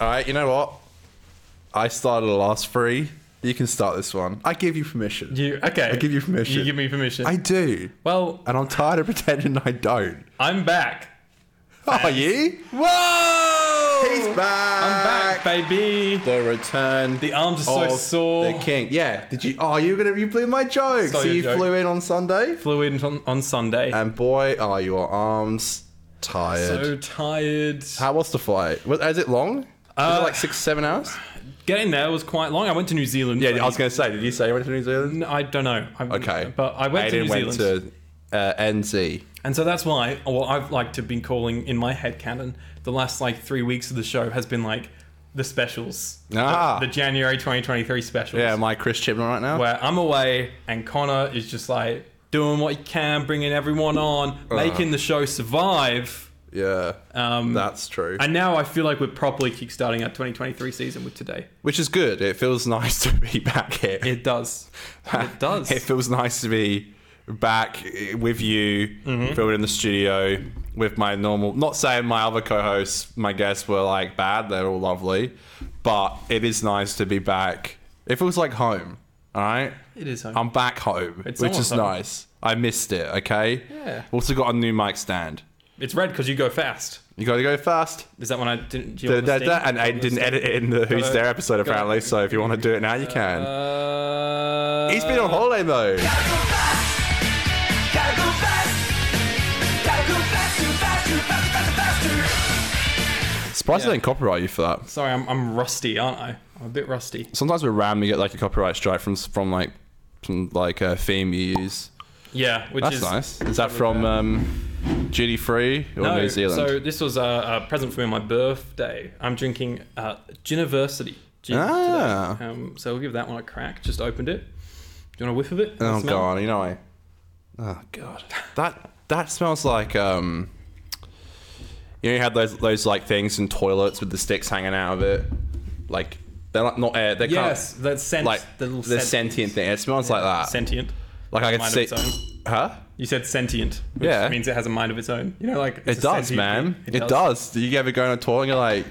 All right, you know what? I started the last three. You can start this one. I give you permission. You okay? I give you permission. You give me permission. I do. well, And I'm tired of pretending I don't. I'm back. Are you? Whoa! Oh! He's back. I'm back, baby. The return. The arms are so of sore. The king. Yeah. Did you? Oh, you were gonna. You blew my joke. Stole so your you joke. flew in on Sunday. Flew in on, on Sunday. And boy, are your arms tired. so tired. How was the flight? Was, is it long? Is Uh, it like six, seven hours? Getting there was quite long. I went to New Zealand. Yeah, I was gonna say. Did you say you went to New Zealand? I don't know. I, Okay. But I went to New Aiden Zealand. went to uh, NZ. And so that's why, well, I've like to been calling in my head canon the last like three weeks of the show has been like the specials, Ah. the, the January 2023 specials. Yeah, my Chris Chibnall right now. where I'm away and Connor is just like doing what he can, bringing everyone on, Uh-huh. making the show survive. Yeah, Um, that's true. and now I feel like we're properly kickstarting our 2023 season with today. Which is good. It feels nice to be back here. It does. It does. It feels nice to be back with you, Mm-hmm. filming in the studio with my normal. Not saying my other co-hosts, my guests were like bad. They're all lovely, but it is nice to be back. It feels like home. All right. It is home. I'm back home, It's which almost is home. nice. I missed it. Okay. Yeah. Also got a new mic stand. it's red because you go fast. You got to go fast. Is that when I didn't? Do you Da, want the da, da, sting? and I Do you want the didn't sting? edit it in the Who's Gotta- There episode apparently. So if you want to do it now, you can. Uh, He's been on holiday though. Gotta go fast. Gotta go fast, too fast, too fast, faster, faster. Surprised they didn't copyright you for that. Sorry, I'm, I'm rusty, aren't I? I'm a bit rusty. sometimes with RAM you get like a copyright strike from from like from like a theme you use. Yeah, which That's is nice. Is that from um, duty free or No, New Zealand? So this was a, a present for me on my birthday. I'm drinking uh, Giniversity. Gin Ah. today. Um, so we'll give that one a crack. Just opened it. Do you want a whiff of it? oh Smell? god, you know I. Oh god, that that smells like um. You know, you had those those like things in toilets with the sticks hanging out of it, like they're like not air. They Yes, can't, that scent. like the little the scent. sentient thing. It smells like that. Sentient. like I mind could of its see, huh? You said sentient, which Yeah. means it has a mind of its own. You know, like It it's a does, sentient man. thing. It, does. You ever go on a tour and you're like,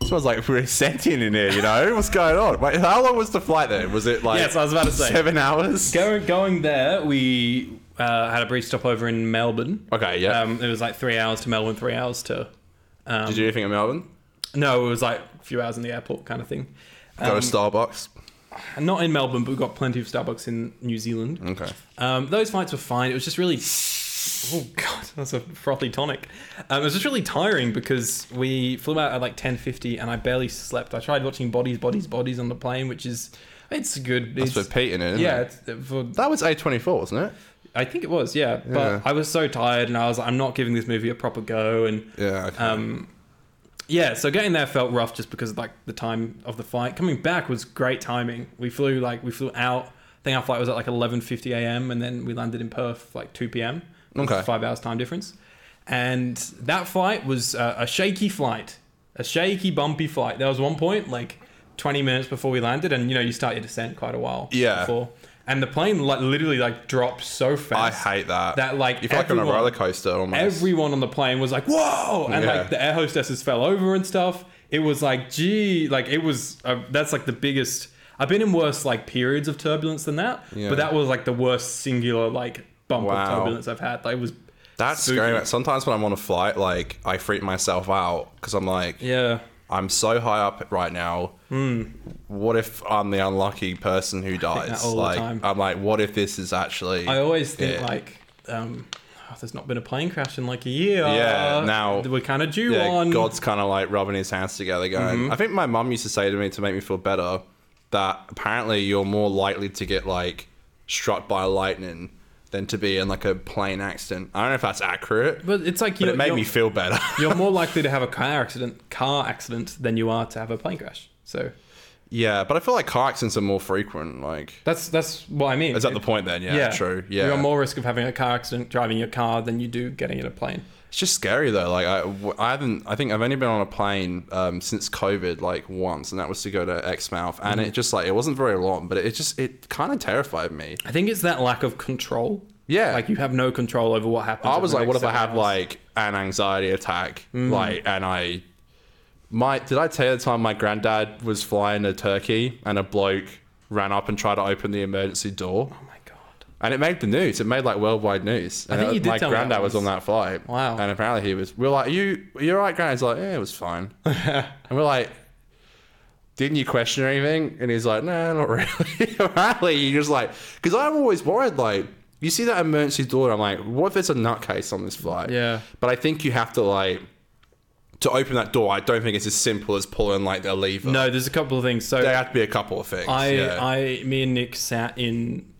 this smells like we're sentient in here, you know? What's going on? Wait, how long was the flight there? Was it like Yes, I was about to say. seven hours? Go, going there, we uh, had a brief stopover in Melbourne. Okay, yeah. Um, it was like three hours to Melbourne, three hours to. Um, Did you do anything in Melbourne? No, it was like a few hours in the airport kind of thing. Go um, to Starbucks? And not in Melbourne, but we got plenty of Starbucks in New Zealand. Okay. Um, those fights were fine. It was just really. Oh god, that's a frothy tonic. Um, it was just really tiring because we flew out at like ten fifty, and I barely slept. I tried watching Bodies, Bodies, Bodies on the plane, which is it's good. It's, That's with Pete in it, isn't yeah, it? it's, for, That was A24, wasn't it? I think it was. Yeah, Yeah. but I was so tired, and I was like, I'm not giving this movie a proper go, and Yeah, okay. um, yeah, so getting there felt rough just because of, like the time of the flight. Coming back was great timing. We flew like we flew out. I think our flight was at like 11:50 a.m. and then we landed in Perth like 2 p.m. It was Okay. five hours time difference. And that flight was uh, a shaky flight, a shaky, bumpy flight. There was one point like 20 minutes before we landed, and you know you start your descent quite a while Yeah. before, and the plane like literally like dropped so I fast. hate that. that, like, You feel like on a everyone- roller coaster almost. Everyone on the plane was like, "Whoa!" and Yeah. like the air hostesses fell over and stuff. It was like, gee, like it was. Uh, that's like the biggest. I've been in worse like periods of turbulence than that, Yeah. but that was like the worst singular like bump of Wow. turbulence I've had. Like it was. That's spooky. scary. Sometimes when I'm on a flight, like, I freak myself out because I'm like, Yeah. I'm so high up right now. What if I'm the unlucky person who dies? Hmm. that all the like time. I'm like, what if this is actually? I always think Yeah. like, um, oh, there's not been a plane crash in like a year. Yeah, now- we're kind of due yeah, on. Mm-hmm. God's kind of like rubbing his hands together, going. I think my mum used to say to me to make me feel better that apparently you're more likely to get like struck by lightning than to be in like a plane accident. I don't know if that's accurate, but, but it's like you it made you're- me feel better. you're more likely to have a car accident, car accident, than you are to have a plane crash. So yeah, but I feel like car accidents are more frequent. Like, that's that's what I mean. is that the point then? Yeah, Yeah, true. Yeah, you're at more risk of having a car accident driving your car than you do getting in a plane. It's just scary though. Like I, w- I haven't. I think I've only been on a plane um, since COVID, like once, and that was to go to Exmouth, and it just like it wasn't very long, but it just it kind of terrified me. I think it's that lack of control. Yeah. like you have no control over what happens. I over was the like, what next if I seven have hours. like an anxiety attack, like, and I My did I tell you the time my granddad was flying to Turkey and a bloke ran up and tried to open the emergency door? Oh my god. And it made the news. It made like worldwide news. And think it- you did my tell me that granddad was once. on that flight. Wow. And apparently he was. We were like, "You, you're right, granddad." He's like, "Yeah, it was fine." and we're like, "Didn't you question or anything?" And he's like, "No, not really." apparently, you're just like, because I'm always worried. Like, you see that emergency door, I'm like, "What if there's a nutcase on this flight?" Yeah. But I think you have to like to open that door. I don't think it's as simple as pulling like the lever. No, there's a couple of things. So there have to be a couple of things. I, yeah. I, me and Nick sat in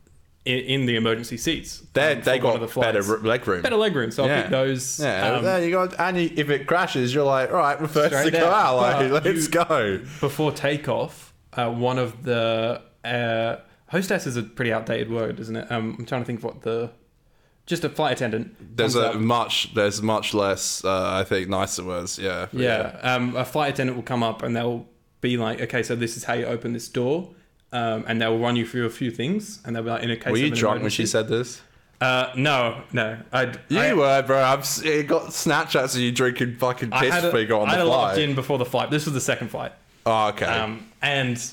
in, in the emergency seats. they um, they for one got of better flights. r- leg room. better leg room. So I'll pick those. Yeah, um, there you go. And you, if it crashes, you're like, all right, we're first to Straight go out. out. Like, But let's you- go. before takeoff, uh, one of the uh, hostess is a pretty outdated word, isn't it? Um, I'm trying to think of what the just a flight attendant. There's comes a up- much, there's much less, uh, I think, nicer words. Yeah. yeah. Um, a flight attendant will come up and they'll be like, okay, so this is how you open this door. Um, and they'll run you through a few things, and they'll be like, in a case Were you of an drunk when she emergency- said this? Uh, no, no, I'd, You I, were, bro. I've s- it got Snapchats of you drinking fucking I piss had a, before you got on I had the a lot of fly. gin before the flight. This was the second flight. Oh, okay. Um, and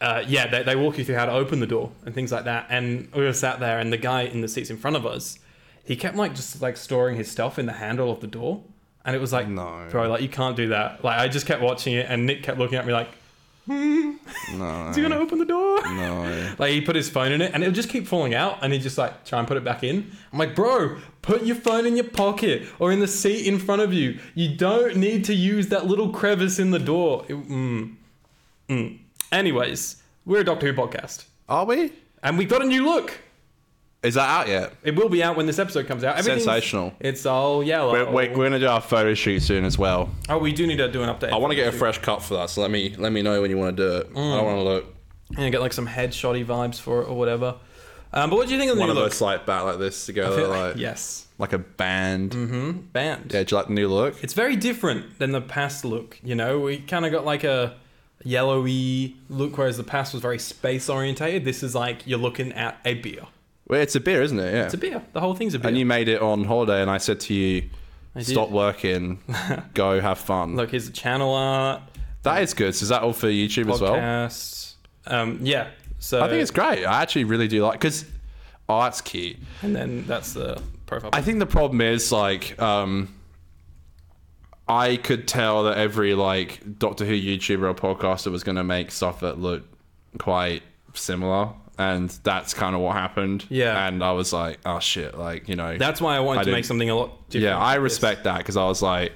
uh, yeah, they, they walk you through how to open the door and things like that. And we were sat there, and the guy in the seats in front of us, he kept like just like storing his stuff in the handle of the door, and it was like, No. bro, like you can't do that. Like I just kept watching it, and Nick kept looking at me like, no. "Is he gonna open the door?" no. Like he put his phone in it, and it would just keep falling out, and he just like try and put it back in. I'm like, bro, put your phone in your pocket or in the seat in front of you. You don't need to use that little crevice in the door. It- mm. Mm. Anyways, we're a Doctor Who podcast, Are we? and we got a new look. Is that out yet? It will be out when this episode comes out. Everything's- Sensational. It's all yellow. We're, we're, we're gonna do our photo shoot soon as well. oh, we do need to do an update. I want to get a fresh cut for that, so let me let me know when you want to do it. I don't want to look and get like some headshotty vibes for it or whatever. Um, but what do you think of the one new of look? us like back like this together, like yes, like a band. band. Yeah, do you like the new look? Mm-hmm. it's very different than the past look. You know, we kind of got like a yellowy look, whereas the past was very space orientated. This is like you're looking at a beer. Well, it's a beer, isn't it? Yeah. It's a beer. The whole thing's a beer. and you made it on holiday, and I said to you, did. stop working, go have fun. Look, here's the channel art, that is good. So is that all for YouTube as well? podcast. Um, yeah. So I think it's great. I actually really do like because art's key. and then that's the profile. I think the problem is like um, I could tell that every like Doctor Who YouTuber or podcaster was going to make stuff that looked quite similar, and that's kind of what happened. Yeah. and I was like, oh shit, like you know, that's why I wanted I to make didn't- something a lot different. Yeah, I with this. respect that because I was like,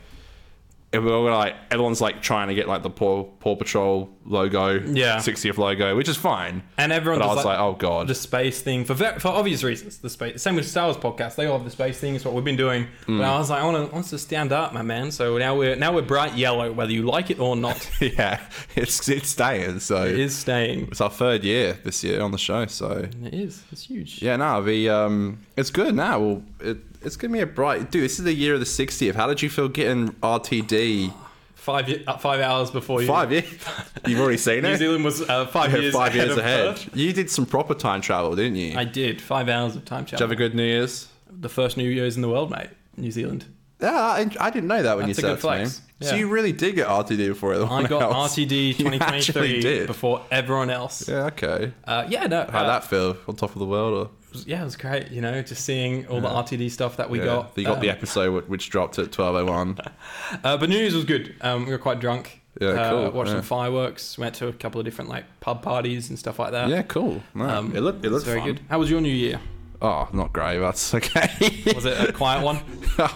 if we were like everyone's like trying to get like the Paw, Paw Patrol logo, Yeah. 60th logo, which is fine. And everyone but I does was like, like- oh god, the space thing for ve- for obvious reasons. The space same with Star Wars podcast. They all have the space thing. It's what we've been doing. Mm. But I was like, I want to want to stand up, my man. So now we're now we're bright yellow, whether you like it or not. yeah, it's it's staying. So it is staying. it's our third year this year on the show. So It is. It's huge. yeah, no, the um, it's good now. Well, it, it's gonna be a bright dude. This is the year of the 60th. How did you feel getting RTD Five ye- uh, five hours before you. five years? You've already seen New it. Zealand was uh, five Yeah, years five years of ahead. Perth. You did some proper time travel, didn't you? I did five hours of time Did you have travel. a good New Year's? the first New Year's in the world, mate. New Zealand. Yeah, I, I didn't know that when That's you a said good it to me. flex. So Yeah. you really did get RTD before the I one got else. RTD You actually 2023 did. before everyone else. Yeah, okay. Uh, yeah, no. How'd uh, that feel? On top of the world, or was- yeah, it was great. You know, just seeing all the RTD stuff that we yeah. got. You got um, the episode wh- which dropped at twelve oh one. Uh, but New Year's was good. Um, we were quite drunk. Yeah, uh, cool, Watched yeah. some fireworks. Went to a couple of different like pub parties and stuff like that. Yeah, cool. No, Um, it looked it was looked very fun. good. How was your New Year? Oh, not great. That's okay. Oh, Was it a quiet one?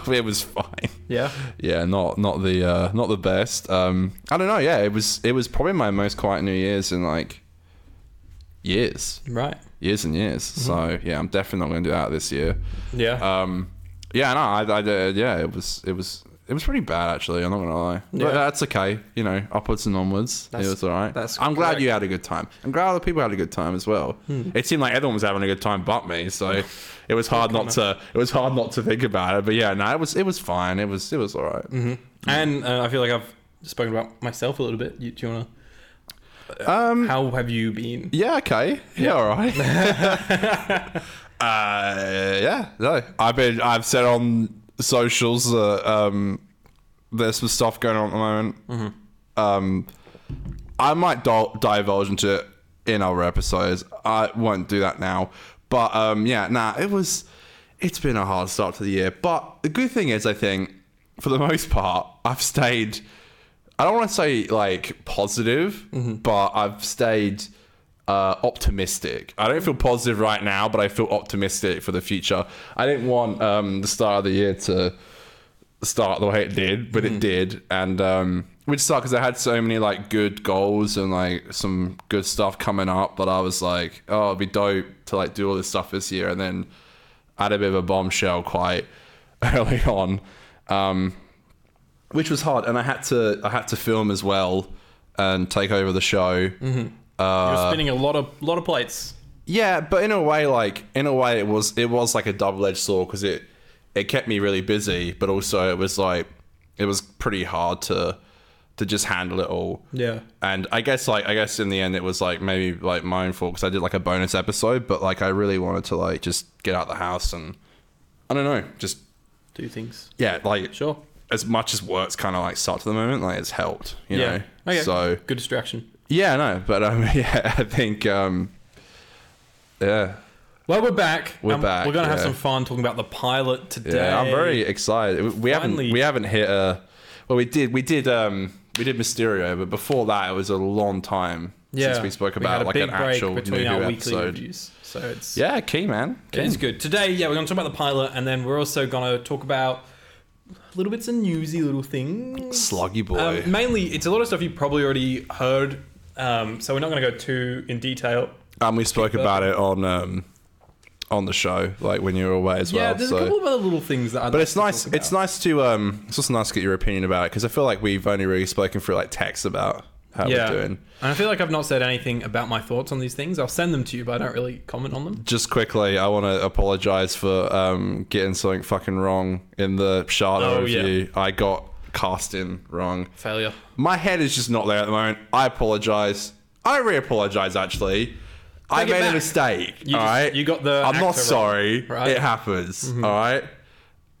it was fine. Yeah. Yeah, not not the uh, not the best. Um, I don't know. Yeah, it was it was probably my most quiet New Year's in like years, Right. years and years. Mm-hmm. So yeah, I'm definitely not going to do that this year. Yeah. Um, yeah, no, I, I, uh, yeah, it was, it was, it was pretty bad actually. I'm not gonna lie, Yeah. but that's okay. You know, upwards and onwards, That's- it was all right. that's I'm glad correct. you had a good time. I'm glad other people had a good time as well. Hmm. It seemed like everyone was having a good time, but me. So it was hard not to, it was hard not to think about it. But yeah, no, it was, it was fine. It was, it was all Hmm. right. and uh, I feel like I've spoken about myself a little bit. You, do you wanna? Um, How have you been? Yeah, okay. Yeah, all right. uh, yeah, no. I've been. I've said on socials that um, there's some stuff going on at the moment. Um, I might dol- divulge into it in other episodes. I won't do that now. But um, yeah, nah, it was. It's been a hard start to the year, but the good thing is, I think for the most part, I've stayed. I don't want to say like positive, but I've stayed uh, optimistic. I don't feel positive right now, but I feel optimistic for the future. I didn't want um, the start of the year to start the way it did, but it did, and um, which sucked because I had so many like good goals and like some good stuff coming up. But I was like, oh, it'd be dope to like do all this stuff this year, and then I had a bit of a bombshell quite early on, um, which was hard, and I had to I had to film as well and take over the show. uh, You're spinning a lot of lot of plates. Yeah, but in a way, like in a way, it was it was like a double edged sword because it it kept me really busy, but also it was like it was pretty hard to to just handle it all. Yeah. And I guess like I guess in the end it was like maybe like my fault because I did like a bonus episode, but like I really wanted to like just get out the house and I don't know, just Do things. yeah, like Sure. as much as work's kind of like sucked at the moment, like it's helped, you Yeah. know. Okay. So good distraction. yeah, no, but um, yeah, I think um, yeah. Well, we're back. We're and back, We're gonna have yeah. some fun talking about the pilot today. Yeah, I'm very excited. We haven't Finally. we haven't hit a well we did we did um we did Mysterio, but before that it was a long time Yeah. since we spoke had about a like big an break actual movie between our weekly episode. reviews. So it's Yeah, key man. It is good. Today, yeah, we're going to talk about the pilot, and then we're also going to talk about little bits of newsy little things. Sluggy boy. Um, mainly, it's a lot of stuff you've probably already heard, um, so we're not going to go too in detail. and we spoke about it on um on the show like when you were away as yeah, well. there's so. a couple of other little things that. I'd but it's nice. It's nice to um. It's also nice to get your opinion about it because I feel like we've only really spoken through like text about how Yeah, we're and doing. I feel like I've not said anything about my thoughts on these things. I'll send them to you, but I don't really comment on them. Just quickly, I want to apologize for um, getting something fucking wrong in the Sharda Oh, review. I got casting wrong. Failure. My head is just not there at the moment. I apologize. I re-apologize actually. I Take it made a back. mistake. You all just- right, you got the I'm actor not wrong, sorry. right? Mm-hmm. It happens. all right.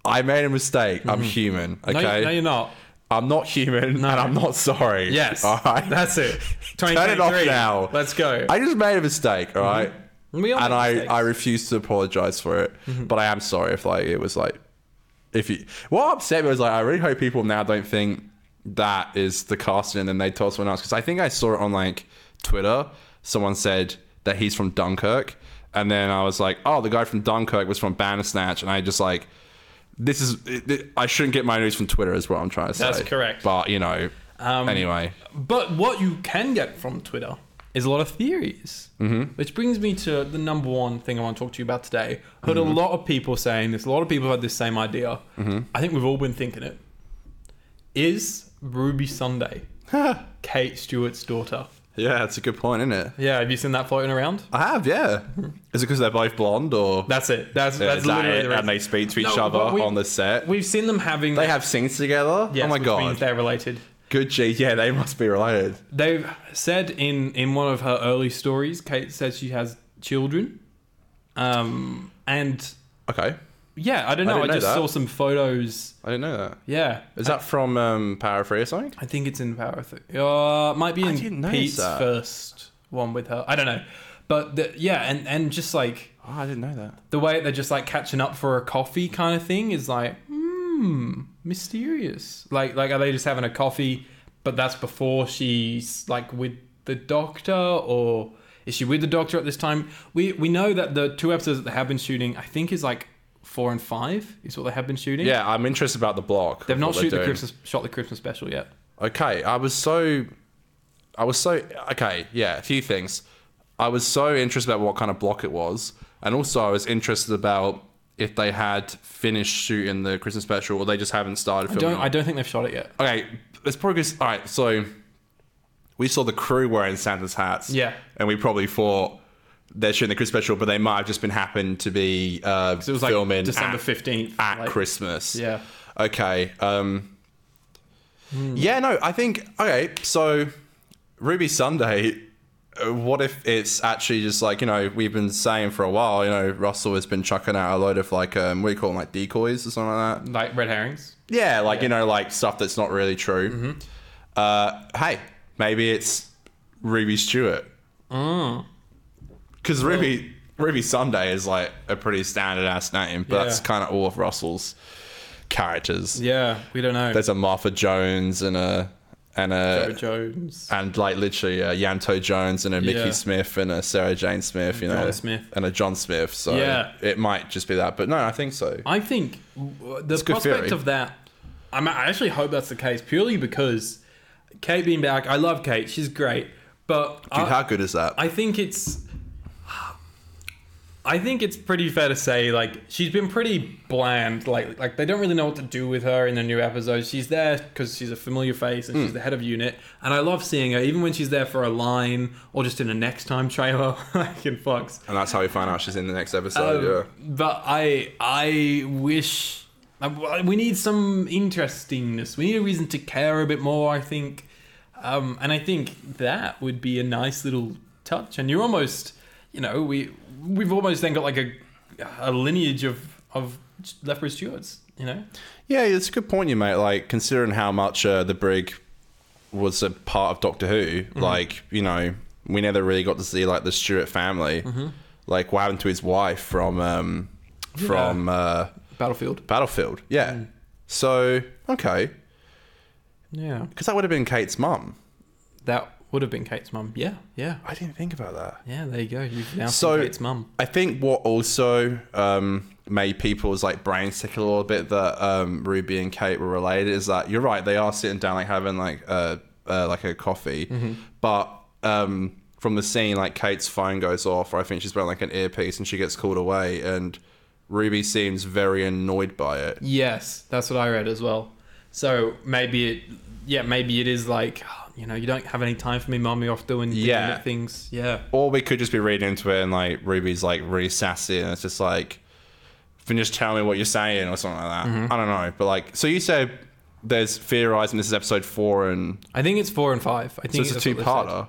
I made a mistake. I'm human. No, Okay. you- no, you're not. I'm not human, and I'm not sorry. Yes. All right. That's it. Turn it off 2023. now. Let's go. Mm-hmm. I just made a mistake. All right. We all and make I, mistakes. Mm-hmm. I refuse to apologize for it. But I am sorry if like it was like if you what upset me was like I really hope people now don't think that is the casting and then they told someone else because I think I saw it on like Twitter. Someone said that he's from Dunkirk, and then I was like, oh, the guy from Dunkirk was from Bandersnatch, and I just like. This is. It, it- I shouldn't get my news from Twitter, is what I'm trying to say. That's correct. But you know. Um, anyway, But what you can get from Twitter is a lot of theories, mm-hmm. which brings me to the number one thing I want to talk to you about today. Heard Mm-hmm. a lot of people saying this. A lot of people had this same idea. I think we've all been thinking it. Is Ruby Sunday Kate Stewart's daughter? yeah, that's a good point, isn't it? Yeah, have you seen that floating around? I have, yeah. Is it because they're both blonde or That's it. That's Yeah, that's is that literally it? the reason. and they speak to each No, other but we- on the set? We've seen them having. they have scenes together. Yes, oh my which means god, they're related. good G. Yeah, they must be related. They've said in in one of her early stories, Kate says she has children, um, and Okay, yeah, I don't know. I, didn't know just that. saw some photos. I didn't know that. Yeah, Is that from um, Power Free or something? I think it's in Power. Th- uh, it might be didn't in notice Pete's that. first one with her. I don't know, but the, yeah, and and just like Oh, I didn't know that. the way they're just like catching up for a coffee kind of thing is like, hmm, mysterious. Like like are they just having a coffee? But that's before she's like with the doctor, or is she with the doctor at this time? We we know that the two episodes that they have been shooting, I think, is like four and five is what they have been shooting. Yeah, I'm interested about the block. they've of not what shoot they're the doing. Christmas shot the Christmas special yet. Okay, I was so, I was so okay. Yeah, a few things. I was so interested about what kind of block it was, and also I was interested about if they had finished shooting the Christmas special or they just haven't started I filming. don't I don't think they've shot it yet. okay, let's probably just, all right. So we saw the crew wearing Santa's hats. Yeah. and we probably thought they're shooting the Christmas special, but they might have just been happened to be uh, It was like filming December at- fifteenth at Christmas. Yeah. Okay. Um, Yeah. No, I think okay. So Ruby Sunday. uh, What if it's actually just like you know we've been saying for a while? You know, Russell has been chucking out a load of like um, what do you call them, like decoys or something like that. Like red herrings. Yeah, like you know, like stuff that's not really true. Mm-hmm. Uh, hey, maybe it's Ruby Stewart. Mm. Because Ruby Ruby Sunday is like a pretty standard ass name, but that's Yeah. kind of all of Russell's characters. Yeah, we don't know. There's a Martha Jones and a and a Sarah Jones. and like literally a Yanto Jones and a Mickey Yeah. Smith and a Sarah Jane Smith, you know, John Smith. and a John Smith. So Yeah. it might just be that, but no, I think so. I think w- the good prospect theory. of that, I'm, I actually hope that's the case purely because Kate being back, I love Kate, she's great, but Dude, I- how good is that? I think it's. I think it's pretty fair to say, like she's been pretty bland. Like, like they don't really know what to do with her in the new episodes. She's there because she's a familiar face and she's the head of unit, and I love seeing her, even when she's there for a line or just in a next time trailer, like in Fox. and that's how we find out she's in the next episode. Um, yeah. But I, I wish I- we need some interestingness. We need a reason to care a bit more. I think, um, and I think that would be a nice little touch. And you're almost, you know, we we've almost then got like a a lineage of of leopard stewards. You know, Yeah, it's a good point you make. Like considering how much uh, the brig was a part of Doctor Who, like you know, we never really got to see like the Stewart family. Like what happened to his wife from um, from uh, battlefield. Battlefield? Yeah. So okay, Yeah, because that would have been Kate's mum. that would have been Kate's mum. Yeah, yeah, I didn't think about that. yeah. There you go. You've now So- seen Kate's mum. I think what also um, made people's like brains tick a little bit that um, Ruby and Kate were related is that you're right they are sitting down like having like a uh, like a coffee, but um, from the scene like Kate's phone goes off or I think she's wearing like an earpiece and she gets called away and Ruby seems very annoyed by it. Yes, that's what I read as well. So maybe it, yeah, maybe it is like, oh, you know, you don't have any time for me, mum. You're off doing big Yeah. minute things. Yeah. Or we could just be reading into it and like Ruby's like really sassy and it's just like, finish telling me what you're saying or something like that. Mm-hmm. I don't know. But like, so you said there's theorizing this is episode four and I think it's four and five. I so think it's a that's what two they said. parter.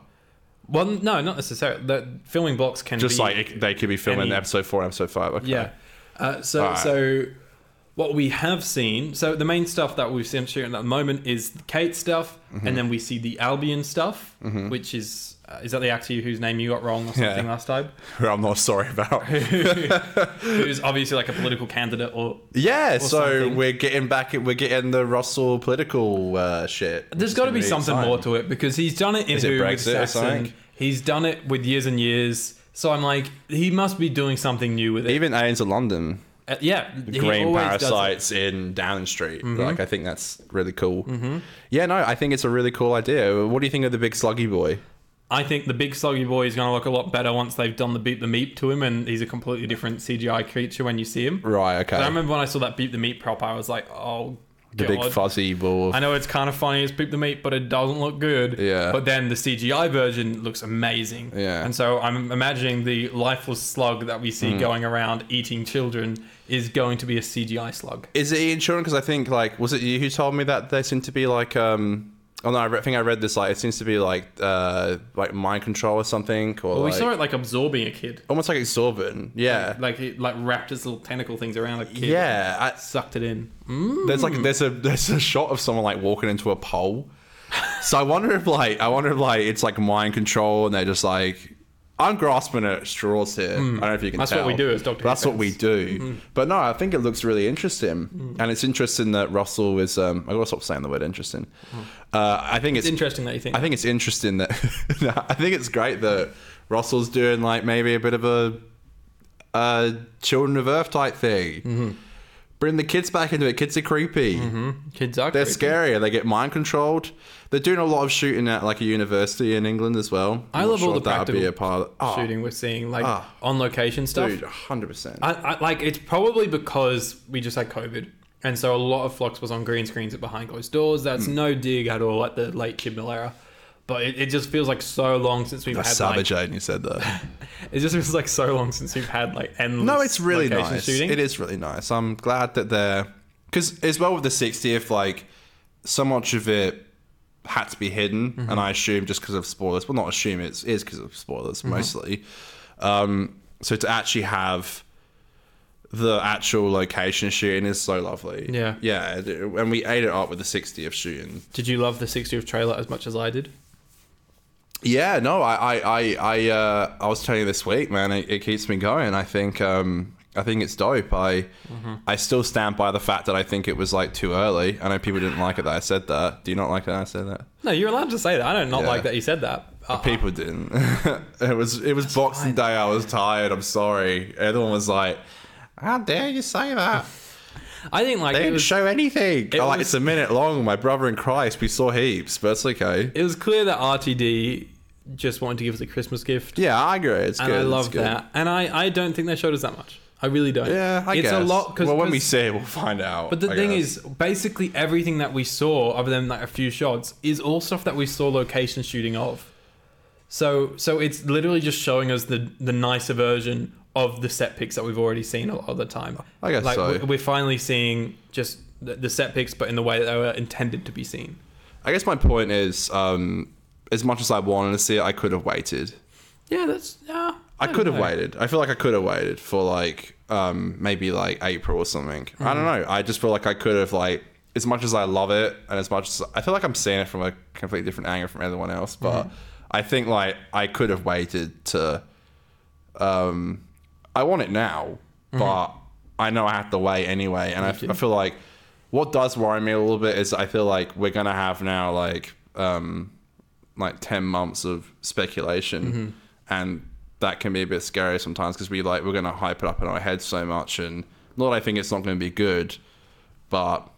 Well, no, not necessarily. The filming blocks can Just be, like it, they could be filming any- episode four and episode five. Okay. yeah. Uh, so Alright. so what we have seen. So the main stuff that we've seen shooting at the moment is the Kate stuff, Mm-hmm. and then we see the Albion stuff, which is uh, is that the actor whose name you got wrong or Yeah. something last time? Who I'm not sorry about. Who's obviously like a political candidate or yeah. so something. we're getting back, we're getting the Russell political uh, shit. There's which got to is be gonna something exciting. more to it because he's done it in it Who with Brexit or Saxon. something? He's done it with years and years. So I'm like, he must be doing something new with it. Even Aliens of London. Uh, yeah, he green always does it. Mm-hmm. parasites in Downing Street. Like, I think that's really cool. Yeah, no, I think it's a really cool idea. What do you think of the big sluggy boy? I think the big sluggy boy is going to look a lot better once they've done the beat the meat to him, and he's a completely different CGI creature when you see him. Right, okay. I remember when I saw that beat the meat prop, I was like, oh, the big God. fuzzy wolf. I know it's kind of funny as Peep the Meat, but it doesn't look good. Yeah. But then the CGI version looks amazing. Yeah. Hmm. And so I'm imagining the lifeless slug that we see going around eating children is going to be a CGI slug. Is it Ian Children? Because I think, like, was it you who told me that there seemed to be, like, um, oh no, I re- think I read this, like, it seems to be, like, uh, like mind control or something, or Well, we like- saw it like absorbing a kid, almost like exorbitant. Yeah. like it like wrapped its little tentacle things around a kid. yeah, I, Sucked it in. there's like there's a there's a shot of someone like walking into a pole. So I wonder if like I wonder if like it's like mind control and they're just like I'm grasping at straws here. I don't know if you can That's what tell. we do as Doctor Mm-hmm. But That's Who what we fans. do. But no, I think it looks really interesting, and it's interesting that Russell is. Um, I gotta stop saying the word interesting. Uh, I think it's, Mm-hmm. It's interesting that you think. I think it's interesting that I think it's great that Russell's doing like maybe a bit of a, a Children of Earth type thing. Mm-hmm. Bring the kids back into it. Kids are creepy. kids are They're Mm-hmm. creepy. scary. They get mind controlled. They're doing a lot of shooting at like a university in England as well. I not love all the if that would be practical a part of oh, Shooting we're seeing like Ah. on location stuff. Dude, hundred percent. I, I like it's probably because we just had COVID, and so a lot of Flux was on green screens at behind closed doors. That's Hmm. no dig at all at the late Chibnall era, but it, it just feels like so long since we've had Savage Aiden, you said that. like it just feels like so long since we've had like endless. No, it's really location nice. Shooting. It is really nice. I'm glad that they're because as well with the 60th, like so much of it had to be hidden, Mm-hmm. and I assume just because of spoilers. Well, not assume it's Mm-hmm. is because of spoilers mostly. Um, so to actually have the actual location shooting is so lovely. Yeah. Yeah. it- And we ate it up with the 60th shooting. Did you love the 60th trailer as much as I did? Yeah, no, I, I, I, I, uh, I was telling you this week, man. It, it keeps me going. I think, um, I think it's dope. I, Mm-hmm. I still stand by the fact that I think it was like too early. I know people didn't like it that I said that. Do you not like that I said that? No, you're allowed to say that. I don't not Yeah. like that you said that. Uh, People didn't. it was, it was Boxing Day. I was tired. I'm sorry. Everyone was like, "How dare you say that?" I think like They it didn't was, show anything. it I'm like was- it's a minute long. My brother in Christ, we saw heaps, but it's okay. it was clear that RTD just wanted to give us a Christmas gift, yeah, I agree. It's and good. I it's love good. that. And I, I don't think they showed us that much. I really don't. Yeah, I it's guess. a lot because well, when we see it, we'll find out. But the I thing guess. is, basically everything that we saw, other than like a few shots, is all stuff that we saw location shooting of. So, so it's literally just showing us the the nicer version of the set picks that we've already seen a lot of the time. I guess like so. we- we're finally seeing just the, the set picks, but in the way that they were intended to be seen. I guess my point is, um, as much as I wanted to see it, I could have waited. Yeah, that's yeah. I could have waited. I feel like I could have waited for like um, maybe like April or something. I don't Mm-hmm. know. I just feel like I could have like as much as I love it and as much as I feel like I'm seeing it from a completely different angle from everyone else, but Mm-hmm. I think like I could have waited to. Um, I want it now, but I know I have to wait anyway, and I, I feel like what does worry me a little bit is I feel like we're gonna have now like um, like 10 months of speculation and that can be a bit scary sometimes because we like we're going to hype it up in our heads so much and not that i think it's not going to be good but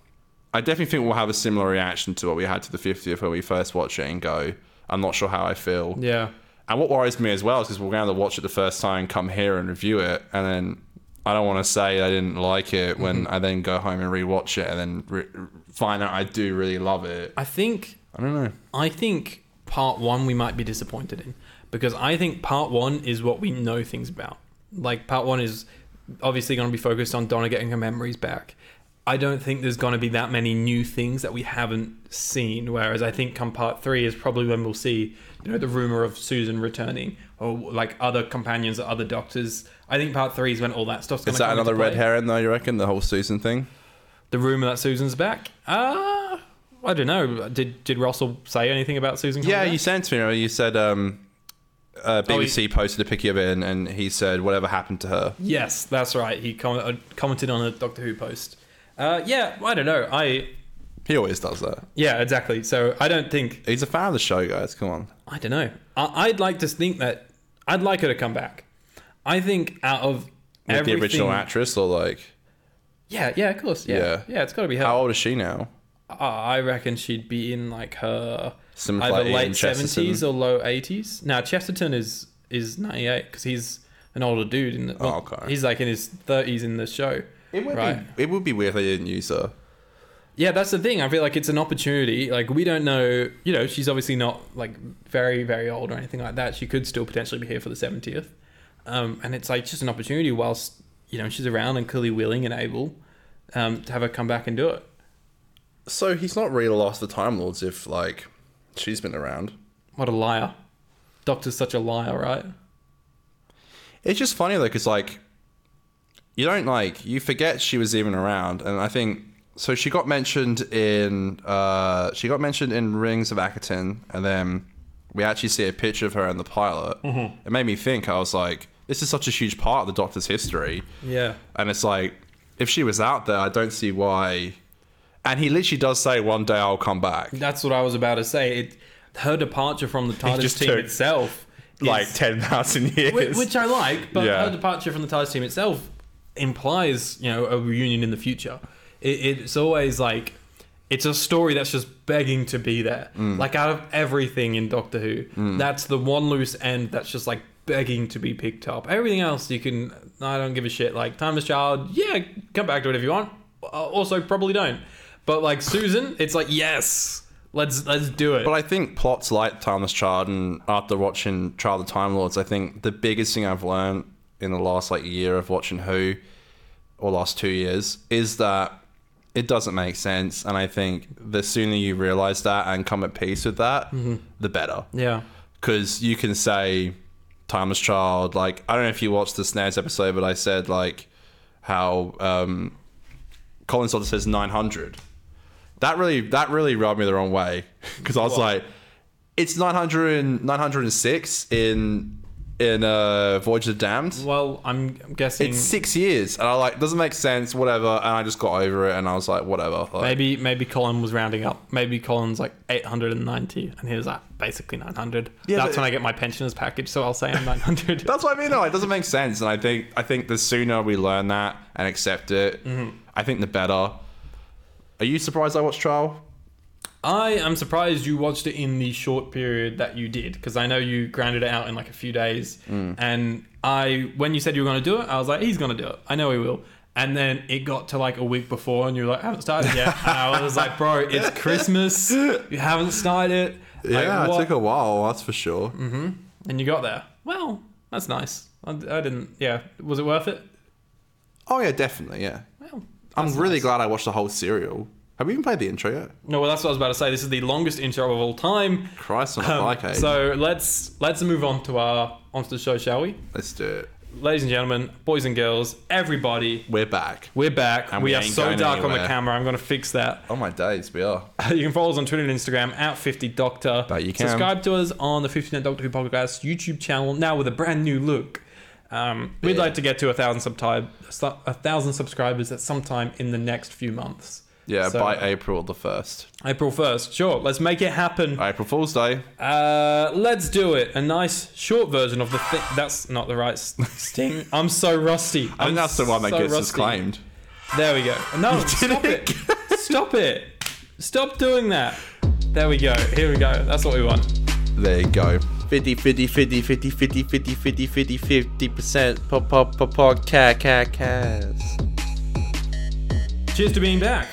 i definitely think we'll have a similar reaction to what we had to the 50th when we first watched it and go i'm not sure how i feel Yeah, and what worries me as well is because we're going to watch it the first time come here and review it and then i don't want to say i didn't like it when i then go home and rewatch it and then re- find out i do really love it I think i don't know I think part one we might be disappointed in because I think part one is what we know things about. Like part one is obviously going to be focused on Donna getting her memories back. I don't think there's going to be that many new things that we haven't seen. Whereas I think come part three is probably when we'll see, you know, the rumor of Susan returning or like other companions, other doctors. I think part three is when all that stuff's going Is to that another red herring though? You reckon the whole Susan thing? The rumor that Susan's back. Uh I don't know. Did did Russell say anything about Susan? coming Yeah, back? you sent to me. Remember, you said um, uh, Oh, BBC posted a picky of it, and, and he said whatever happened to her. Yes, that's right. He com- uh, commented on a Doctor Who post. Uh, yeah, I don't know. I He always does that. yeah, exactly. So I don't think He's a fan of the show, guys. Come on. I don't know. I- I'd like to think that I'd like her to come back. I think out of With everything, the original actress, or like, Yeah, yeah, of course. Yeah, Yeah. yeah. it's got to be her. how old is she now? Uh, I reckon she'd be in like her Some either like Ian late seventies Chesterton. or low eighties. Now Chesterton is is ninety eight because he's an older dude. In the, Oh, okay. He's like in his thirties in the show. right. be. It would be weird if they didn't use her. Yeah, that's the thing. I feel like it's an opportunity. Like we don't know, you know, she's obviously not like very, very old or anything like that. She could still potentially be here for the seventieth, um, and it's like just an opportunity whilst you know she's around and clearly willing and able um, to have her come back and do it. So he's not really lost the Time Lords if like she's been around. What a liar! Doctor's such a liar, right? It's just funny though, because like, you don't like you forget she was even around, and I think so. She got mentioned in uh, she got mentioned in Rings of Akatin, and then we actually see a picture of her in the pilot. It made me think. I was like, this is such a huge part of the Doctor's history, Yeah, and it's like if she was out there, I don't see why. And he literally does say, "One day I'll come back." that's what I was about to say. It, her departure from the TARDIS just team took, itself, is- Like ten thousand years, Whi- which I like, but Yeah. her departure from the TARDIS team itself implies, you know, a reunion in the future. It, it's always like it's a story that's just begging to be there. Like out of everything in Doctor Who, that's the one loose end that's just like begging to be picked up. Everything else you can, I don't give a shit. Like Timeless Child, yeah, come back to it if you want. Uh, Also, probably don't. But like Susan, it's like yes, let's let's do it. But I think plots like Timeless Child and after watching Child of the Time Lords, I think the biggest thing I've learned in the last like year of watching Who, or last two years, is that it doesn't make sense. And I think the sooner you realize that and come at peace with that, the better. yeah, Because you can say Timeless Child, like I don't know if you watched the Snares episode, but I said like how um, Colin Sauter says 900. That really that really rubbed me the wrong way because I was like, it's 900 and, 906 in in uh, Voyage of the Damned. Well, I'm guessing It's six years, and I like doesn't make sense, whatever. And I just got over it, and I was like, whatever. Like, maybe maybe Colin was rounding up. Maybe Colin's like 890, and he was like basically 900. Yeah, That's but- when I get my pensioners package, so I'll say I'm 900. That's what I mean. Though it doesn't make sense, and I think I think the sooner we learn that and accept it, I think the better. Are you surprised I watched Trial? I am surprised you watched it in the short period that you did because I know you grounded it out in like a few days. Mm. And I, when you said you were going to do it, I was like, he's going to do it. I know he will. And then it got to like a week before, and you were like, I haven't started yet. and I was like, bro, it's Christmas. You haven't started it. Like, what? a while. That's for sure. and you got there. Well, that's nice. I, I didn't. Yeah, was it worth it? Oh yeah, definitely. Yeah, Well, I'm that's really nice. glad I watched the whole serial. Have we even played the intro yet? No, well, that's what I was about to say. This is the longest intro of all time. Christ on a Um, bike. eh? So so let's let's move on to our onto the show, shall we? let's do it. Ladies and gentlemen, boys and girls, everybody, We're back. we're back. And we, we are ain't so going dark on the anywhere. camera. I'm going to fix that. Oh my days, we are. You can follow us on Twitter and Instagram at 50 Doctor. But you can. subscribe to us on the 50 Doctor Who podcast YouTube channel now with a brand new look. Um, we'd Yeah. like to get to a thousand subtib- su- a thousand subscribers at some time in the next few months. Yeah, eh. So- by April the first. April first. Sure, let's make it happen. April Fool's Day. Uh, let's do it. A nice short version of the thing. That's not the right s- sting. I'm so rusty. I think that's the one that so gets rusty. us claimed. There we go. No, stop it. Stop it. Stop doing that. There we go. Here we go. That's what we want. There you go. 50 50 50 50 50 50 50 50 50 percent pop pop pop pop cat cat cats Cheers to being back.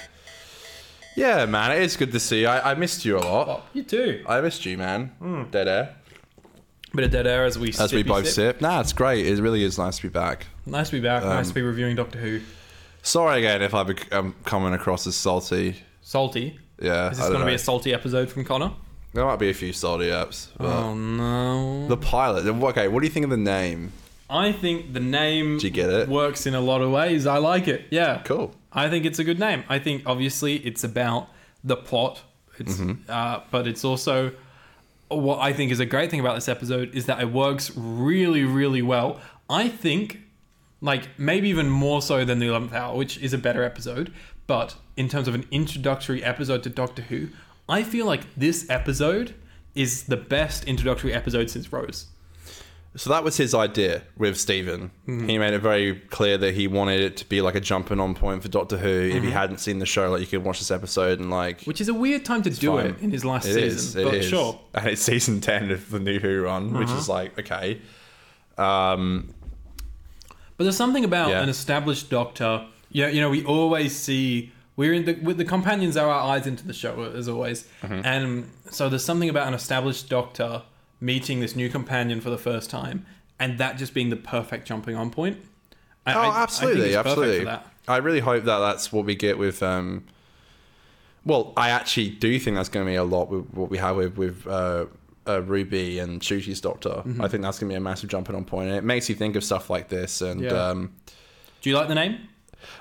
Yeah, man, it is good to see you. I, I missed you a lot. Oh, you too. I missed you, man. Dead air. Bit of dead air as we As we sippy both sip. Nah, it's great. It really is nice to be back. Nice to be back. nice Um, to be reviewing Doctor Who. Sorry again if I bec- I'm coming across as salty. Salty. Yeah, Is I this don't going to be know. a salty episode from Connor? there might be a few salty apps. But Oh no. The pilot. Okay, what do you think of the name? I think the name Do you get it? works in a lot of ways. I like it. Yeah. Cool. I think it's a good name. I think obviously it's about the plot. It's Mm-hmm. uh, but it's also what I think is a great thing about this episode is that it works really, really well. I think like maybe even more so than the eleventh hour, which is a better episode, but in terms of an introductory episode to Doctor Who, I feel like this episode is the best introductory episode since Rose. So that was his idea with Steven. Mm-hmm. He made it very clear that he wanted it to be like a jumping on point for Doctor Who. Mm-hmm. If you hadn't seen the show, like you could watch this episode and like Which is a weird time to do fine. it in his last It season. is, it but is. sure. Mm-hmm. And it's season 10 of the New Who run, which is like, okay. Um, But there's something about Yeah. an established doctor. Yeah, you know, we always see we're in the with the companions are our eyes into the show as always. Mm-hmm. And so there's something about an established doctor meeting this new companion for the first time and that just being the perfect jumping on point. I, oh, I- I think absolutely. it's perfect for absolutely. that. I really hope that that's what we get with. Um, well, I actually do think that's going to be a lot with what we have with, with uh, uh, Ruby and Shushi's Doctor. Mm-hmm. I think that's going to be a massive jumping on point. And it makes you think of stuff like this. And Yeah. um, Do you like the name?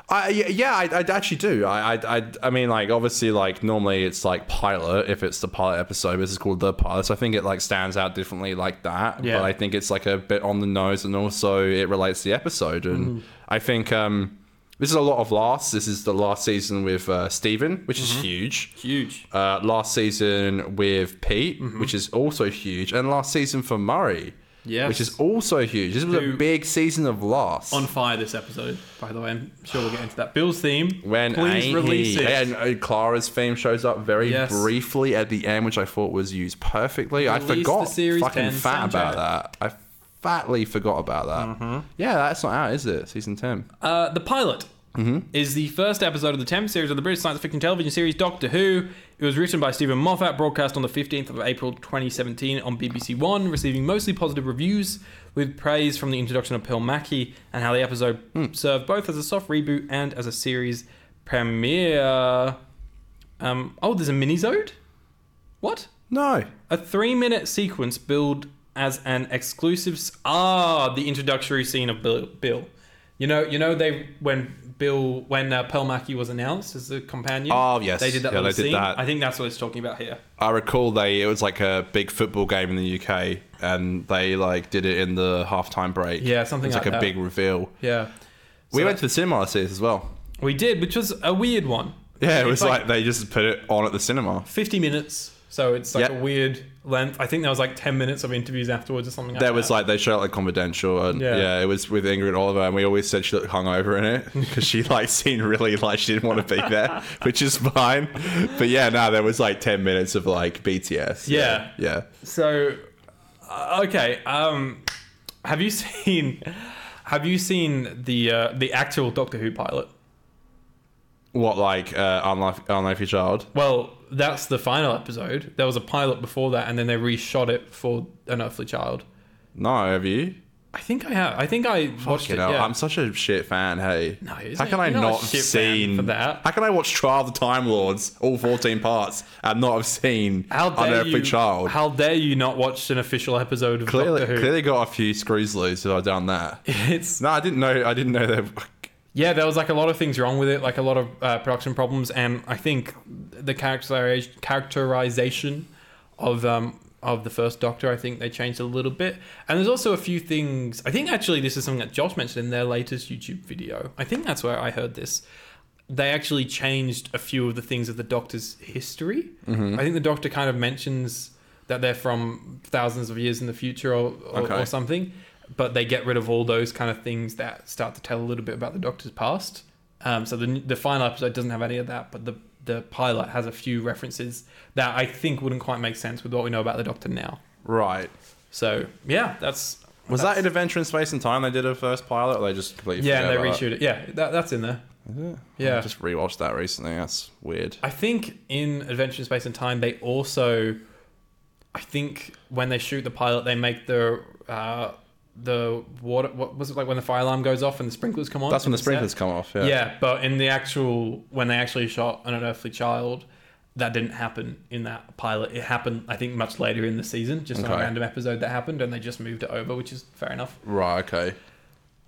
I, yeah, yeah, I, I actually do. I, I, I, I mean, like, obviously, like, normally it's like pilot if it's the pilot episode, but this is called the pilot. So I think it, like, stands out differently like that. Yeah. But I think it's, like, a bit on the nose and also it relates to the episode. Mm-hmm. And I think um, this is a lot of laughs. This is the last season with uh, Steven, which is huge. Mm-hmm. Huge. Mm-hmm. Uh, last season with Pete, which is also huge. And last season for Murray, Yes. which is also huge. This was Who- a big season of laughs. On fire this episode, by the way. I'm sure we'll get into that. Bill's theme. When please ain't release he? it. And uh, Clara's theme shows up very Yes. briefly at the end, which I thought was used perfectly. I Release forgot the Series fucking 10 fat soundtrack. about that. I fatly forgot about that. Mm-hmm. Yeah, that's not out, is it? Season ten. Uh, the pilot is the first episode of the 10th series of the British science fiction television series Doctor Who. It was written by Stephen Moffat, broadcast on the 15th of April 2017 on BBC One, receiving mostly positive reviews with praise from the introduction of Pearl Mackie and how the episode served both as a soft reboot and as a series premiere. Um, oh, there's a minisode? What? no. A three minute sequence billed as an exclusive. s- Ah, the introductory scene of Bill. Bill. You know, you know they when Bill when uh, Pelmaki was announced as the companion. Oh, yes. they did that. Yeah, little they did scene. that. I think that's what it's talking about here. I recall they it was like a big football game in the UK, and they like did it in the halftime break. Yeah, something It's like, like a that. big reveal. Yeah, we So- went to the cinema last year as well. we did, which was a weird one. Yeah, it was It's like, they just put it on at the cinema. fifty minutes, so it's like Yeah. a weird length. I think there was like ten minutes of interviews afterwards or something. Like There that was like they showed it like confidential, and yeah. Yeah. it was with Ingrid Oliver, and we always said she looked hungover in it because she like seemed really like she didn't want to be there, which is fine. But yeah, no, there was like ten minutes of like BTS. yeah. So, uh, okay. Um, have you seen? Have you seen the uh, the actual Doctor Who pilot? What like uh, unlike unlike your child? Well, that's the final episode. There was a pilot before that, and then they reshot it for An Earthly Child. No, have you? I think I have. I think I watched You it. know, yeah. I'm such a shit fan. Hey, No, isn't how can it? I You're not a not have shit fan seen for that. How can I watch Trial of the Time Lords, all 14 parts, and not have seen how dare Unearthly you? Child? How dare you not watch an official episode of clearly, Doctor Who? clearly got a few screws loose if I've done that. It's no, I didn't know. I didn't know that. yeah. There was like a lot of things wrong with it, like a lot of uh, production problems, and I think the character characterization of um of the first Doctor, I think they changed a little bit. And there's also a few things. I think actually this is something that Josh mentioned in their latest YouTube video. I think that's where I heard this. they actually changed a few of the things of the Doctor's history. I think the Doctor kind of mentions that they're from thousands of years in the future or, or, Okay. or something, but they get rid of all those kind of things that start to tell a little bit about the Doctor's past. Um, so the, the final episode doesn't have any of that, but the, the pilot has a few references that I think wouldn't quite make sense with what we know about the Doctor now. Right. So, yeah, that's. Was that's- that in Adventure in Space and Time they did a first pilot, or they just completely Yeah, and they forgot about reshoot it. Yeah, that, that's in there. it? Yeah. I just rewatched that recently. That's weird. I think in Adventure in Space and Time, they also, I think when they shoot the pilot, they make the uh, the water. What was it like when the fire alarm goes off and the sprinklers come on? That's when the Is that- sprinklers come off. Yeah. Yeah. but in the actual when they actually shot an unearthly child, that didn't happen in that pilot. It happened, I think, much later in the season, just on Okay. a random episode that happened, and they just moved it over, which is fair enough Right. Okay.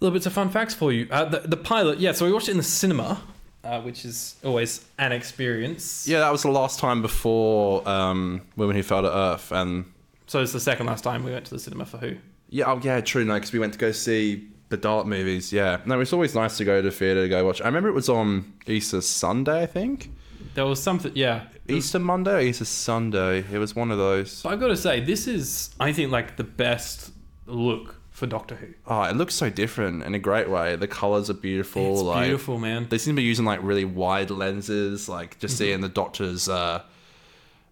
little bits of fun facts for you. Uh, the, the pilot, yeah. So we watched it in the cinema, uh, which is always an experience. Yeah, that was the last time before um, Women Who Fell to Earth, and So it's the second last time we went to the cinema for Who. Yeah, oh yeah, true. No, because we went to go see the dark movies. Yeah, no, it's always nice to go to theater to go watch. I remember it was on Easter Sunday, I think. There was something, yeah. Easter Monday, or Easter Sunday. It was one of those. But I've got to say, this is, I think, like the best look for Doctor Who. Oh, it looks so different in a great way. The colors are beautiful. It's like, beautiful, man. They seem to be using like really wide lenses, like just Mm-hmm. seeing the Doctor's uh,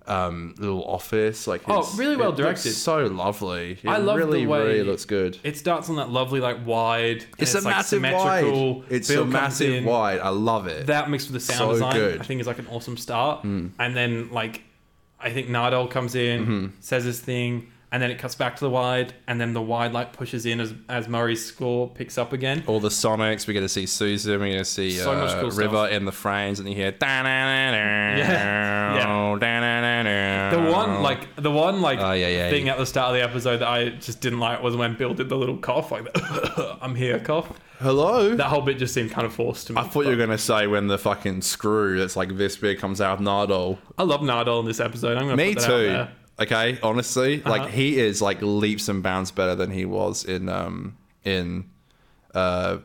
um, little office. Like, Oh, his- really well it looks directed. So lovely. It I love the really, way- really looks good. It starts on that lovely, like wide. and It's, a like, massive symmetrical. wide. It's Bill a comes massive in. wide. I love it. That mixed with the sound So design, good. Hmm. I think, is like an awesome start. And then, like, I think Nardole comes in, Mm-hmm. says his thing, and then it cuts back to the wide, and then the wide like pushes in as as Murray's score picks up again. all the Sonics. We're going to see Susan. We're going to see So much uh, cool River stuff. in the frames, and you hear. Yeah. Yeah. The one like the one like Oh, yeah, yeah, thing yeah. at the start of the episode that I just didn't like was when Bill did the little cough, like the I'm here cough. Hello. That whole bit just seemed kind of forced to me. I thought you were going to say when the fucking screw that's like this big comes out of Nardole. I love Nardole in this episode. I'm gonna Me put that out too. there. Uh-huh. Okay, honestly, like he is like leaps and bounds better than he was in um in uh,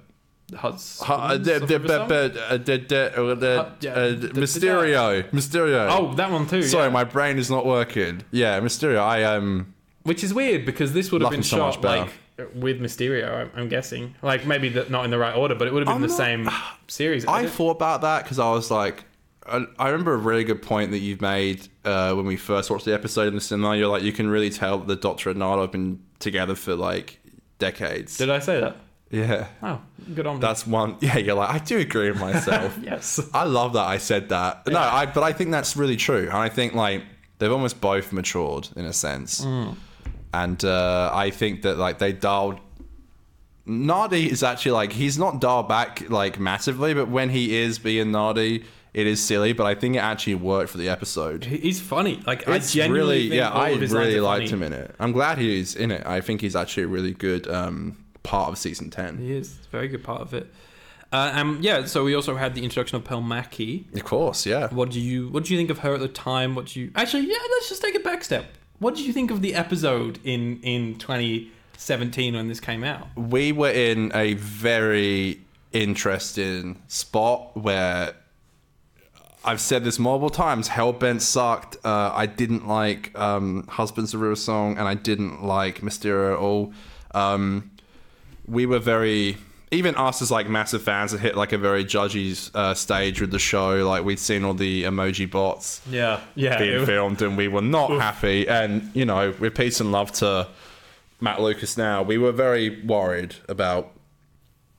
Huds- hu- uh, d- d- b- b- uh, d- d- uh, d- uh, yeah. Mysterio. Mysterio. oh, that one too. sorry, yeah. my brain is not working. Yeah, Mysterio. I um. Which is weird because this would have Love him been so much shot better. like with Mysterio. I'm, I'm guessing, like maybe the, not in the right order, but it would have been I'm the not- same series. I don't- thought about that because I was like, I, I remember a really good point that you've made uh, when we first watched the episode in the cinema. You're like, you can really tell that the Doctor and Nada have been together for like decades. did I say that? yeah, Oh, good on me. that's one. Yeah, you're like, I do agree with myself. yes. I love that I said that. No, I, but I think that's really true, and I think like they've almost both matured in a sense, Mm. and uh, I think that like they dialed. Nardi is actually like he's not dialed back like massively, but when he is being Nardi, it is silly. But I think it actually worked for the episode. He- He's funny. Like It's I genuinely really think yeah, all I of his lines really are liked funny. him in it. I'm glad he's in it. I think he's actually a really good um, part of season ten. He is. It's a very good part of it. Uh, um, yeah, so we also had the introduction of Pelmaki. Of course, yeah. What do you what do you think of her at the time? What do you actually yeah, let's just take a back step. What did you think of the episode in in twenty seventeen when this came out? we were in a very interesting spot where I've said this multiple times. Hellbent sucked. Uh, I didn't like um, Husbands of River Song, and I didn't like Mysterio at all. Um, we were very, even us as like massive fans, had hit like a very judgy uh, stage with the show. Like we'd seen all the emoji bots Yeah, yeah. being filmed, and we were not happy. And you know, with peace and love to Matt Lucas now, we were very worried about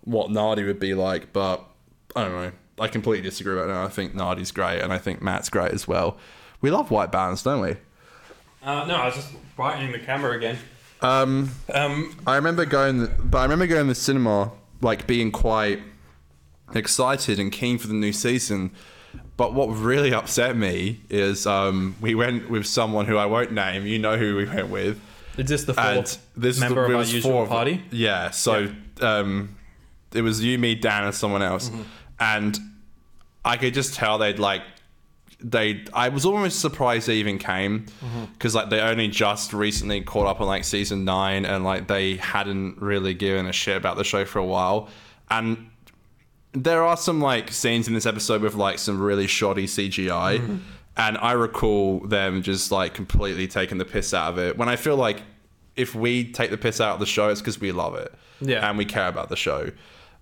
what Nardi would be like, but I don't know. I completely disagree right now. I think Nardi's great, and I think Matt's great as well. We love white bands, don't we? Uh, no, I was just brightening the camera again. Um, Um, I remember going, but I remember going to the cinema, like being quite excited and keen for the new season. But what really upset me is um, we went with someone who I won't name. You know who we went with. is this the and fourth this is the, member it of our was usual four of- party? Yeah, so Um, it was you, me, Dan, and someone else, Mm-hmm. and I could just tell they'd like they. I was almost surprised they even came because like they only just recently caught up on like season nine, and like they hadn't really given a shit about the show for a while, and there are some like scenes in this episode with like some really shoddy CGI, and I recall them just like completely taking the piss out of it. When I feel like if we take the piss out of the show, it's because we love it, Yeah. and we care about the show.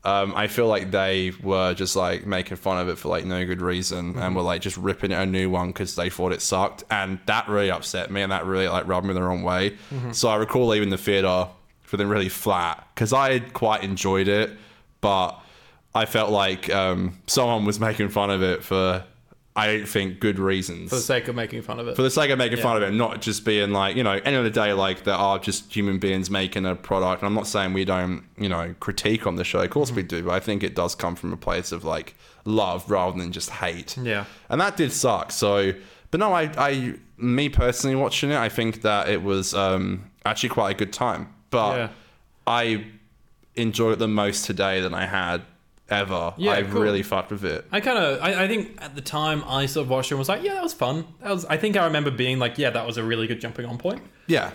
Um, I feel like they were just like making fun of it for like no good reason, and were like just ripping it a new one because they thought it sucked, and that really upset me, and that really like rubbed me the wrong way. So I recall leaving the theater feeling really flat because I had quite enjoyed it, but I felt like um, someone was making fun of it for, I don't think, good reasons. For the sake of making fun of it. For the sake of making fun of Yeah. it, not just being like, you know, end of the day, like there are just human beings making a product. And I'm not saying we don't, you know, critique on the show. Of course Mm-hmm. we do, but I think it does come from a place of like love rather than just hate. Yeah. And that did suck. So, but no, I, I, me personally watching it, I think that it was um, actually quite a good time. But Yeah. I enjoyed it the most today than I had ever. Yeah, I cool. really fucked with it. I kind of, I, I think at the time I sort of watched it and was like, yeah, that was fun. That was, I think I remember being like, yeah, that was a really good jumping on point. Yeah.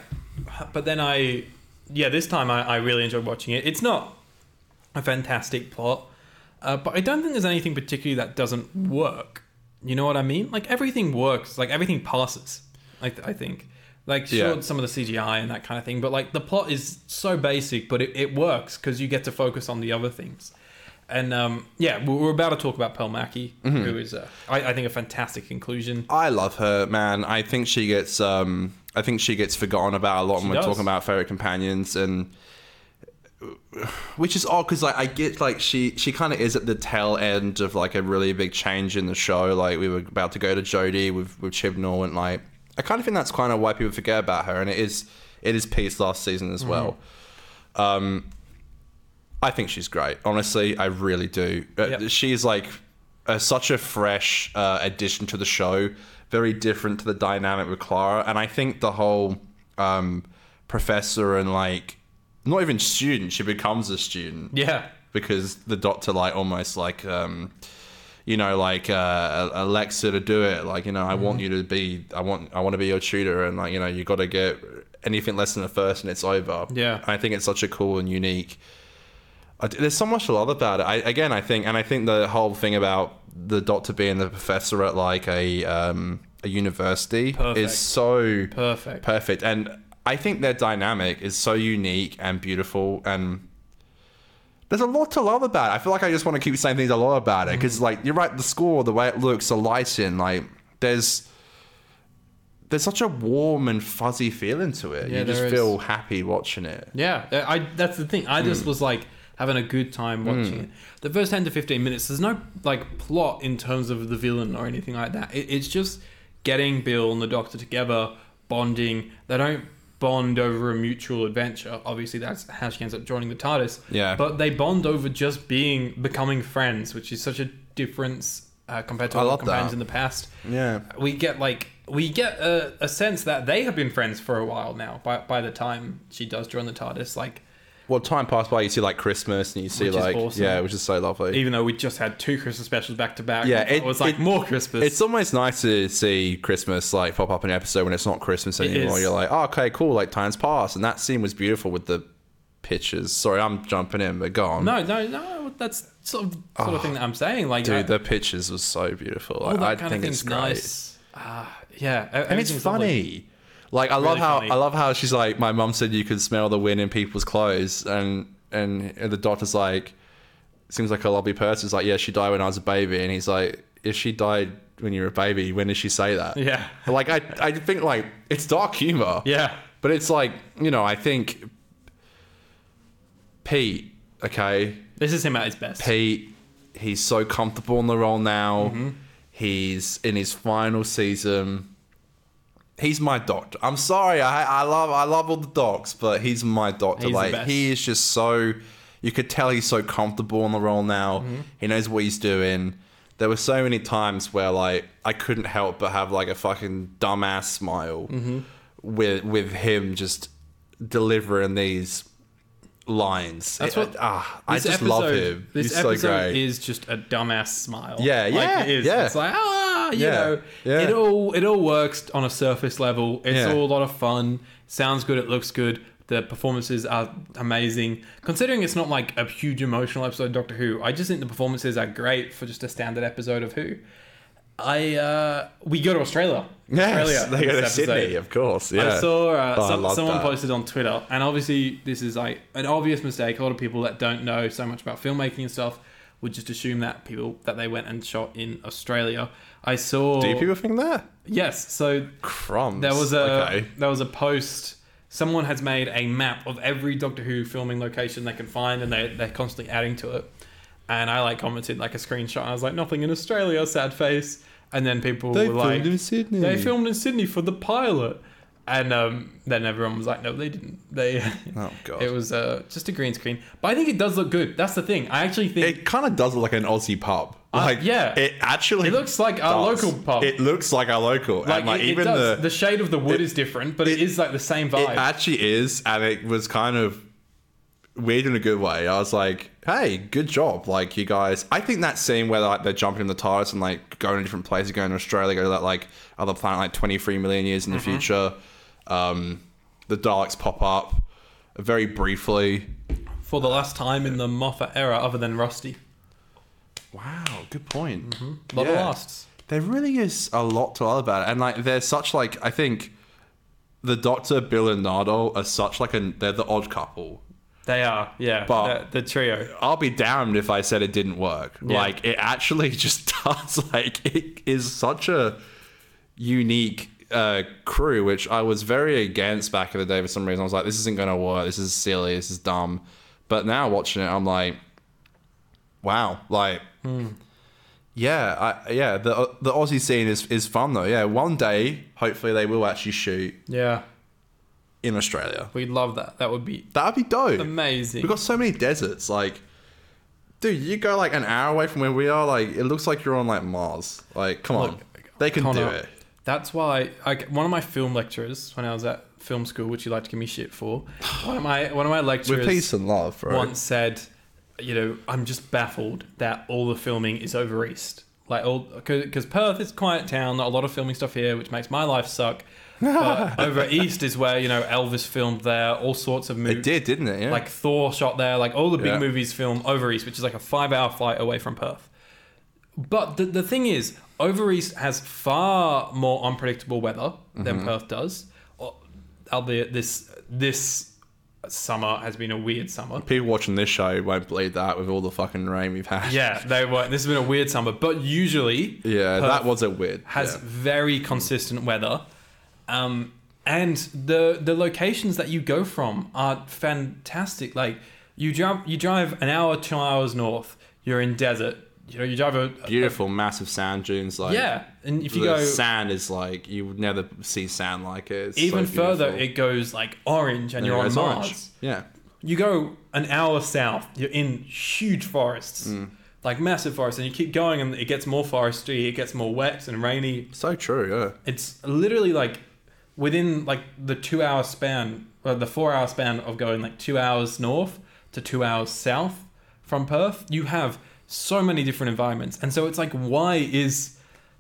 But then I, yeah, this time I, I really enjoyed watching it. It's not a fantastic plot, uh, but I don't think there's anything particularly that doesn't work. You know what I mean? Like everything works. Like everything passes. Like I think, like sure, Yeah. some of the CGI and that kind of thing, but like the plot is so basic, but it, it works because you get to focus on the other things. And um, yeah, we- we're about to talk about Pelmaki, is, uh, I, I think, a fantastic conclusion. I love her, man. I think she gets um I think she gets forgotten about a lot when we're does. talking about favorite companions and which is odd because like I get like she she kind of is at the tail end of like a really big change in the show. Like we were about to go to Jodie with with Chibnall and like I kind of think that's kind of why people forget about her and it is it is Pete's last season as well. Mm-hmm. Um, I think she's great. Honestly, I really do. Uh, Yep. She's like uh, such a fresh uh, addition to the show, very different to the dynamic with Clara. And I think the whole um, professor and like, not even student, she becomes a student Yeah, because the doctor like almost like um you know like uh alexa to do it like you know i Mm-hmm. want you to be i want i want to be your tutor and like you know you got to get anything less than a first and it's over Yeah. i think it's such a cool and unique I- there's so much to love about it I, again i think and i think the whole thing about the doctor being the professor at like a um a university Perfect. is so perfect. perfect and i think their dynamic is so unique and beautiful and there's a lot to love about it i feel like i just want to keep saying things i love about it Mm. because like you're right the score the way it looks the lighting like there's there's such a warm and fuzzy feeling to it Yeah, you just there is. feel happy watching it Yeah, uh, I I- that's the thing. I Hmm. just was like having a good time watching it. The first ten to fifteen minutes, there's no like plot in terms of the villain or anything like that. It, it's just getting Bill and the Doctor together, bonding. They don't bond over a mutual adventure. Obviously, that's how she ends up joining the TARDIS. Yeah. but they bond over just being becoming friends, which is such a difference uh, compared to I other love companions that. in the past Yeah. we get like we get a, a sense that they have been friends for a while now by by the time she does join the TARDIS like well, time passed by. You see like Christmas, and you see Which is like awesome. yeah, which is so lovely. Even though we just had two Christmas specials back to back, yeah, it was like more Christmas. It's almost nice to see Christmas like pop up in an episode when it's not Christmas anymore. is. You're like, oh, okay, cool. Like time's passed, and that scene was beautiful with the pictures. Sorry, I'm jumping in, but go on. no, no, no. That's sort of, sort of thing that I'm saying. Like, dude, I- the pictures was so beautiful. all Like, that I kind think of it's thing's great. nice. Ah, yeah, and it's funny. Like I love Really how funny. I love how she's like, my mum said you could smell the wind in people's clothes, and and the doctor's like, seems like a lovely person. It's like, yeah, she died when I was a baby, and he's like, if she died when you were a baby, when did she say that? Yeah. like I I think like it's dark humor. Yeah, but it's like you know I think Pete, okay, this is him at his best. Pete, he's so comfortable in the role now. Mm-hmm. He's in his final season. He's my doctor. I'm sorry. I, I love I love all the docs, but he's my doctor. He's the like best. he is just so. You could tell he's so comfortable in the role now. Mm-hmm. He knows what he's doing. There were so many times where like I couldn't help but have like a fucking dumbass smile Mm-hmm. with with him just delivering these lines. That's It- what- ah, I just love him. This he's episode so great. is just a dumbass smile. Yeah, like, yeah, it is. yeah. It's like ah, you Yeah, know, yeah. it all it all works on a surface level. It's Yeah. all a lot of fun. Sounds good. It looks good. The performances are amazing. Considering it's not like a huge emotional episode of Doctor Who, I just think the performances are great for just a standard episode of Who. I uh, we go to Australia. Australia. yes, they go to this episode. Sydney, of course. Yeah. I saw uh, Oh, I some, love someone that. posted on Twitter, and obviously this is like an obvious mistake. A lot of people that don't know so much about filmmaking and stuff would just assume that people that they went and shot in Australia. I saw. Do people think that? Yes, so Crumbs. there was a Okay. there was a post. Someone has made a map of every Doctor Who filming location they can find, and they they're constantly adding to it. And I like commented like a screenshot. And I was like, nothing in Australia, sad face. And then people They were filmed like, in Sydney. they filmed in Sydney for the pilot. And um, then everyone was like, no, they didn't. They. Oh, God. It was uh, just a green screen, but I think it does look good. That's the thing. I actually think It kind of does look like an Aussie pub. Like Uh, yeah. it actually. It looks like our does. local pub. It looks like our local. like, and like it, it even does. the, the shade of the wood it- is different, but it- it is like the same it vibe. actually is, and it was kind of weird in a good way. I was like, hey, good job, like you guys. I think that scene where like they're jumping in the TARDIS and like going to different places, going to Australia, go to that like other planet like twenty three million years in the Mm-hmm. future. Um, the Daleks pop up very briefly. for the last time in the Moffat era, other than Rusty. Wow, good point. A lot Mm-hmm. Yeah. of lasts. There really is a lot to love about it, and like they're such like I think the Doctor, Bill, and Nardo are such like a they're the odd couple. They are, yeah. But- the, the trio. I'll be damned if I said it didn't work. Yeah. Like it actually just does. Like it is such a unique uh, crew, which I was very against back in the day for some reason. I was like, this isn't going to work. This is silly. This is dumb. But now watching it, I'm like, wow. Like, yeah, I, yeah. The the Aussie scene is is fun though. Yeah, one day hopefully they will actually shoot Yeah, in Australia. we'd love that. That would be That'd be dope. amazing. We've got so many deserts. Like, dude, you go like an hour away from where we are. Like, it looks like you're on like Mars. Like, come on, they can do Connor, it. That's why I, one of my film lecturers, when I was at film school, which you like to give me shit for, one of my one of my With lecturers peace and love, bro. once said, you know, I'm just baffled that all the filming is over east. Like all because Perth is a quiet town, not a lot of filming stuff here, which makes my life suck. But over east is where you know Elvis filmed there, all sorts of movies. It did, didn't it? Yeah. like Thor shot there, like all the big Yeah. movies film over east, which is like a five hour flight away from Perth. But the, the thing is, over east has far more unpredictable weather Mm-hmm. than Perth does. Al- Albeit this this summer has been a weird summer. people watching this show won't believe that with all the fucking rain we've had. Yeah, they were. This has been a weird summer, but usually Yeah, Perth that was a weird. has yeah. Mm. very consistent weather, um, and the the locations that you go from are fantastic. Like you jump, you drive an hour, two hours north. You're in desert. You know, you drive a beautiful, massive sand dunes. Like, yeah, and if the you go sand is like you would never see sand like it. It's so even further, beautiful. it goes like orange, and Yeah, you're on it's Mars. orange. Yeah, you go an hour south, you're in huge forests, Mm. like massive forests, and you keep going, and it gets more foresty, it gets more wet and rainy. so true. Yeah. It's literally like within like the two hour span, uh, the four hour span of going like two hours north to two hours south from Perth, you have so many different environments. And so it's like, why is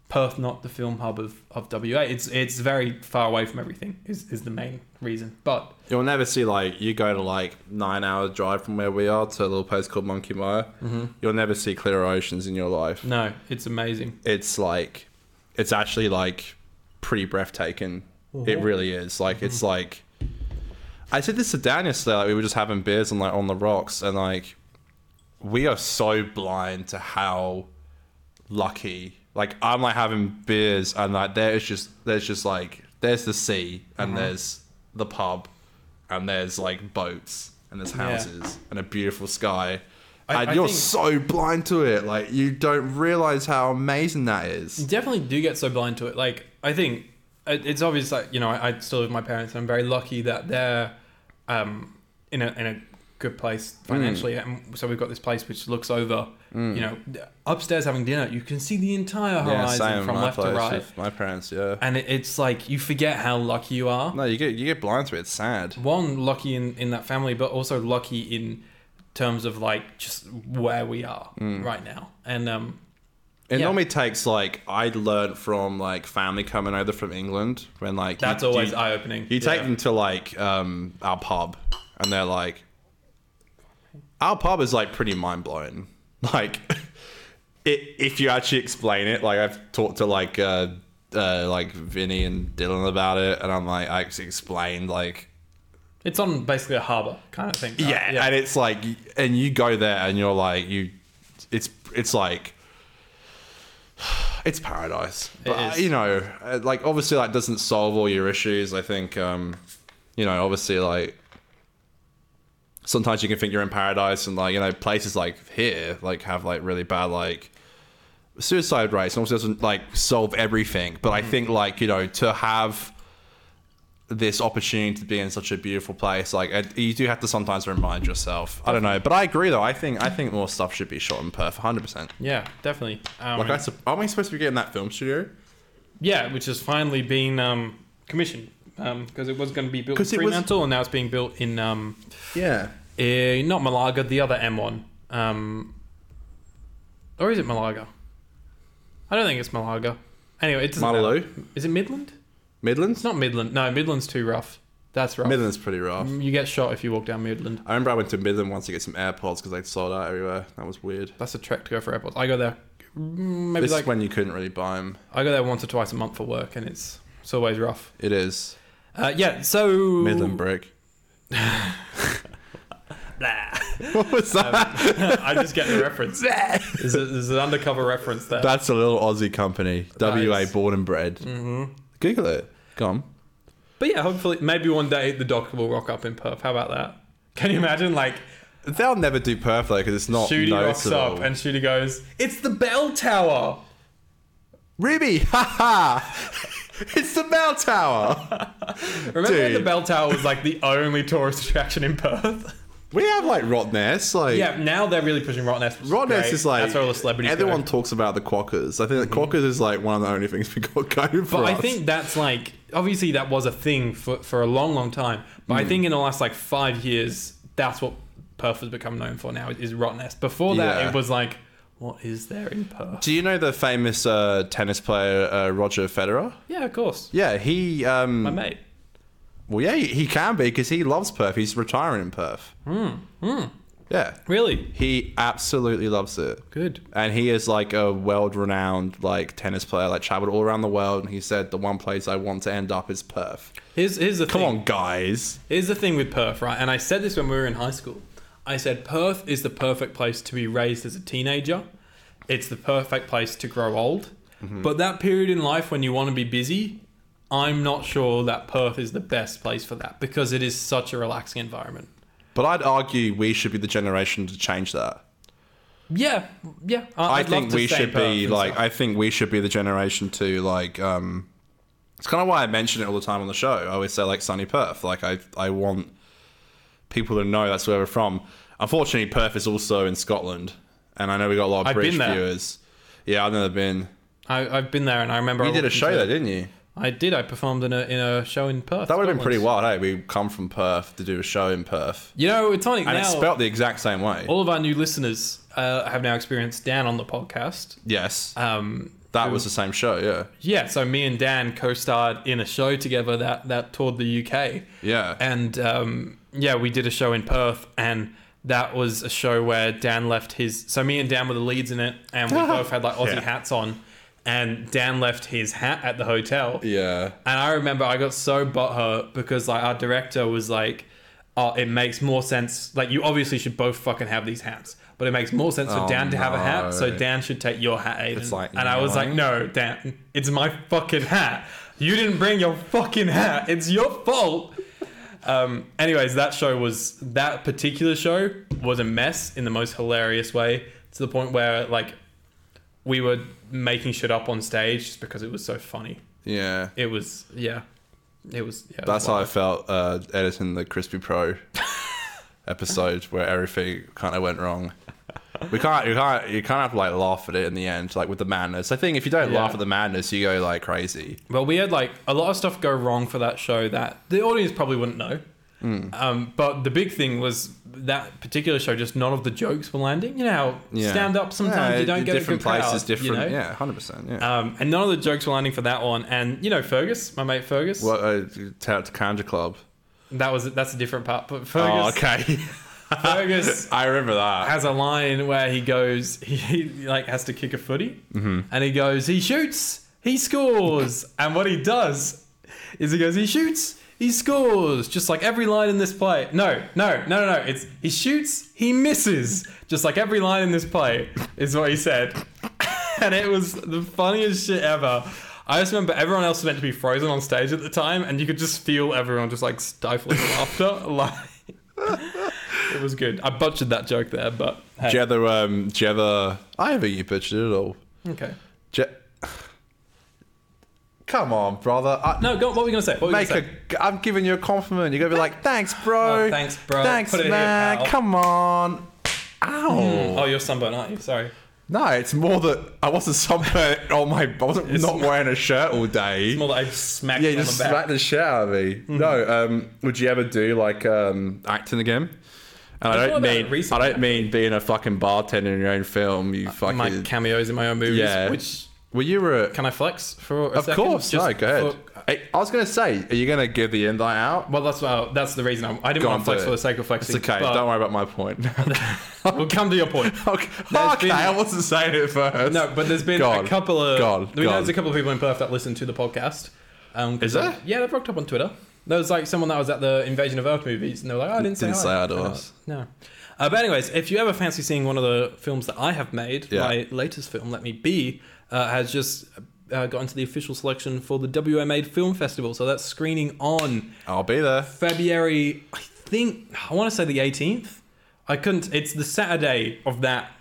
Perth not the film hub of, of WA? It's it's very far away from everything, is, is the main reason. But You'll never see like you go to like nine hour drive from where we are to a little place called Monkey Mire. Mm-hmm. You'll never see clearer oceans in your life. no, it's amazing. It's like it's actually like pretty breathtaking. Uh-huh. It really is. Like Mm-hmm. it's like I said this to Dan yesterday. Like we were just having beers and like on the rocks, and like we are so blind to how lucky. Like I'm like having beers, and like there is just there's just like there's the sea, and Uh-huh. there's the pub, and there's like boats, and there's houses, and a beautiful sky. I- and I you're think- so blind to it, like you don't realize how amazing that is. You definitely do get so blind to it. Like, I think it- it's obvious that, you know, I, I still live with my parents and I'm very lucky that they're um, in, a, in a good place Mm. financially. And so we've got this place which looks over, you know, upstairs having dinner, you can see the entire horizon from my left to place right. with my parents, yeah. And it, it's like you forget how lucky you are. No, you get you get blind to it. It's sad. One, lucky in, in that family, but also lucky in terms of like just where we are Mm. right now. And um, It Yeah. normally takes like I learned from like family coming over from England when like you- that's always you, eye opening. you take them to like um our pub and they're like our pub is like pretty mind blowing. Like it, if you actually explain it, like I've talked to like uh, uh like Vinny and Dylan about it and I'm like I actually explained like It's on basically a harbour kind of thing. Uh, right? yeah, and it's like, and you go there and you're like, you, it's it's like, it's paradise. But is. you know, uh, like obviously that doesn't solve all your issues. I think, um, you know, obviously like. Sometimes you can think you're in paradise, and like you know, places like here, like have like really bad like suicide rates, and also doesn't like solve everything. But I think like you know, to have this opportunity to be in such a beautiful place. Like I- you do have to sometimes remind yourself. I don't know, but I agree though. I think I think more stuff should be shot in Perth, hundred percent. yeah, definitely. Um, Like I, sup- aren't we supposed to be getting that film studio? yeah, which has finally been um, commissioned because it was going to be built in 'Cause it was- Fremantle, and now it's being built in um, Yeah. eh, not Malaga, the other M1, um, or is it Malaga? I don't think it's Malaga. Anyway, it doesn't. Malalu? matter. Is it Midland? Midlands? It's not Midland. No, Midland's too rough. That's rough. Midland's pretty rough. You get shot if you walk down Midland. I remember I went to Midland once to get some AirPods because they sold out everywhere. That was weird. That's a trek to go for airports. I go there mm, maybe This like is when you couldn't really buy them. I go there once or twice a month for work, and it's it's always rough. It is Uh, yeah, so Midland brick. Blah. What was that? I just get the reference. There's, a, there's an undercover reference there. That's a little Aussie company, WA Nice. born and bred. Mm-hmm. Google it. Come. but yeah, hopefully, maybe one day the doc will rock up in Perth. How about that? Can you imagine, like, They'll never do Perth though because it's not Shooty rocks noticeable. up and Shooty goes, "It's the bell tower." Ruby, haha! it's the bell tower. Remember when the Dude. bell tower was like the only tourist attraction in Perth? We have like Rottnest, like yeah, now they're really pushing Rottnest. which Rottnest great. is like that's where all the celebrities. go. Mm-hmm. Everyone talks about the Quackers. I think the Quackers is like one of the only things we got going for But I us. think that's like obviously that was a thing for, for a long, long time. But Hmm. I think in the last like five years, that's what Perth has become known for now is rottenness. Before that, Yeah. it was like, what is there in Perth? Do you know the famous uh, tennis player uh, Roger Federer? Yeah, of course, Yeah, he. Um, my mate. well, yeah, he, he can be because he loves Perth. He's retiring in Perth. Hmm, Yeah, Really he absolutely loves it. good. and he is like a world-renowned like tennis player, like traveled all around the world. And he said the one place I want to end up is Perth. Here's here's the Come thing. on, guys. Here's the thing with Perth, right? And I said this when we were in high school. I said Perth is the perfect place to be raised as a teenager. It's the perfect place to grow old. Mm-hmm. But that period in life when you want to be busy, I'm not sure that Perth is the best place for that because it is such a relaxing environment. But I'd argue we should be the generation to change that. Yeah, yeah. I I'd love think to we stay in should Perth be and like stuff. I think we should be the generation to like um it's kind of why I mention it all the time on the show. I always say like sunny Perth. Like I I want people to know that's where we're from. Unfortunately, Perth is also in Scotland, and I know we got a lot of I've British been there. viewers. Yeah, I've never been. I, I've been there and I remember. You did a show there, that didn't you? I did. I performed in a in a show in Perth. That would have been pretty Scotland. wild, hey? We come from Perth to do a show in Perth. You know, it's funny And now. it's spelt the exact same way. all of our new listeners uh, have now experienced Dan on the podcast. yes. Um, that who- was the same show, yeah. yeah. So me and Dan co-starred in a show together that that toured the UK. Yeah. And um, yeah, we did a show in Perth, and that was a show where Dan left his. So me and Dan were the leads in it, and we both had like Aussie Yeah. hats on. And Dan left his hat at the hotel. yeah. And I remember I got so butthurt because like our director was like, "Oh, it makes more sense. Like you obviously should both fucking have these hats, but it makes more sense for Oh, Dan to have a hat, so no. Dan should take your hat." Aiden. It's like, and I was no. like, "No, Dan, it's my fucking hat. You didn't bring your fucking hat. It's your fault." Um, anyways, that show was that particular show was a mess in the most hilarious way to the point where like we were making shit up on stage just because it was so funny Yeah. it was yeah it was yeah That's how why I felt uh, editing the Crispy Pro episode where everything kind of went wrong. We can't, you can't, you kind of have to like laugh at it in the end, like with the madness. I think if you don't Yeah. laugh at the madness, you go like crazy. well we had like a lot of stuff go wrong for that show that the audience probably wouldn't know Hmm. um, but the big thing was that particular show just none of the jokes were landing you know how Yeah. stand up sometimes Yeah, you don't get different a good places, crowd, different, you know? yeah, hundred percent, yeah. um, and none of the jokes were landing for that one and you know Fergus my mate Fergus what uh, to, to Conjure Club? that was that's a different part but Oh, Fergus okay. Fergus I remember that. has a line where he goes, he, he like has to kick a footy, and he goes, he shoots, he scores, and what he does is he goes, he shoots, he scores, just like every line in this play. No, no, no, no, no. It's he shoots, he misses, just like every line in this play is what he said, and it was the funniest shit ever. I just remember everyone else was meant to be frozen on stage at the time, and you could just feel everyone just like stifling laughter. Like it was good. I butchered that joke there, but hey. Jether, um, Jether. I haven't you pitched it at all. Okay. Je- Come on, brother. I- No, go, what were we gonna say? What were we Make gonna a. say? I'm giving you a compliment. You're gonna be like, thanks, bro. Oh, thanks, bro. Thanks, Put it here, man. pal." Come on. Ow. Oh, you're sunburned, aren't you? Sorry. No, it's more that I wasn't somewhere on my. I wasn't not wearing a shirt all day. More that I smacked yeah, you you on just the back. Hmm. smacked the shit out of me. No, um, would you ever do like um, acting again? And I thought don't about mean it recently, Uh, I don't mean being a fucking bartender in your own film. You fucking my cameos in my own movies. yeah. Which well, you were can I flex for? A of second? course. Just no, go ahead. for- Hey, I was gonna say, are you gonna give the invite out? well, that's well, that's the reason I'm, I didn't Go want on, to flex do for it. the sake of flexing. It's okay. but Don't worry about my point. We'll come to your point. Okay, There's okay, been- I wasn't saying it first. No, but there's been God. a couple of God, we know God. there's a couple of people in Perth that listen to the podcast. Um, 'cause Is there? they- Yeah, they've rocked up on Twitter. There was like someone that was at the Invasion of Earth movies, and they were like, oh, "I didn't say Didn't hi. say hi to And I us. was- No. Uh, but anyways, if you ever fancy seeing one of the films that I have made, Yeah. my latest film, Let Me Be, uh, has just uh, got into the official selection for the WMA Film Festival. So that's screening on I'll be there. February, I think, I want to say the 18th. I couldn't, it's the Saturday of that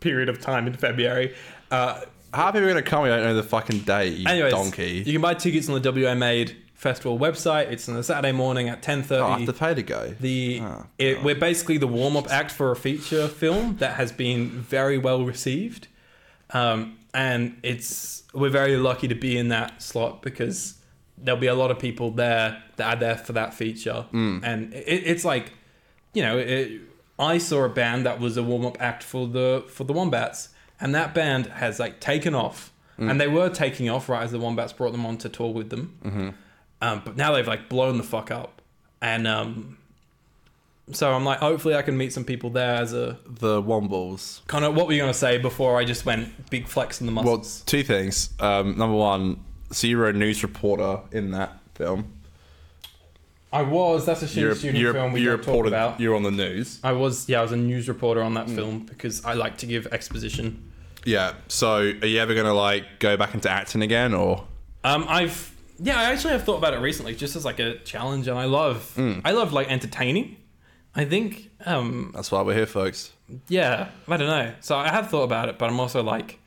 period of time in February. Uh, How are people gonna come? We don't know the fucking date. You anyways, donkey. you can buy tickets on the WMA Festival website. It's on the Saturday morning at oh, I have 10.30. to pay to go. the Oh, it, we're basically the warm-up act for a feature film that has been very well received um, and it's we're very lucky to be in that slot because there'll be a lot of people there that are there for that feature and it, it's like you know it, i saw a band that was a warm-up act for the for the wombats and that band has like taken off and they were taking off right as the wombats brought them on to tour with them um, but now they've like blown the fuck up and um, so i'm like hopefully i can meet some people there as a the Wombles. Connor, what were you gonna say before I just went big flex in the Well, muscles? two things. Um, number one, so you were a news reporter in that film. I was. That's a shitty You're, student you're, film we you're don't talk reported. about. You're Mm. on the news. I was. Yeah, I was a news reporter on that film because I like to give exposition. Yeah. So, are you ever gonna like go back into acting again, or Um, I've. Yeah, I actually have thought about it recently, just as like a challenge, and I love. Mm. I love like entertaining. I think. Um, that's why we're here, folks? yeah, I don't know. So I have thought about it, but I'm also like,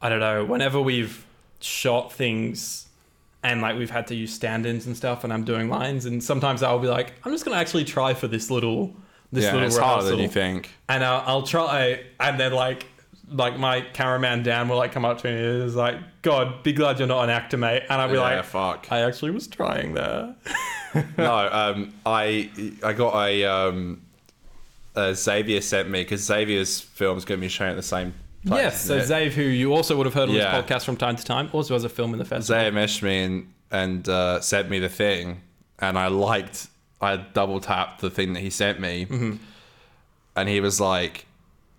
I don't know. Whenever we've shot things. And like we've had to use stand-ins and stuff, and I'm doing lines, and sometimes I'll be like, I'm just gonna actually try for this little, this yeah, little it's rehearsal. harder than you think. and I'll, I'll try and then like like my cameraman Dan will like come up to me and is like, "God, be glad you're not an actor, mate." And I'll be Yeah, like, fuck. "I actually was trying there." no, um, I I got a um, uh, Xavier sent me because Xavier's film's going to be shown at the same. Place, yes, so isn't it? Zave, who you also would have heard on Yeah. this podcast from time to time, also has a film in the festival. Zaya messaged me and, and uh, sent me the thing, and I liked. I double tapped the thing that he sent me, and he was like,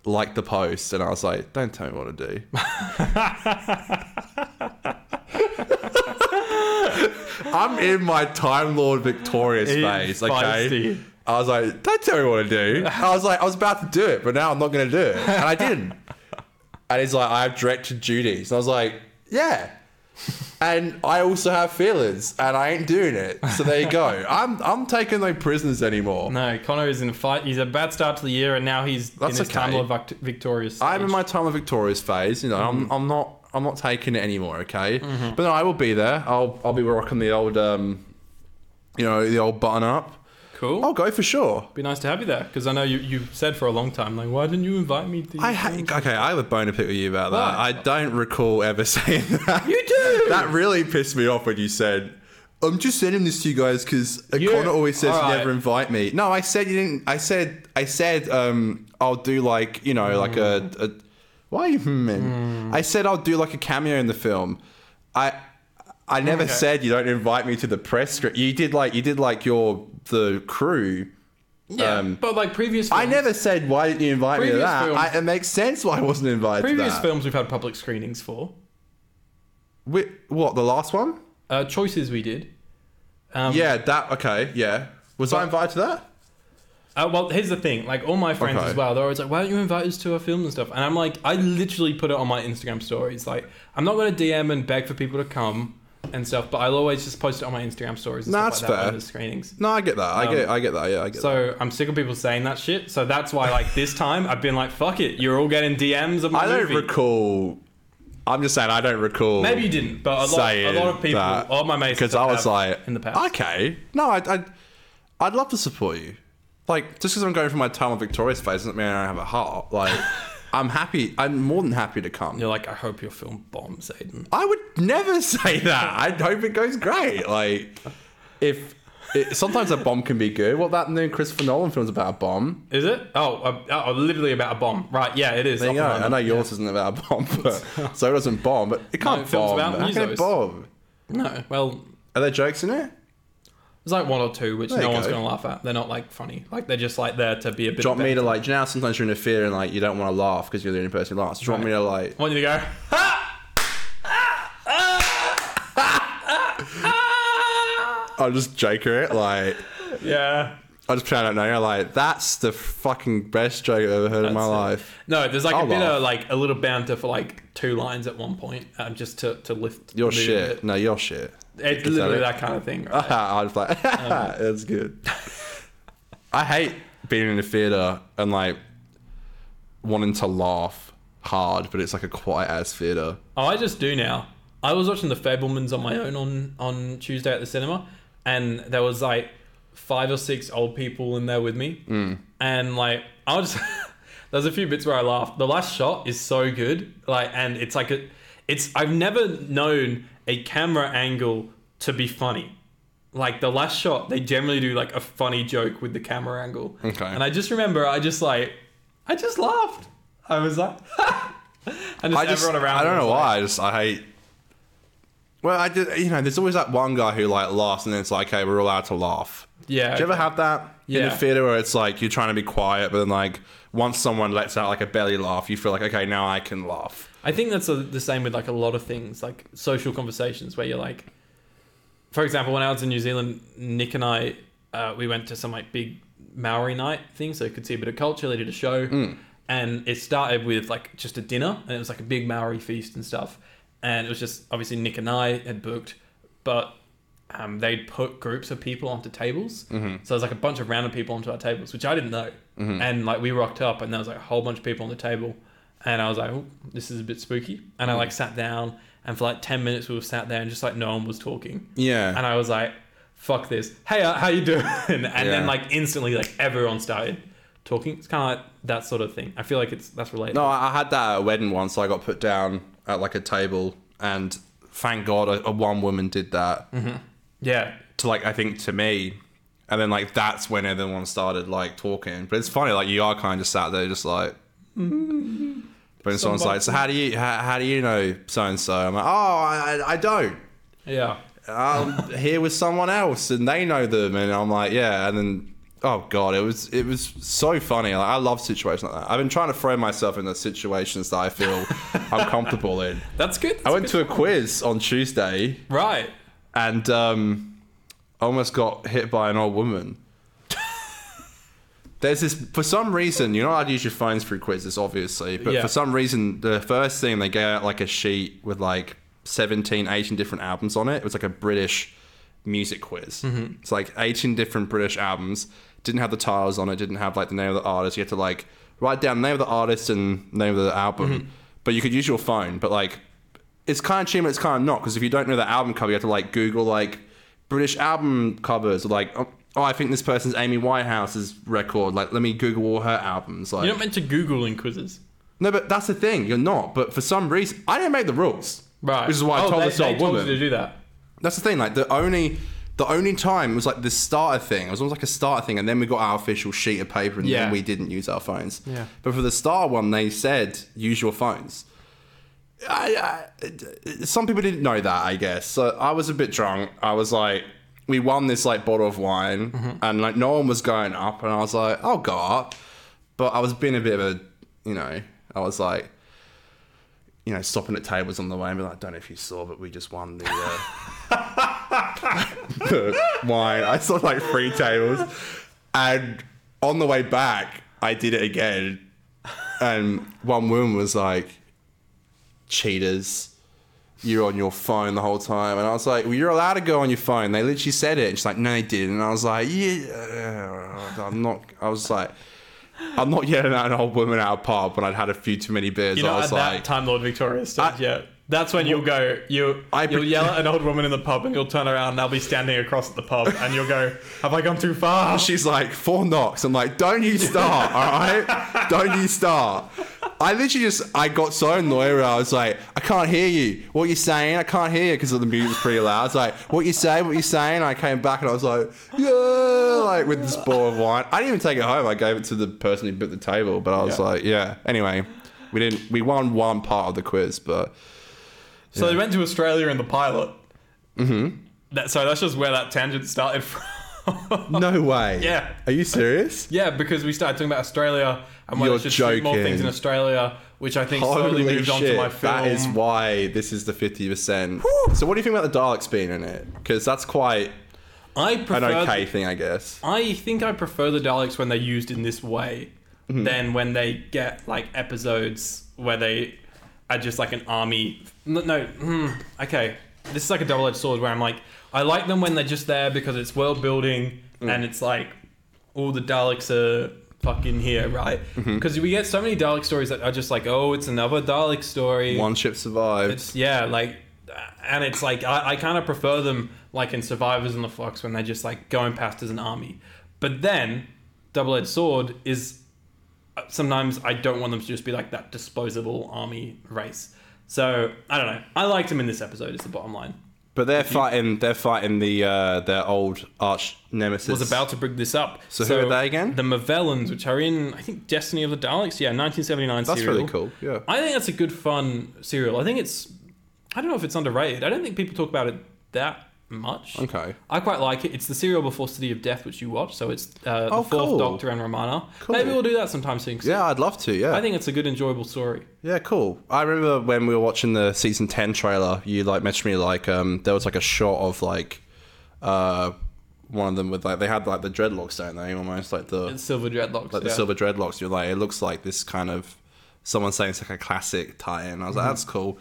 "Like the post," and I was like, "Don't tell me what to do." I'm in my Time Lord Victorious He's phase, okay? feisty. I was like, "Don't tell me what to do." I was like, "I was about to do it, but now I'm not going to do it," and I didn't. And he's like, I have directed duties. And I was like, yeah. And I also have feelings, and I ain't doing it. So there you go. I'm I'm taking no prisoners anymore. No, Connor is in a fight. He's a bad start to the year, and now he's That's in his time okay. of vict- victorious. I'm in stage. my time of victorious phase. You know, I'm I'm not I'm not taking it anymore. Okay, but no, I will be there. I'll I'll be rocking the old um, you know, the old button up. cool. I'll go for sure. Be nice to have you there because I know you, you said for a long time like, why didn't you invite me? To I ha- okay. I have a bone to pick with you about that. Why? I don't recall ever saying that. You do! That really pissed me off when you said, "I'm just sending this to you guys because You- Connor always says alright. you never invite me." No, I said you didn't. I said I said um, I'll do like you know like a, a why are you hmm? I said I'll do like a cameo in the film. I. I never Okay. said you don't invite me to the press script. You did like you did like your the crew. yeah, um, but like previous, films, I never said why didn't you invite me to Previous that. films- I, it makes sense why I wasn't invited. previous to that. films we've had public screenings for Whi- what the last one? uh, choices we did. Um, Yeah, that okay. Yeah, was I invited to that? Uh, well, here's the thing. Like all my friends Okay. as well, they're always like, "Why don't you invite us to our films and stuff?" And I'm like, I literally put it on my Instagram stories. Like, I'm not going to DM and beg for people to come and stuff, but I'll always just post it on my Instagram stories. And Nah, that's stuff like that fair. when there's screenings. No, I get that. I Um, get. I get that. Yeah, I get. that. So I'm sick of people saying that shit. So that's why, like this time, I've been like, "Fuck it, you're all getting DMs of my I don't movie." recall. I'm just saying I don't recall. Maybe you didn't, but a lot, a saying lot of people, that, all my mates, because I was have like in the past, Okay, no, I, I, I'd love to support you. Like just because I'm going for my time of victorious phase doesn't mean I don't have a heart. Like I'm happy. I'm more than happy to come. you're like, "I hope your film bombs, Aiden." I would never say that. I hope it goes great. Like if. It, sometimes a bomb can be good. What that new Christopher Nolan film's about a bomb? Is it? Oh, uh, oh, literally about a bomb, right? Yeah, it is. There you go. I Oppenheimer. know yours isn't about a bomb, but so it doesn't bomb. But it can't it films bomb. about How can it musos. bomb? No, well, Are there jokes in it? There's like one or two which There no you one's go. going to laugh at. They're not like funny. Like they're just like there to be a Do bit. you want of me to like? Do you know how sometimes you're in a fear and like you don't want to laugh because you're the only person who laughs. Do you want me to like? I want you to go. I'll just joker it. Like Yeah. I just pretend I don't know. You're like that's the fucking best joke I've ever heard in my That's it. life. No, there's like I'll a bit laugh. of like a little banter for like two lines at one point, um, just to to lift Your the mood a shit. bit. No, your shit. It's Is literally it? that kind of thing. Right? I was like, Um, that's good. I hate being in a theater and like wanting to laugh hard, but it's like a quiet ass theater. Oh, I just do now. I was watching The Fablemans on my own on on Tuesday at the cinema, and there was like five or six old people in there with me, mm. and like I was. there's a few bits where I laughed. The last shot is so good, like, and it's like a, it's I've never known a camera angle to be funny. Like the last shot, they generally do like a funny joke with the camera angle. Okay. And I just remember, I just like, I just laughed. I was like, and just I just, everyone around. I don't me know was like- why. I just, I hate. Well, I just, you know, there's always that one guy who like laughs, and then it's like, okay, we're allowed to laugh. Yeah. Do you ever have that in a Yeah. theater where it's like you're trying to be quiet, but then like once someone lets out like a belly laugh, you feel like, okay, now I can laugh. I think that's a, the same with like a lot of things, like social conversations where you're like, for example, when I was in New Zealand, Nick and I, uh, we went to some like big Maori night thing, so you could see a bit of culture. They did a show, and it started with like just a dinner, and it was like a big Maori feast and stuff. And it was just obviously Nick and I had booked, but um, they'd put groups of people onto tables. Mm-hmm. So there's like a bunch of random people onto our tables, which I didn't know. And like we rocked up, and there was like a whole bunch of people on the table, and I was like, oh, "This is a bit spooky." And I like sat down, and for like ten minutes we were sat there, and just like no one was talking Yeah. and I was like, "Fuck this! Hey, uh, how you doing?" And Yeah. then like instantly, like everyone started talking. It's kind of like that sort of thing. I feel like it's that's related. No, I I had that at a wedding once. I got put down at like a table, and thank God a, a one woman did that Yeah, to like I think to me, and then like that's when everyone started like talking. But it's funny, like you are kind of sat there just like. But then someone's like, so how do you how, how do you know so and so? I'm like, oh, I, I- I don't. yeah. I'm here with someone else, and they know them, and I'm like, yeah. And then, oh god, it was it was so funny. Like, I love situations like that. I've been trying to throw myself into situations that I feel I'm comfortable in. That's good. I went to a quiz on Tuesday, right. and um, almost got hit by an old woman. There's this for some reason you're not allowed to use your phones for quizzes, obviously, but Yeah. for some reason the first thing they gave out like a sheet with like 17, 18 different albums on it. It was like a British music quiz. It's like 18 different British albums. Didn't have the titles on it. Didn't have like the name of the artist. You had to like write down the name of the artist and name of the album. But you could use your phone. But like it's kind of cheap and it's kind of not because if you don't know the album cover, you have to like Google like British album covers or like oh, oh, I think this person's Amy Whitehouse's record. Like let me Google all her albums. Like You're not meant to Google in quizzes. no, but that's the thing, you're not. But for some reason, I didn't make the rules. Right. which is why I Oh, told they, this they old told woman. you to do that. That's the thing. Like the only, the only time was like this starter thing. It was almost like a starter thing, and then we got our official sheet of paper, and Yeah. then we didn't use our phones. Yeah. But for the starter one, they said use your phones. I, I, some people didn't know that, I guess. So I was a bit drunk. I was like, we won this like bottle of wine, Mm-hmm. and like no one was going up, and I was like, I'll go up, but I was being a bit of a, you know, I was like, you know, stopping at tables on the way and be like, I don't know if you saw, but we just won the, uh, the wine. I saw like three tables, and on the way back, I did it again, and one woman was like, cheaters. You're on your phone the whole time. And I was like, well, you're allowed to go on your phone. They literally said it. And she's like, no, they didn't. And I was like, yeah, I'm not, I was like, I'm not yelling at an old woman at a pub when I'd had a few too many beers. You know, I at was that like, time, Lord Victoria stage. I- yeah. That's when you'll go. You I you'll pre- yell at an old woman in the pub, and you'll turn around, and they'll be standing across the pub, and you'll go, "Have I gone too far?" She's like, four knocks. I'm like, don't you start, all right? Don't you start. I literally just, I got so annoyed where I was like, I can't hear you. What you saying? I can't hear you because the music was pretty loud. I was like, what you say? What you saying? I came back and I was like, yeah, like with this ball of wine. I didn't even take it home. I gave it to the person who booked the table, but I was Yeah. like, yeah. Anyway, we didn't, we won one part of the quiz, but So they went to Australia in the pilot. Mm-hmm. That, so that's just where that tangent started from. no way. Yeah. Are you serious? Yeah, because we started talking about Australia and why You're they should shoot more joking. things in Australia, which I think slowly Holy moved shit. on to my film. That is why this is the 50%. So what do you think about the Daleks being in it? Because that's quite I prefer. an okay thing, I guess. I think I prefer the Daleks when they're used in this way than when they get like episodes where they are just like an army. No, no hmm, okay. This is like a double edged sword where I'm like, I like them when they're just there because it's world building and it's like all the Daleks are fucking here, right? Because we get so many Dalek stories that are just like, oh, it's another Dalek story. One ship survived. Yeah, like, and it's like I, I kind of prefer them like in Survivors and the Flux when they're just like going past as an army. But then, double edged sword is uh, sometimes I don't want them to just be like that disposable army race. So I don't know. I liked him in this episode. Is the bottom line. but they're fighting they're fighting the uh, their old arch nemesis. Was about to bring this up. So who are they again? The Mavellans, which are in I think Destiny of the Daleks. Yeah, 1979 That's serial. really cool. Yeah. I think that's a good fun serial. I think it's I don't know if it's underrated. I don't think people talk about it that much. Okay. I quite like it. It's the serial before City of Death, which you watch. So it's uh, Oh, the Fourth cool. Doctor and Romana. Cool. Maybe we'll do that sometime soon. 'cause yeah, I'd love to. Yeah. I think it's a good, enjoyable story. yeah, cool. I remember when we were watching the season 10 trailer, you like mentioned me like um there was like a shot of like uh one of them with like they had like the dreadlocks, don't they? Almost like the It's Silver Dreadlocks. like the yeah. silver dreadlocks. You're like, it looks like this kind of someone saying it's like a classic tie-in. I was Mm-hmm. like, that's cool.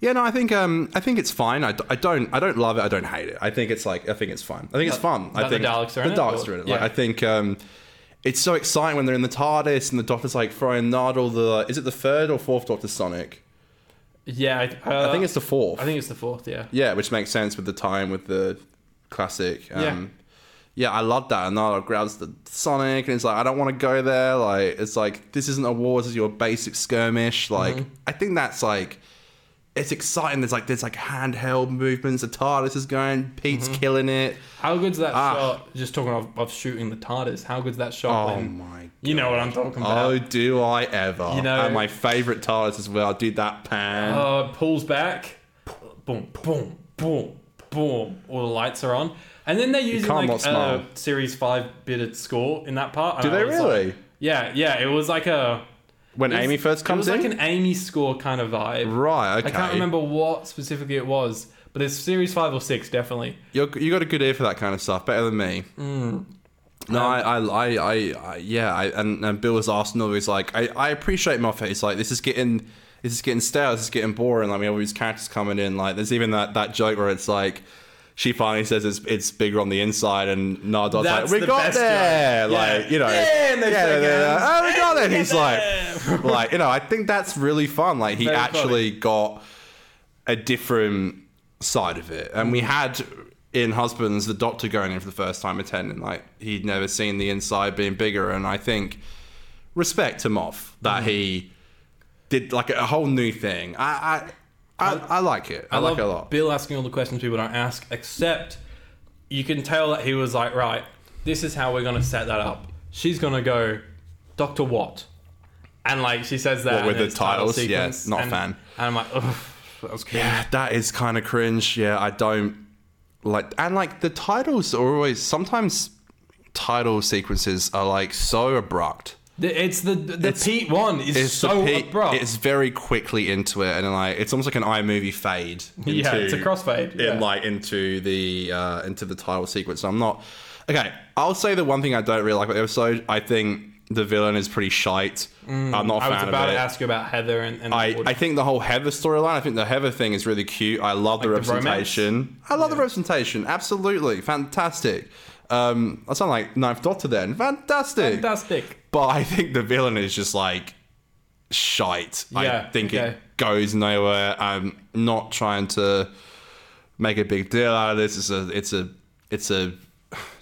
Yeah, no, I think um, I think it's fine. I, d- I don't I don't love it. I don't hate it. I think it's like I think it's fun. I think it's fun. I that the think Daleks are in the it, Daleks or- are in it. Like yeah. I think um, it's so exciting when they're in the TARDIS and the Doctor's like throwing Nardole. The is it the third or fourth Doctor Sonic? Yeah, I, uh, th- I think it's the fourth. I think it's the fourth. Yeah. yeah, which makes sense with the time with the classic. Um, Yeah. yeah, I love that. And Nala grabs the Sonic and it's like, I don't want to go there. Like, it's like, this isn't a war, this is your basic skirmish. Like, Mm-hmm. I think that's like, it's exciting. There's like, there's like handheld movements. The TARDIS is going, Pete's Mm-hmm. killing it. How good's that Ah. shot? Just talking of, of shooting the TARDIS. How good's that shot? Oh when- my You know what I'm talking Oh, about. do I ever? You know- and my favorite TARDIS as well. Dude, that pan. Uh, pulls back. Boom, boom, boom, boom. All the lights are on. And then they're using can't like not smile. a series five bitted score in that part. do And I they was like- really? yeah, yeah. It was like a. when it was- Amy first comes It was in? like an Amy score kind of vibe. right, okay. I can't remember what specifically it was, but it's series five or six, definitely. You're, you got a good ear for that kind of stuff, better than me. Mm. No, Um, I, I, I, I, I yeah, I, and, and Bill was Arsenal. He's like, I, I appreciate Moffat. He's like, this is getting, this is getting stale. This is getting boring. Like we have all these characters coming in. Like there's even that that joke where it's like, she finally says it's it's bigger on the inside, and Nardot's That's like, we the got best there. joke. Yeah. Like you know, Yeah, and they yeah, shake yeah, hands. oh, we got it. He's like, like you know, I think that's really fun. Like he Very funny. actually got a different side of it. And we Mm. had in Husbands the doctor going in for the first time attending, like he'd never seen the inside being bigger. And I think respect to Moff that Mm. he did like a whole new thing. I I, I, I like it. I, I like love it a lot. Bill asking all the questions people don't ask, except you can tell that he was like, right, this is how we're going to set that up. She's going to go, Dr. Watt. And like she says that What, and with the it's title titles? Yeah, sequence, not a and, fan. And I'm like, ugh, that was cringe. Yeah, that is kind of cringe. Yeah, I don't like, and like the titles are always sometimes title sequences are like so abrupt. The- It's the the Pete one is It's so the pe- abrupt. It's very quickly into it, and then, like it's almost like an iMovie fade. yeah, into- it's a crossfade. Yeah. in like into the uh, into the title sequence. I'm not okay. I'll say the one thing I don't really like about the episode. I think the villain is pretty shite. I'm not a Mm, I fan was about of to it. ask you about Heather and, and I, I think the whole Heather storyline, I think the Heather thing is really cute. I love the the romance? representation. I love the representation. Absolutely. Fantastic. Um, I sound like Ninth Doctor then. Fantastic. fantastic. But I think the villain is just like shite. I Yeah, think okay. it goes nowhere. I'm not trying to make a big deal out of this. It's a it's a it's a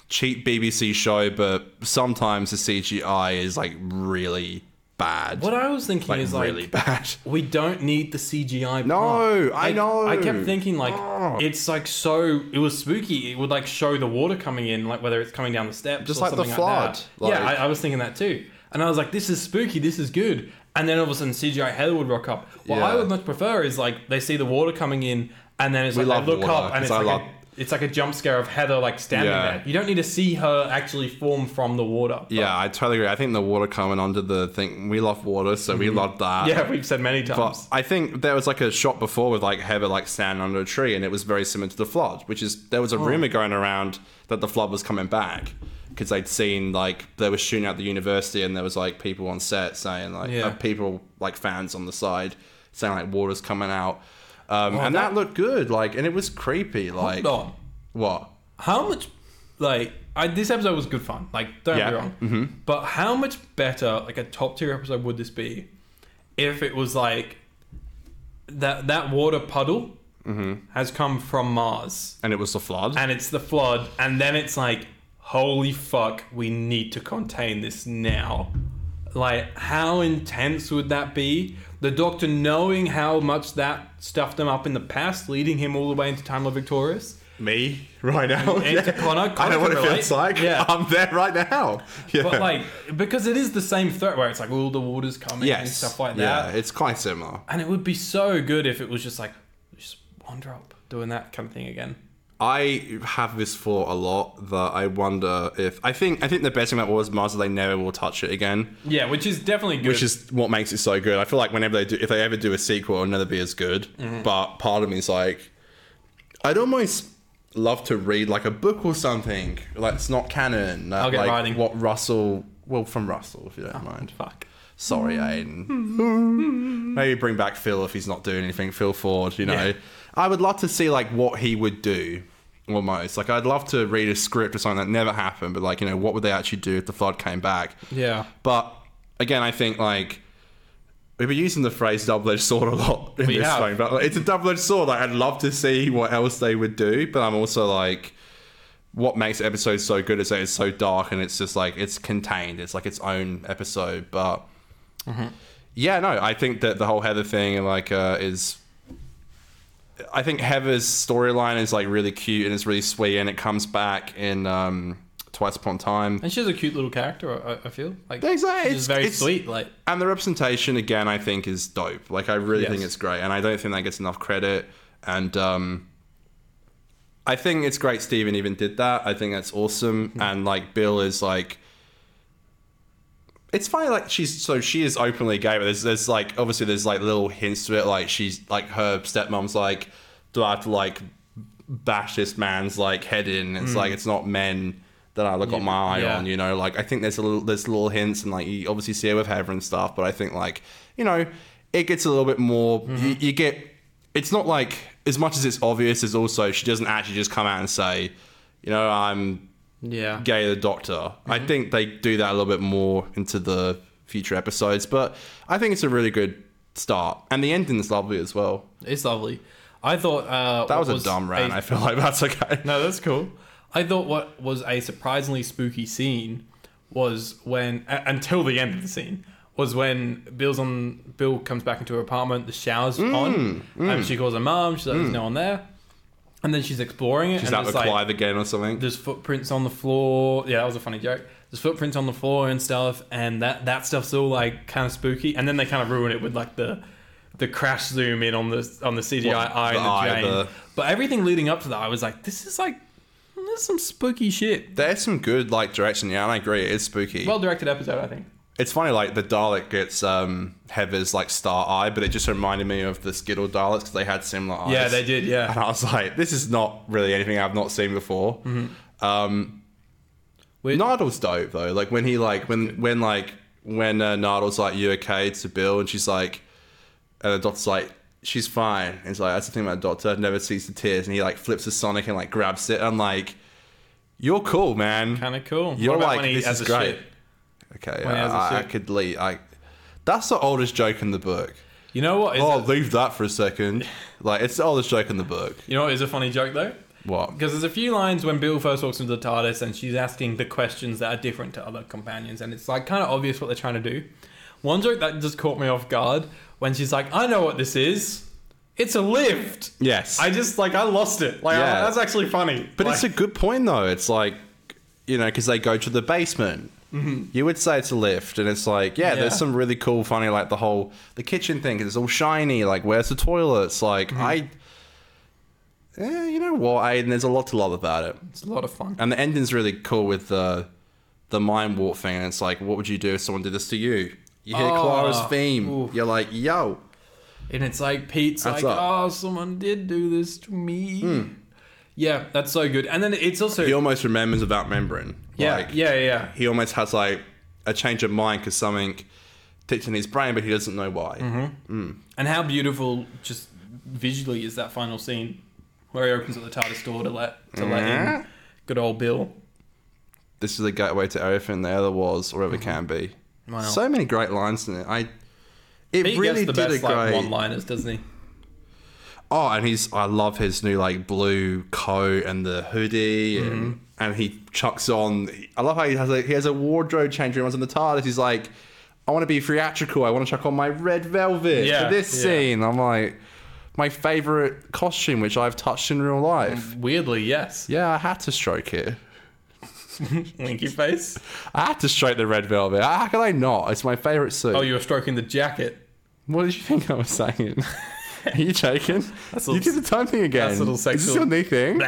cheap BBC show, but sometimes the CGI is like really bad. What I was thinking like, is like really bad. we don't need the CGI. No, part. I know. I kept thinking like Oh. it's like so. It was spooky. It would like show the water coming in, like whether it's coming down the steps, Just or like the something flood, that. like- yeah, I, I was thinking that too, and I was like, this is spooky. This is good. And then all of a sudden, CGI Heather would rock up. What I Yeah. would much prefer is like they see the water coming in, and then it's like love they look water, up, and 'cause it's I like. love- a, it's like a jump scare of Heather like standing Yeah. there. You don't need to see her actually form from the water. Yeah, I totally agree. I think the water coming under the thing. We love water, so we love that. Mm-hmm. yeah, we've said many times. But I think there was like a shot before with like Heather like standing under a tree, and it was very similar to the flood, which is there Oh. was a rumor going around that the flood was coming back because they'd seen like they were shooting at the university, and there was like people on set saying like Yeah. uh, people like fans on the side saying like water's coming out, um, and that, Oh, that- looked good, like, and it was creepy, like Hold on. what? How much, like, I, this episode was good fun. Like, don't Yeah. be wrong. But how much better, like, a top tier episode would this be if it was like that that water puddle has come from Mars And it was the flood. and it's the flood, and then it's like, holy fuck, we need to contain this now. Like, how intense would that be? The Doctor knowing how much that stuffed him up in the past, leading him all the way into Time Lord Victorious. Me right now. And to Connor, Connor I know can what it relate. feels like. Yeah. I'm there right now. Yeah. But like, because it is the same threat where it's like all the water's coming and yes, stuff like that. Yeah, it's quite similar. And it would be so good if it was just like just one drop doing that kind of thing again. I have this thought a lot that I wonder if I think I think the best thing about Wars of Mars is they never will touch it again, Yeah, which is definitely good. which is what makes it so good. I feel like whenever they do, if they ever do a sequel, it'll never be as good. Mm-hmm. But part of me is like, I'd almost love to read like a book or something. Like it's not canon. Like, get like writing. Ah. what Russell. Well, from Russell, if you don't mind. fuck. Sorry, Aiden. Maybe bring back Phil if he's not doing anything. Phil Ford, you know. Yeah. I would love to see like what he would do. Almost like I'd love to read a script or something that never happened, but like you know, what would they actually do if the flood came back? Yeah. But again, I think like we've been using the phrase double-edged sword a lot in We this have. thing, but like, it's a double-edged sword. Like I'd love to see what else they would do, but I'm also like, what makes episodes so good is that it's so dark and it's just like it's contained. It's like its own episode. But Mm-hmm. yeah, no, I think that the whole Heather thing like uh, is. I think Heather's storyline is like really cute and it's really sweet, and it comes back in um, Twice Upon a Time. And she's a cute little character. I, I feel like Exactly, She's it's- very it's- sweet. Like And the representation again, I think, is dope. Like I really Yes. think it's great, and I don't think that gets enough credit. And um, I think it's great. Steven even did that. I think that's awesome. And like Bill is like, it's funny. Like she's so she is openly gay, but there's there's like obviously there's like little hints to it. Like she's like her stepmom's like, do I have to like bash this man's like head in? It's like it's not men that I look on my eye Yeah. on. You know, like I think there's a little there's little hints and like you obviously see it with Heather and stuff, but I think like you know it gets a little bit more. You, you get it's not like as much as it's obvious. Is also she doesn't actually just come out and say, you know, I'm yeah, gay the doctor. Mm-hmm. I think they do that a little bit more into the future episodes, but I think it's a really good start, and the ending's lovely as well. it's lovely. I thought uh, That what was, a dumb rant. I feel like that's okay. No, that's cool. I thought what was a surprisingly spooky scene was when uh, until the end of the scene was when Bill's on Bill comes back into her apartment, the showers Mm, on, and she calls her mum. She's like, "There's no one there," and then she's exploring it. She's and out it's with like, Clive again or something. there's footprints on the floor. Yeah, that was a funny joke. There's footprints on the floor and stuff, and that that stuff's all like kind of spooky. And then they kind of ruin it with like the the crash zoom in on the on the CGI What, eye the eye, and the drain. the- But everything leading up to that, I was like, this is like there's some spooky shit. There's some good like direction. Yeah, and I agree. It's spooky. Well directed episode, I think. It's funny, like the Dalek gets um, Heather's like star eye, but it just reminded me of the Skittle Daleks because they had similar eyes. Yeah, they did. And Yeah, I was like, this is not really anything I've not seen before. Um, Mm-hmm. Wait- Nardole's dope though. Like when he like when when like when uh, Nardole's like, "You okay?" to Bill, and she's like, and the doctor's like, "She's fine." And it's like that's the thing about the doctor never sees the tears, and he like flips the Sonic and like grabs it. I'm like, "You're cool, man." kind of cool. You're What about like, when he this has is a great. shit? Okay, When he has a I, I shit. could leave. I, that's the oldest joke in the book. You know what? Is Oh, a- leave that for a second. Like it's the oldest joke in the book. you know what is a funny joke though. What? Because there's a few lines when Bill first walks into the TARDIS and she's asking the questions that are different to other companions, and it's like kind of obvious what they're trying to do. One joke that just caught me off guard when she's like, "I know what this is. It's a lift." Yes. I just like I lost it. Like I'm like, Yeah. that's actually funny. But it's a good point, though. It's like, you know, because they go to the basement. You would say it's a lift, and it's like, yeah, Mm-hmm. Yeah. there's some really cool, funny, like the whole the kitchen thing 'cause it's all shiny. Like, where's the toilets? Like, Mm-hmm. I, eh, you know what, Aiden? There's a lot to love about it, it's a lot of fun. and the ending's really cool with the the mind warp thing. And it's like, what would you do if someone did this to you? You hear Oh, Clara's theme. oof. You're like, yo, And it's like Pete's That's Hmm. like, up. "Oh, someone did do this to me." Yeah, that's so good. And then it's also he almost remembers about Membrin. yeah, Like, yeah, yeah. he almost has like a change of mind because something ticked in his brain, but he doesn't know why. Mm-hmm. And how beautiful, just visually, is that final scene where he opens up the TARDIS door to let to let in good old Bill. This is the gateway to everything there ever was or ever Mm-hmm. can be. Wow. So many great lines in it. I it He really gets did the best a like great. one-liners, doesn't he? oh, and he's I love his new like blue coat and the hoodie Mm-hmm. and and he chucks on. I love how he has a he has a wardrobe change. Everyone's in the TARDIS. He's like, I want to be theatrical. I want to chuck on my red velvet Yeah, for this yeah. scene. I'm like. My favorite costume, which I've touched in real Mm-hmm. life. Weirdly, yes. Yeah, I had to stroke it. Winky face. I had to stroke the red velvet. How could I not? It's my favorite suit. Oh, you were stroking the jacket. what did you think I was saying? Are you joking? That's a you little- did the time thing again. that's a little Is this sexual. your new thing?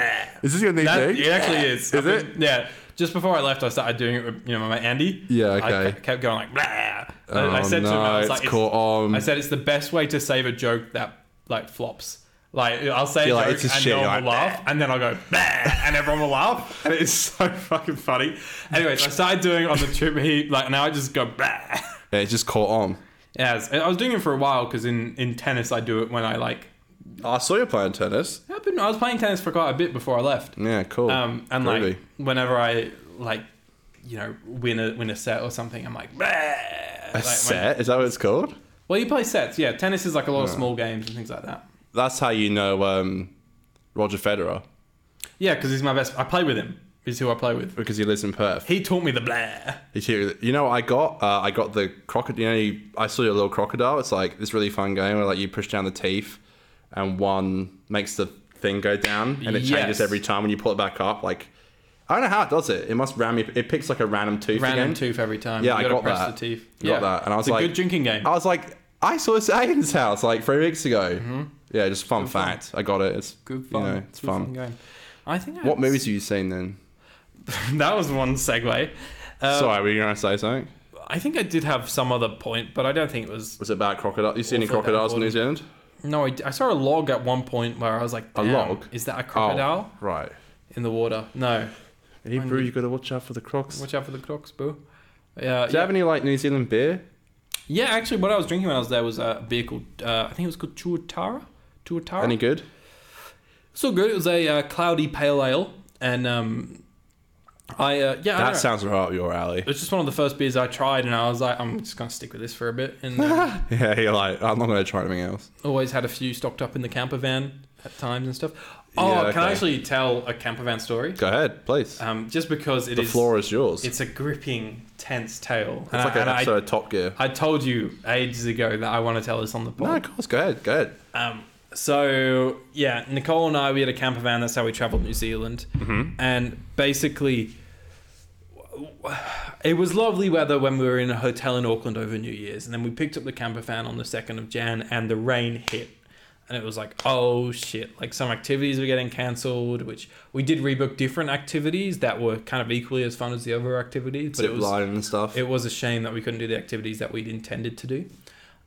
Is this your new That, thing? it actually is. Is I've it? been- Yeah. Just before I left, I started doing it with you know my mate Andy. Yeah, I okay. ke- kept going like blah. I- Oh, I said no, to him, I was it's like, caught on. I said it's the best way to save a joke that like flops. Like I'll say You're a like, joke "It's a and shit," no you're one will like, laugh, and then I'll go "Bah," and everyone will laugh, and it's so fucking funny. Anyways, I started doing it on the trip. He like now I just go bah. Yeah, it just caught on. As I was doing it for a while because in in tennis I do it when I like. Oh, I saw you playing tennis. I've been I was playing tennis for quite a bit before I left. Yeah, cool. Um, and like Groovy. whenever I like, you know, win a win a set or something, I'm like, "Bah!" a Like, when- set? Is that what it's called? well, you play sets, yeah. Tennis is like a lot of small games and things like that. That's how you know um, Roger Federer. Yeah, because he's my best. I play with him. is who I play with. because he lives in Perth. He taught me the blah. He's here. You know, what I got uh, I got the crocodile. You know, you, I saw your little crocodile. It's like this really fun game where like you push down the teeth, and one makes the thing go down, and it Yes. changes every time when you pull it back up. Like I don't know how it does it. It must ram. It picks like a random tooth. Random again. tooth every time. Yeah, you I gotta got press that. the teeth. Got that. And I was it's like- "Ah!" a good drinking game. I was like, I saw this at Aiden's house like three weeks ago. Yeah, just fun fact. I got it. It's Mm-hmm. good fun. You know, it's Good fun. game. I think I What movies have you seen then? that was one segue. Uh, Sorry, were you going to say something? I think I did have some other point, but I don't think it was. Was it about crocodile? You see any Awful Dan crocodiles in New Gordon. Zealand? No, I, d- I saw a log at one point where I was like, "Damn, log? Is that a crocodile Oh, right. in the water? No. Hey, Mind bro, you. you got to watch out for the crocs. Watch out for the crocs, boo. Yeah, Do you yeah. have any like New Zealand beer? Yeah, actually, what I was drinking when I was there was a beer called uh, I think it was called Tuatara. Tuatara. Any good? Still good. It was a uh, cloudy pale ale, and um, I uh, yeah, I don't That know. sounds right up your alley. it was just one of the first beers I tried, and I was like, I'm just gonna stick with this for a bit, and um, Yeah, you're like, I'm not going to try anything else. always had a few stocked up in the camper van at times and stuff. Oh, Yeah, can I okay. actually tell a camper van story? Go ahead, please. Um, just because it is the floor is yours. It's, it's a gripping, tense tale. It's like an episode of Top Gear. I told you ages ago that I want to tell this on the no, of pod. course. Go ahead. Go ahead. Um, so yeah, Nicole and I we had a camper van. That's how we traveled New Zealand, and basically, it was lovely weather when we were in a hotel in Auckland over New Year's, and then we picked up the camper van on the second of Jan, and the rain hit. And it was like, oh shit! Like some activities were getting cancelled, which we did rebook different activities that were kind of equally as fun as the other activities. But Zip it was line and stuff. it was a shame that we couldn't do the activities that we'd intended to do.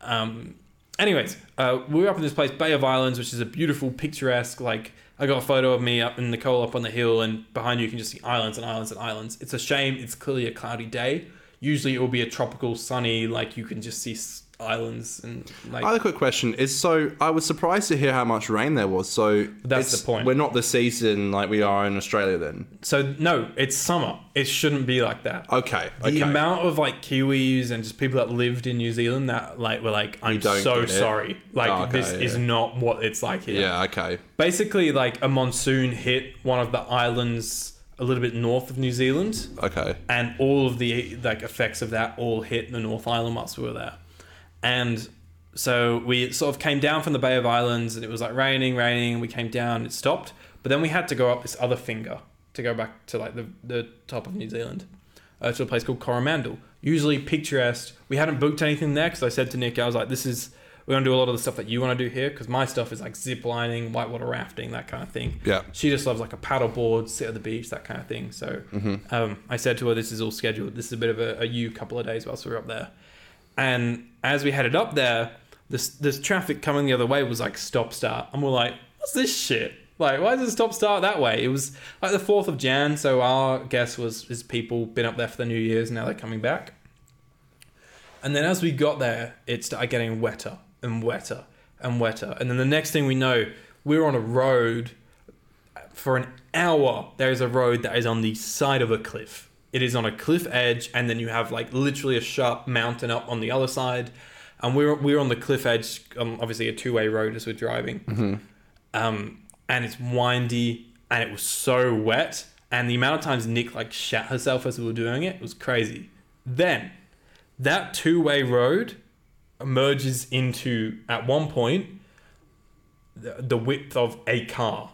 Um, anyways, uh, we were up in this place, Bay of Islands, which is a beautiful, picturesque. Like I got a photo of me up and Nicole up on the hill, and behind you, you can just see islands and islands and islands. It's a shame. It's clearly a cloudy day. Usually, it will be a tropical, sunny. Like you can just see s- islands and like. Other quick question is so I was surprised to hear how much rain there was. So That's it's- the point. We're not the season like we are in Australia then. so no, it's summer. It shouldn't be like that. Okay. The okay. amount of like Kiwis and just people that lived in New Zealand that like were like, I'm don't so get it. sorry. Like Oh, okay, this yeah. is not what it's like here. yeah. Okay. Basically, like a monsoon hit one of the islands a little bit north of New Zealand, Okay. and all of the like effects of that all hit the North Island whilst we were there. And so we sort of came down from the Bay of Islands, and it was like raining, raining. We came down, it stopped, but then we had to go up this other finger to go back to like the the top of New Zealand, uh, to a place called Coromandel. Usually picturesque. We hadn't booked anything there because I said to Nick, I was like, "This is we're gonna do a lot of the stuff that you want to do here because my stuff is like zip lining, whitewater rafting, that kind of thing." Yeah. She just loves like a paddleboard, sit at the beach, that kind of thing. So um, I said to her, "This is all scheduled. This is a bit of a, a you couple of days whilst we were up there." And as we headed up there, this this traffic coming the other way was like stop start, and we're like, "What's this shit? Like, why does it stop start that way?" It was like the fourth of Jan, so our guess was is people been up there for the New Year's, now they're coming back. And then as we got there, it started getting wetter and wetter and wetter. And then the next thing we know, we're on a road for an hour. There is a road that is on the side of a cliff. It is on a cliff edge, and then you have like literally a sharp mountain up on the other side. And we're we're on the cliff edge, um, obviously a two way road as we're driving. Um, and it's windy, and it was so wet. And the amount of times Nick like shat herself as we were doing it was crazy. Then that two way road merges into at one point the, the width of a car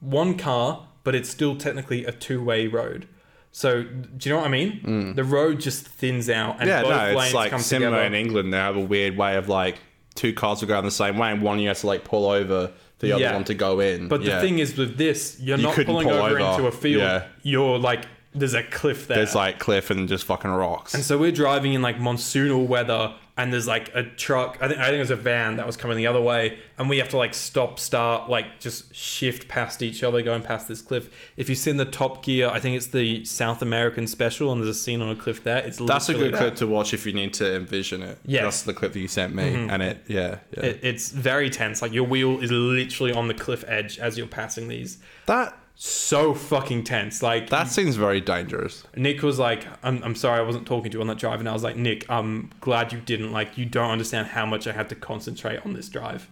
one car but it's still technically a two way road so do you know what i mean the road just thins out and Mm. Yeah, both no, lanes it's like come similar together in e- England. They have a weird way of like two cars will go in the same way, and one you have to like pull over for the Yeah. other one to go in. but Yeah. the thing is with this you're You not couldn't pulling pull over, over. into a field Yeah. you're like there's a cliff there there's like cliff and just fucking rocks. And so we're driving in like monsoonal weather, and there's like a truck. I think I think it was a van that was coming the other way, and we have to like stop, start, like just shift past each other, going past this cliff. If you see in the Top Gear, I think it's the South American special, and there's a scene on a cliff there. It's That's a literally good that. clip to watch if you need to envision it. Yes. Mm-hmm. That's the clip that you sent me, and it, yeah, yeah. It, it's very tense. Like your wheel is literally on the cliff edge as you're passing these. that So fucking tense. Like that seems very dangerous. Nick was like, I'm, I'm sorry I wasn't talking to you on that drive. And I was like, Nick, I'm glad you didn't. Like, you don't understand how much I had to concentrate on this drive.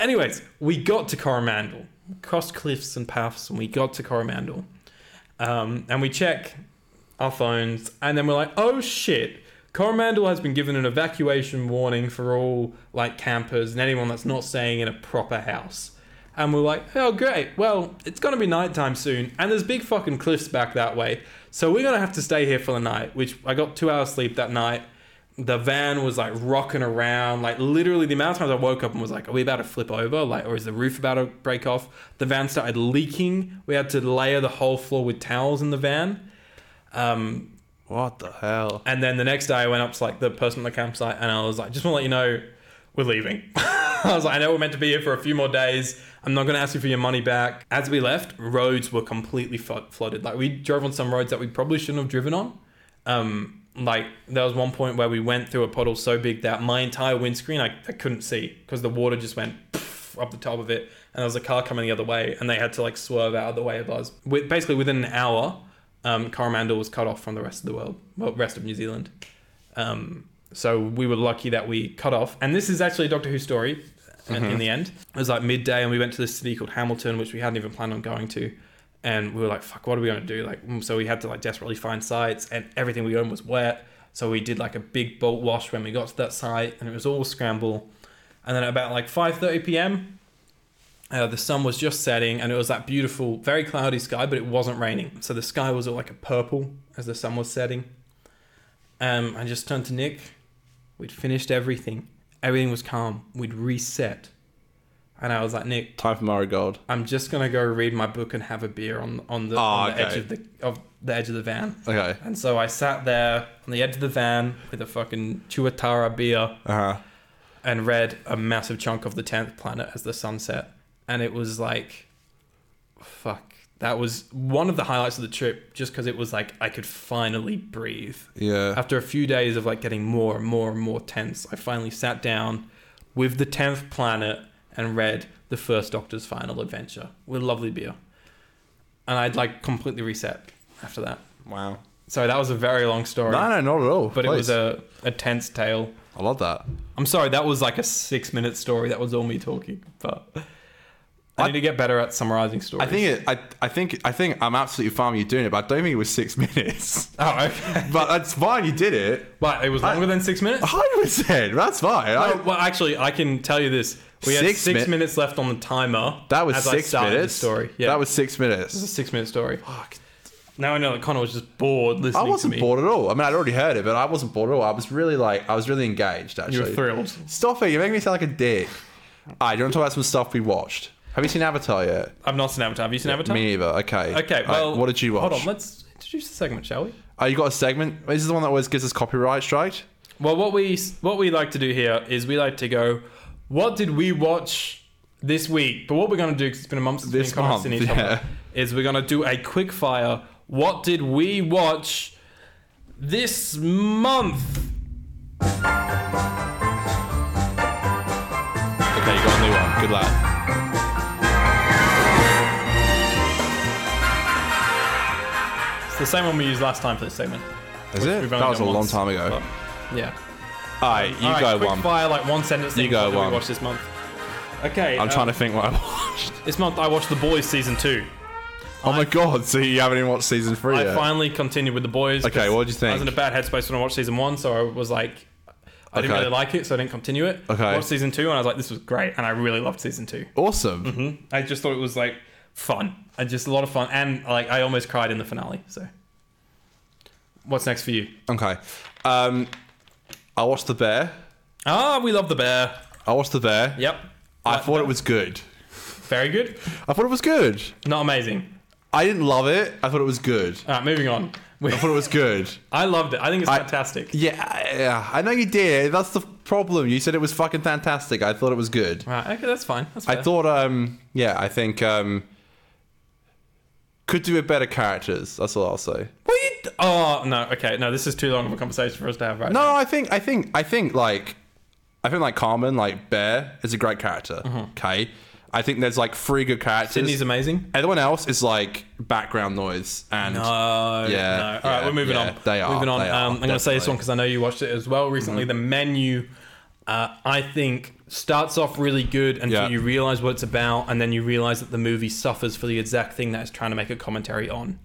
Anyways, we got to Coromandel, crossed cliffs and paths, and we got to Coromandel. Um, and we check our phones, and then we're like, oh shit, Coromandel has been given an evacuation warning for all like campers and anyone that's not staying in a proper house. And we're like, oh great, well, it's gonna be nighttime soon, and there's big fucking cliffs back that way, so we're gonna have to stay here for the night, which I got two hours sleep that night. The van was like rocking around, like literally the amount of times I woke up and was like, "Are we about to flip over? Like, or is the roof about to break off?" The van started leaking. We had to layer the whole floor with towels in the van. Um, What the hell? and then the next day, I went up to like the person at the campsite, and I was like, "Just want to let you know, we're leaving." I was like, "I know we're meant to be here for a few more days. I'm not going to ask you for your money back." As we left, roads were completely flo- flooded. Like we drove on some roads that we probably shouldn't have driven on. Um, like there was one point where we went through a puddle so big that my entire windscreen I, I couldn't see because the water just went poof up the top of it, and there was a car coming the other way, and they had to like swerve out of the way of us. With, basically, within an hour, um, Coromandel was cut off from the rest of the world, well, rest of New Zealand. Um, so we were lucky that we cut off. And this is actually a Doctor Who story uh, in- in the end. It was like midday, and we went to this city called Hamilton, which we hadn't even planned on going to. And we were like, fuck, what are we going to do? Like, mm, so we had to like desperately find sites, and everything we owned was wet. So we did like a big bolt wash when we got to that site, and it was all scramble. And then at about like 5:30 p.m., uh, the sun was just setting and it was that beautiful, very cloudy sky, but it wasn't raining. So the sky was all like a purple as the sun was setting. Um, I just turned to Nick. We'd finished everything. Everything was calm. We'd reset. And I was like, Nick, Time for Marigold. I'm just gonna go read my book and have a beer on on the, Oh, on the edge okay. of the of the edge of the van. Okay. And so I sat there on the edge of the van with a fucking Chuatara beer Uh huh. and read a massive chunk of the 10th planet as the sunset and it was like fuck that was one of the highlights of the trip just because it was like i could finally breathe Yeah. after a few days of like getting more and more and more tense i finally sat down with the 10th planet and read the first doctor's final adventure with lovely beer and i'd like completely reset after that Wow. so that was a very long story No, no, not at all. but it was Please. a, a tense tale I love that. I'm sorry, that was like a six minute story. That was all me talking, but I, I- need to get better at summarizing stories. I think it. I, I think. I think I'm absolutely fine with you doing it, but I don't think it was six minutes. Oh, okay. but that's fine. You did it. But it was longer than six minutes? hundred percent. That's fine. I- Oh, well, actually, I can tell you this. We had Six six mi- minutes left on the timer. that was as I six started the minutes. story. Yeah, That was six a minutes. six minute story. Now I know that Connor was just bored listening I wasn't to me. bored at all. I mean, I'd already heard it, but I wasn't bored at all. I was really like, I was really engaged. Actually, You were thrilled. Stop it! You're making me sound like a dick. All right, you want to talk about some stuff we watched? Have you seen Avatar yet? I've not seen Avatar. Have you seen Avatar? Me neither. Okay. Okay, All right, well. what did you watch? Hold on, let's introduce the segment, shall we? Oh, you got a segment? This is the one that always gives us copyright strike. Well, what we what we like to do here is we like to go, what did we watch this week? But what we're going to do, 'cause it's been a month since we've This been commenting month, each other, yeah. is we're going to do a quick fire. What did we watch this month? Okay, you got a new one. Good lad. It's the same one we used last time for this segment. Is it? We've That only was a done long once, time ago. but- Yeah. All right, you All right, go quick one. fire, like one sentence. thing, go what did one. We watch this month. Okay. I'm um, trying to think what I watched. This month I watched The Boys season two. Oh my god! So you haven't even watched season three I yet? finally continued with the boys. Okay, 'cause what'd you I was in a think? bad headspace when I watched season one, so I was like, I didn't Okay. really like it, so I didn't continue it. Okay. Watched season two, and I was like, this was great, and I really loved season two. awesome. I just thought it was like fun, and just a lot of fun, and like I almost cried in the finale. So, what's next for you? Okay. Um, I watched the bear. Ah, we love the bear. I watched the bear. Yep. I Like thought the it was good. bear. very good. I thought it was good. Not amazing. I didn't love it. I thought it was good. All right, moving on. We- I thought it was good. I loved it. I think it's I- fantastic. Yeah, I- yeah. I know you did. That's the problem. You said it was fucking fantastic. I thought it was good. Right. Okay, that's fine. That's I fair. thought, um, yeah, I think um, could do with better characters. That's all I'll say. What you d- oh no. Okay. No, this is too long of a conversation for us to have right No, no, I think, I think, I think, like, I think, like Carmen, like Bear, is a great character. Okay, I think there's like three good characters. Mm-hmm. Sydney's amazing. Everyone else is like background noise and Uh, No, Yeah, no. All right, yeah, we're moving yeah, on. they are, Moving on. they are, um, I'm going to say definitely. this Mm-hmm. one because I know you watched it as well recently. The menu, uh, I think, starts off really good until Yeah. you realize what it's about, and then you realize that the movie suffers for the exact thing that it's trying to make a commentary on.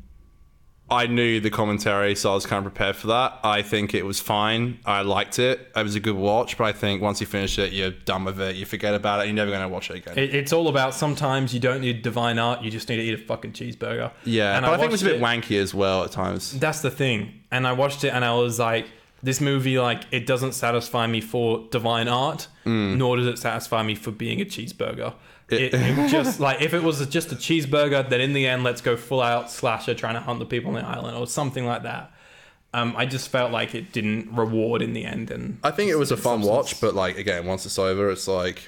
I knew the commentary, so I was kind of prepared for that. I think it was fine. I liked it. It was a good watch, but I think once you finish it, you're done with it. You forget about it. You're never going to watch it again. It, it's all about sometimes you don't need divine art, you just need to eat a fucking cheeseburger. yeah, and but I, think it was a watched bit wanky as well at times. That's the thing. And I watched it and I was like, this movie, like, it doesn't satisfy me for divine art, Mm. nor does it satisfy me for being a cheeseburger. It, it just like if it was just a cheeseburger, then in the end, let's go full out slasher trying to hunt the people on the island or something like that. Um, I just felt like it didn't reward in the end, and I think it was a fun watch, but like again, once it's over, it's like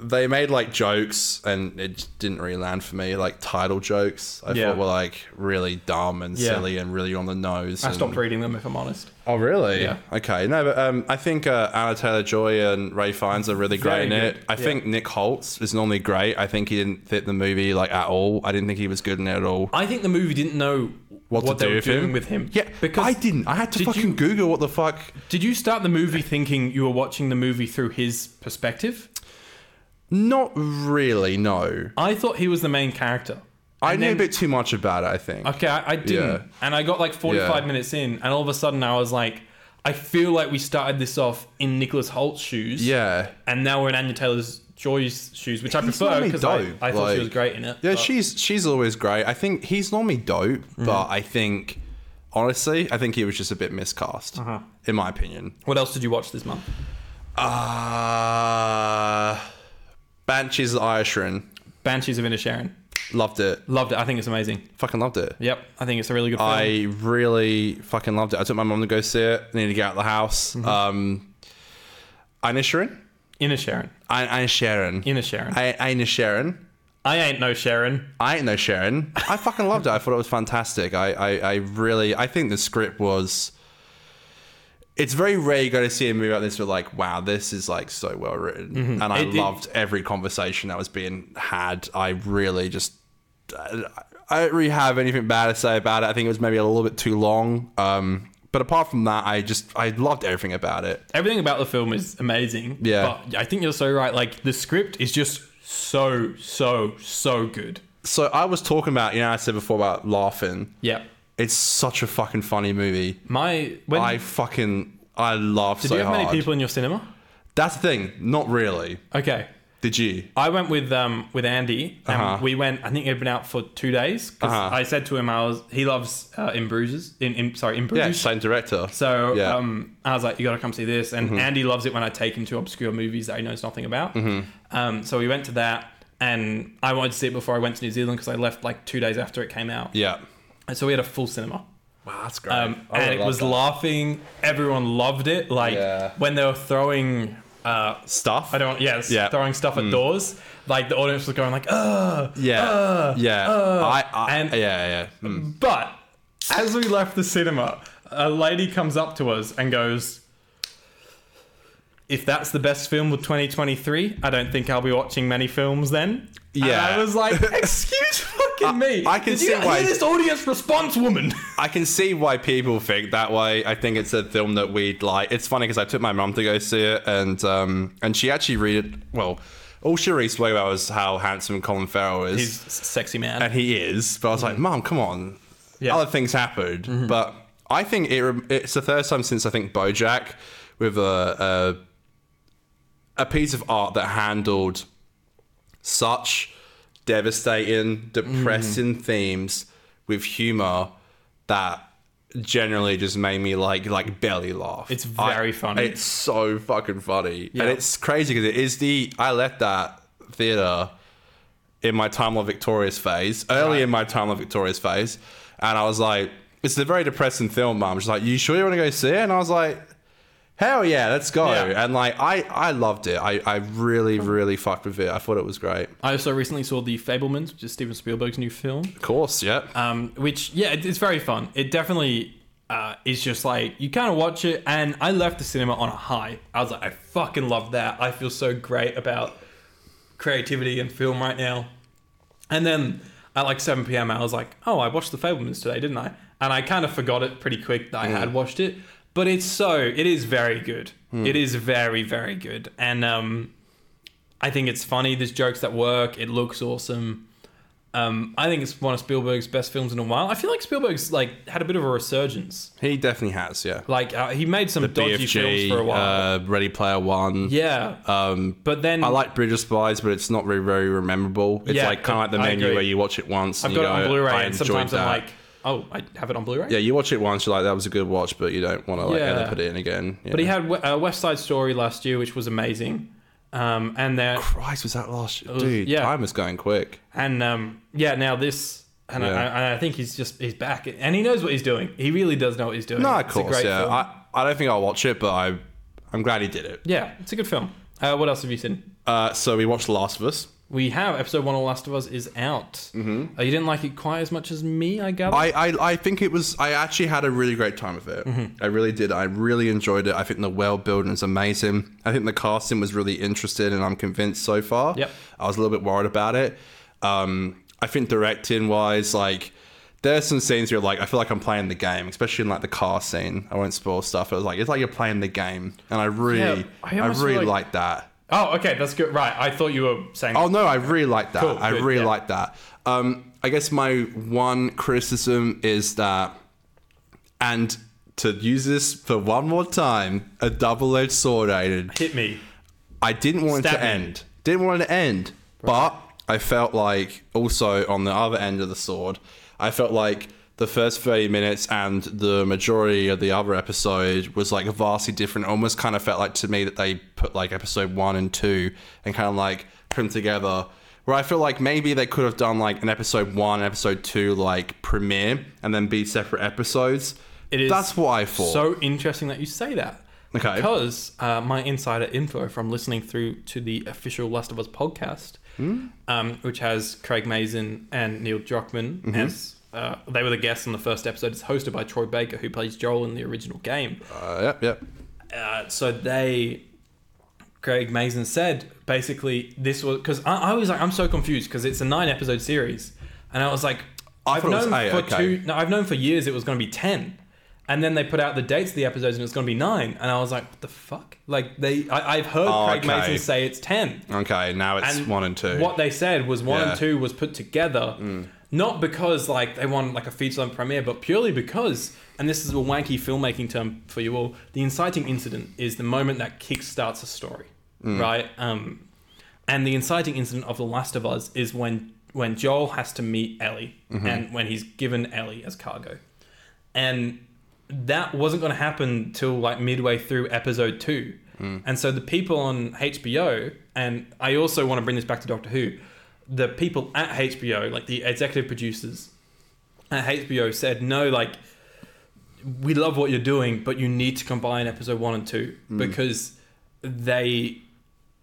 they made like jokes, and it just didn't really land for me. Like title jokes, I Yeah. thought were like really dumb and Yeah. silly and really on the nose. I and- stopped reading them if I'm honest. Oh really? Yeah. Okay. No, but um, I think uh, Anna Taylor Joy and Ray Fiennes are really great Very in it. good, I yeah. think Nick Holtz is normally great. I think he didn't fit the movie like at all. I didn't think he was good in it at all. I think the movie didn't know What, what, to they do were with doing him? with him. Yeah, because I didn't. I had to Did fucking you- Google what the fuck. Did you start the movie thinking you were watching the movie through his perspective? Not really. No, I thought he was the main character. I And knew a then- bit too much about it. I think. Okay, I, I didn't. Yeah. And I got like 45 Yeah. minutes in, and all of a sudden I was like, I feel like we started this off in Nicholas Holt's shoes. Yeah. And now we're in Anya Taylor's Joy's shoes, which I He's prefer normally because I, dope, I thought like- she was great in it. Yeah, but- Mm. she's she's always great. I think he's normally dope, but I think honestly, I think he was just a bit miscast, Uh-huh. in my opinion. What else did you watch this month? Uh, Banshees of Irishren. Banshees of Inisherin. Loved it. Loved it. I think it's amazing. Fucking loved it. Yep, I think it's a really good film. I really fucking loved it. I took my mum to go see it. Needed to get out of the house. Mm-hmm. Um, Inisherin? Inisherin. I, Inisherin. Inisherin. I, I, Inisherin. I ain't no Sharon. I ain't no Sharon. I fucking loved it. I thought it was fantastic. I, I, I really, I think the script was. It's very rare you go to see a movie like this. Where like, wow, this is like so well written, and I Mm-hmm. It- it- loved every conversation that was being had. I really just, I I don't really have anything bad to say about it. I think it was maybe a little bit too long. Um, but apart from that, I just, I loved everything about it. everything about the film is amazing. Yeah. But I think you're so right. Like the script is just so, so, so good. So I was talking about, you know, I said before about laughing. Yeah. It's such a fucking funny movie. My when I fucking I laughed did so you have hard. many people in your cinema? That's the thing. Not really. Okay. Did you? I went with um with Andy and Uh-huh. we went. I think it had been out for two days because Uh-huh. I said to him I was he loves uh, in bruises in, in sorry in Yeah, bruises. same director. So yeah, Mm-hmm. um, I was like, you got to come see this. And Andy loves it when I take him to obscure movies that he knows nothing about. Mm-hmm. Um, so we went to that, and I wanted to see it before I went to New Zealand because I left like two days after it came out. yeah. And so we had a full cinema. Wow, that's great. Um, and it was laughing. Everyone loved it. Like Yeah. when they were throwing, uh, stuff. I don't, yes, Yeah. Hmm. throwing stuff at doors. Like the audience was going like, ugh. Yeah, yeah. I, I and- yeah, yeah. Mm. But as we left the cinema, a lady comes up to us and goes, "If that's the best film of 2023, I don't think I'll be watching many films then." And Yeah. I was like, "Excuse fucking me! I can Did see you not why- hear this audience response, woman." I can see why people think that way. I think it's a film that we'd like. It's funny because I took my mum to go see it, and um, and she actually read it. Well, all she reads way about was how handsome Colin Farrell is. He's a sexy man. and he is. But I was like, Mom, come on. Mm-hmm. Yeah. Mm-hmm. Other things happened, but I think it, rem- it's the first time since I think BoJack with a a, a piece of art that handled such devastating, depressing Mm-hmm. themes with humor that generally just made me like like belly laugh. It's I- very funny. It's so fucking funny, Yeah. and it's crazy because it is the I left that theater in my time of Victorious phase, early in my time of Victorious phase, and I was like, "It's a very depressing film, Mum." She's like, "You sure you want to go see it?" And I was like, "Hell yeah, let's go!" Yeah. And like, I I loved it. I I really really fucked with it. I thought it was great. I also recently saw The Fablemans, which is Steven Spielberg's new film. Of course, yeah. um, which yeah, it, it's very fun. It definitely uh, is just like you kind of watch it, and I left the cinema on a high. I was like, I fucking love that. I feel so great about creativity and film right now. And then at like 7 p.m., I was like, oh, I watched The Fablemans today, didn't I? And I kind of forgot it pretty quick that I had watched it. But it's so, it is very good. It is very, very good. And um, I think it's funny. There's jokes that work. It looks awesome. Um, I think it's one of Spielberg's best films in a while. I feel like Spielberg's like had a bit of a resurgence. He definitely has, yeah. Like uh, he made some dodgy films for a while. uh, Ready Player One. yeah, Um, but then I like Bridge of Spies, but it's not very, very rememberable. It's Yeah, like kind of like the I menu agree. where you watch it once. I've and you got it go, on Blu-ray, I and enjoyed sometimes that. I'm like, oh, I have it on Blu-ray. yeah, you watch it once, you're like, that was a good watch, but you don't want to like Yeah. ever put it in again. But he had uh, West Side Story last year, which was amazing. Um, and there, Christ, was that last year? Dude, yeah. time is going quick. and um, yeah, now this, and I, Yeah. I, I think he's just he's back, and he knows what he's doing. He really does know what he's doing. No, of It's a course, great yeah. film. I, I don't think I'll watch it, but I, I'm glad he did it. yeah, it's a good film. Uh, what else have you seen? Uh, so we watched The Last of Us. We have episode one of Last of Us is out. Mm-hmm. Uh, you didn't like it quite as much as me, I gather. I, I, I think it was, I actually had a really great time with it. Mm-hmm. I really did. I really enjoyed it. I think the world building is amazing. I think the casting was really interested, and I'm convinced so far. Yep. I was a little bit worried about it. Um, I think directing wise, like, there's some scenes where you're like, I feel like I'm playing the game, especially in like the car scene. I won't spoil stuff. It was like, it's like you're playing the game. And I really, Yeah, I I, almost feel really like- liked that. oh, okay, that's good. Right, I thought you were saying. Oh no, I really like that. Cool, I good, really yeah. like that. Um, I guess my one criticism is that, and to use this for one more time, a double-edged sword. Aiden. hit me. I didn't want it Stab to me. end. Didn't want it to end. But I felt like also on the other end of the sword, I felt like the first 30 minutes and the majority of the other episode was like vastly different. Almost kind of felt like to me that they put like episode one and two and kind of like put them together. Where I feel like maybe they could have done like an episode one, episode two, like premiere and then be separate episodes. It is That's what I thought. So interesting that you say that. Okay. Because uh, my insider info from listening through to the official Last of Us podcast, Hmm? um, which has Craig Mazin and Neil Druckmann Mm-hmm. as uh, they were the guests on the first episode. It's hosted by Troy Baker, who plays Joel in the original game. uh, yep, yep. Uh, so they, Craig Mazin said basically this was because I, I was like I'm so confused because it's a nine episode series, and I was like I have thought it was known eight, for okay. two. No, I've known for years it was going to be ten, and then they put out the dates of the episodes and it's going to be nine, and I was like what the fuck? Like they I, I've heard Oh, Craig okay. Mazin say it's ten, Okay, now it's and one and two. What they said was one Yeah. Mm. and two was put together, not because like they wanted like a feature length premiere, but purely because, and this is a wanky filmmaking term for you all, the inciting incident is the moment that kickstarts a story, Mm. right? Um, and the inciting incident of The Last of Us is when when Joel has to meet Ellie, Mm-hmm. and when he's given Ellie as cargo, and that wasn't going to happen till like midway through episode two. Hmm. And so the people on HBO, and I also want to bring this back to Doctor Who, the people at HBO, like the executive producers at HBO, said, no, like, we love what you're doing, but you need to combine episode one and two Hmm. because they,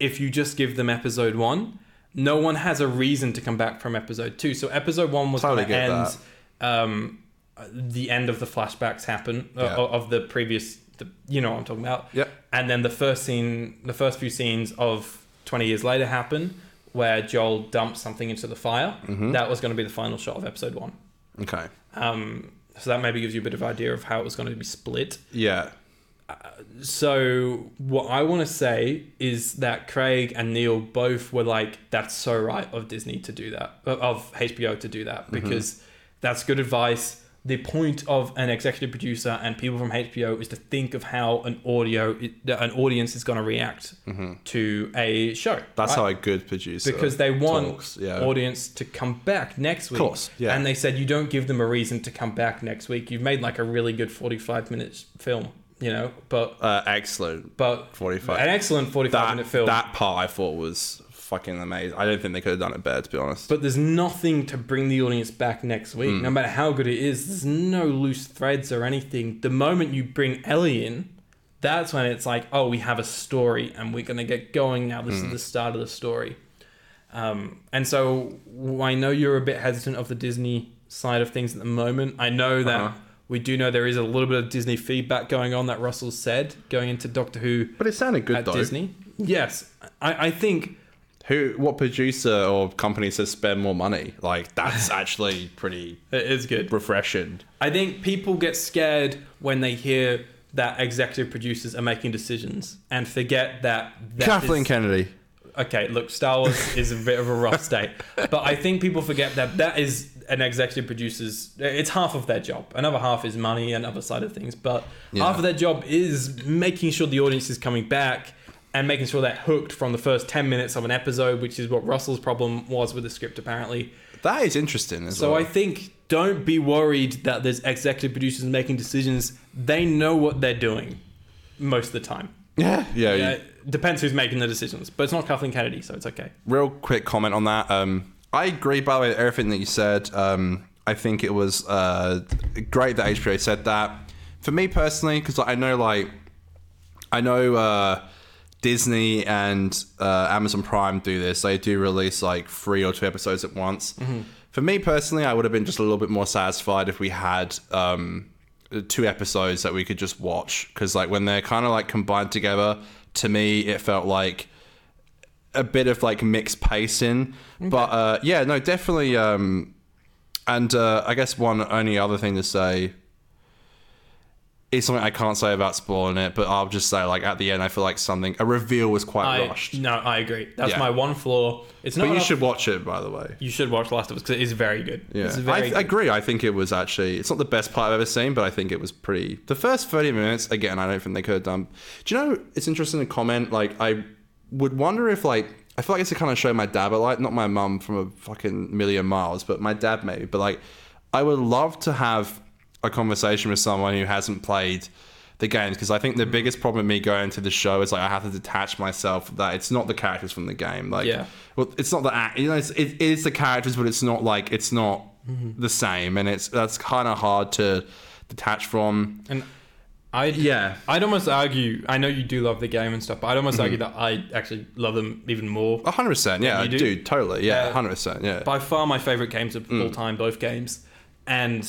if you just give them episode one, no one has a reason to come back from episode two. So episode one was Totally going to get end that. um, the end of the flashbacks happen uh, Yeah. of the previous, the, you know what I'm talking about. Yep. And then the first scene, the first few scenes of 20 years later happen where Joel dumps something into the fire. That was going to be the final shot of episode one. Okay. Um, so that maybe gives you a bit of idea of how it was going to be split. Yeah. So what I want to say is that Craig and Neil both were like, "That's so right of Disney to do that, uh, of HBO to do that, Mm-hmm. because that's good advice." The point of an executive producer and people from HBO is to think of how an audio, an audience is going to react to a show. Mm-hmm. That's right? how a good producer because they want talks, yeah. audience to come back next week. course, yeah. And they said you don't give them a reason to come back next week. You've made like a really good forty-five minute film, you know, but uh, excellent. but 45. an excellent forty-five That minute film. that part I thought was fucking amazing. I don't think they could have done it better to be honest. but there's nothing to bring the audience back next week, Hmm. no matter how good it is. There's no loose threads or anything. The moment you bring Ellie in, that's when it's like, oh, we have a story and we're going to get going now. Hmm. This is the start of the story. Um, and so w- I know you're a bit hesitant of the Disney side of things at the moment. I know that Uh-huh. we do know there is a little bit of Disney feedback going on that Russell said going into Doctor Who But it sounded good at though. Disney. Yes, I, I think Who what producer or company says spend more money? Like that's actually pretty it is good. refreshing. I think people get scared when they hear that executive producers are making decisions and forget that, that Kathleen is- Kennedy. okay, look, Star Wars is a bit of a rough state, but I think people forget that that is an executive producer's. It's half of their job. Another half is money and other side of things, but half of their job is making sure the audience is coming back and making sure they're hooked from the first ten minutes of an episode, which is what Russell's problem was with the script apparently. That is interesting. As So well. I think don't be worried that there's executive producers making decisions. They know what they're doing most of the time. yeah, yeah. you- Uh, depends who's making the decisions, but it's not Kathleen Kennedy, so it's okay. real quick comment on that. Um, I agree, by the way, with everything that you said. Um, I think it was uh, great that HBO said that. For me personally, because I know, like, I know uh, Disney and uh, Amazon Prime do this. They do release like three or two episodes at once. For me personally, I would have been just a little bit more satisfied if we had um, two episodes that we could just watch. Because like when they're kind of like combined together, to me it felt like a bit of like mixed pacing. But uh, yeah, no, definitely. Um, and uh, I guess one only other thing to say is something I can't say about spoiling it, but I'll just say like at the end, I feel like something a reveal was quite I, rushed. no, I agree. That's Yeah. my one flaw. It's not. but you enough- should watch it, by the way. you should watch Last of Us because it is very good. Yeah, It's I, very I good. agree. I think it was actually it's not the best part I've ever seen, but I think it was pretty. The first thirty minutes, again, I don't think they could have done. Do you know? It's interesting to comment. Like, I would wonder if like I feel like it's the kind of show my dad, but like not my mum from a fucking million miles, but my dad maybe. But like, I would love to have a conversation with someone who hasn't played the games because I think the biggest problem with me going to the show is like I have to detach myself that it's not the characters from the game. Like, Yeah. well, it's not the act. You know, it's, it, it is the characters, but it's not like it's not Mm-hmm. the same, and it's that's kind of hard to detach from. And I Yeah. Mm-hmm. I'd almost argue. I know you do love the game and stuff, but I'd almost argue that I actually love them even more. A hundred percent, yeah, you do? dude, totally, yeah, Yeah. a hundred percent, yeah. by far my favorite games of all time, both games, and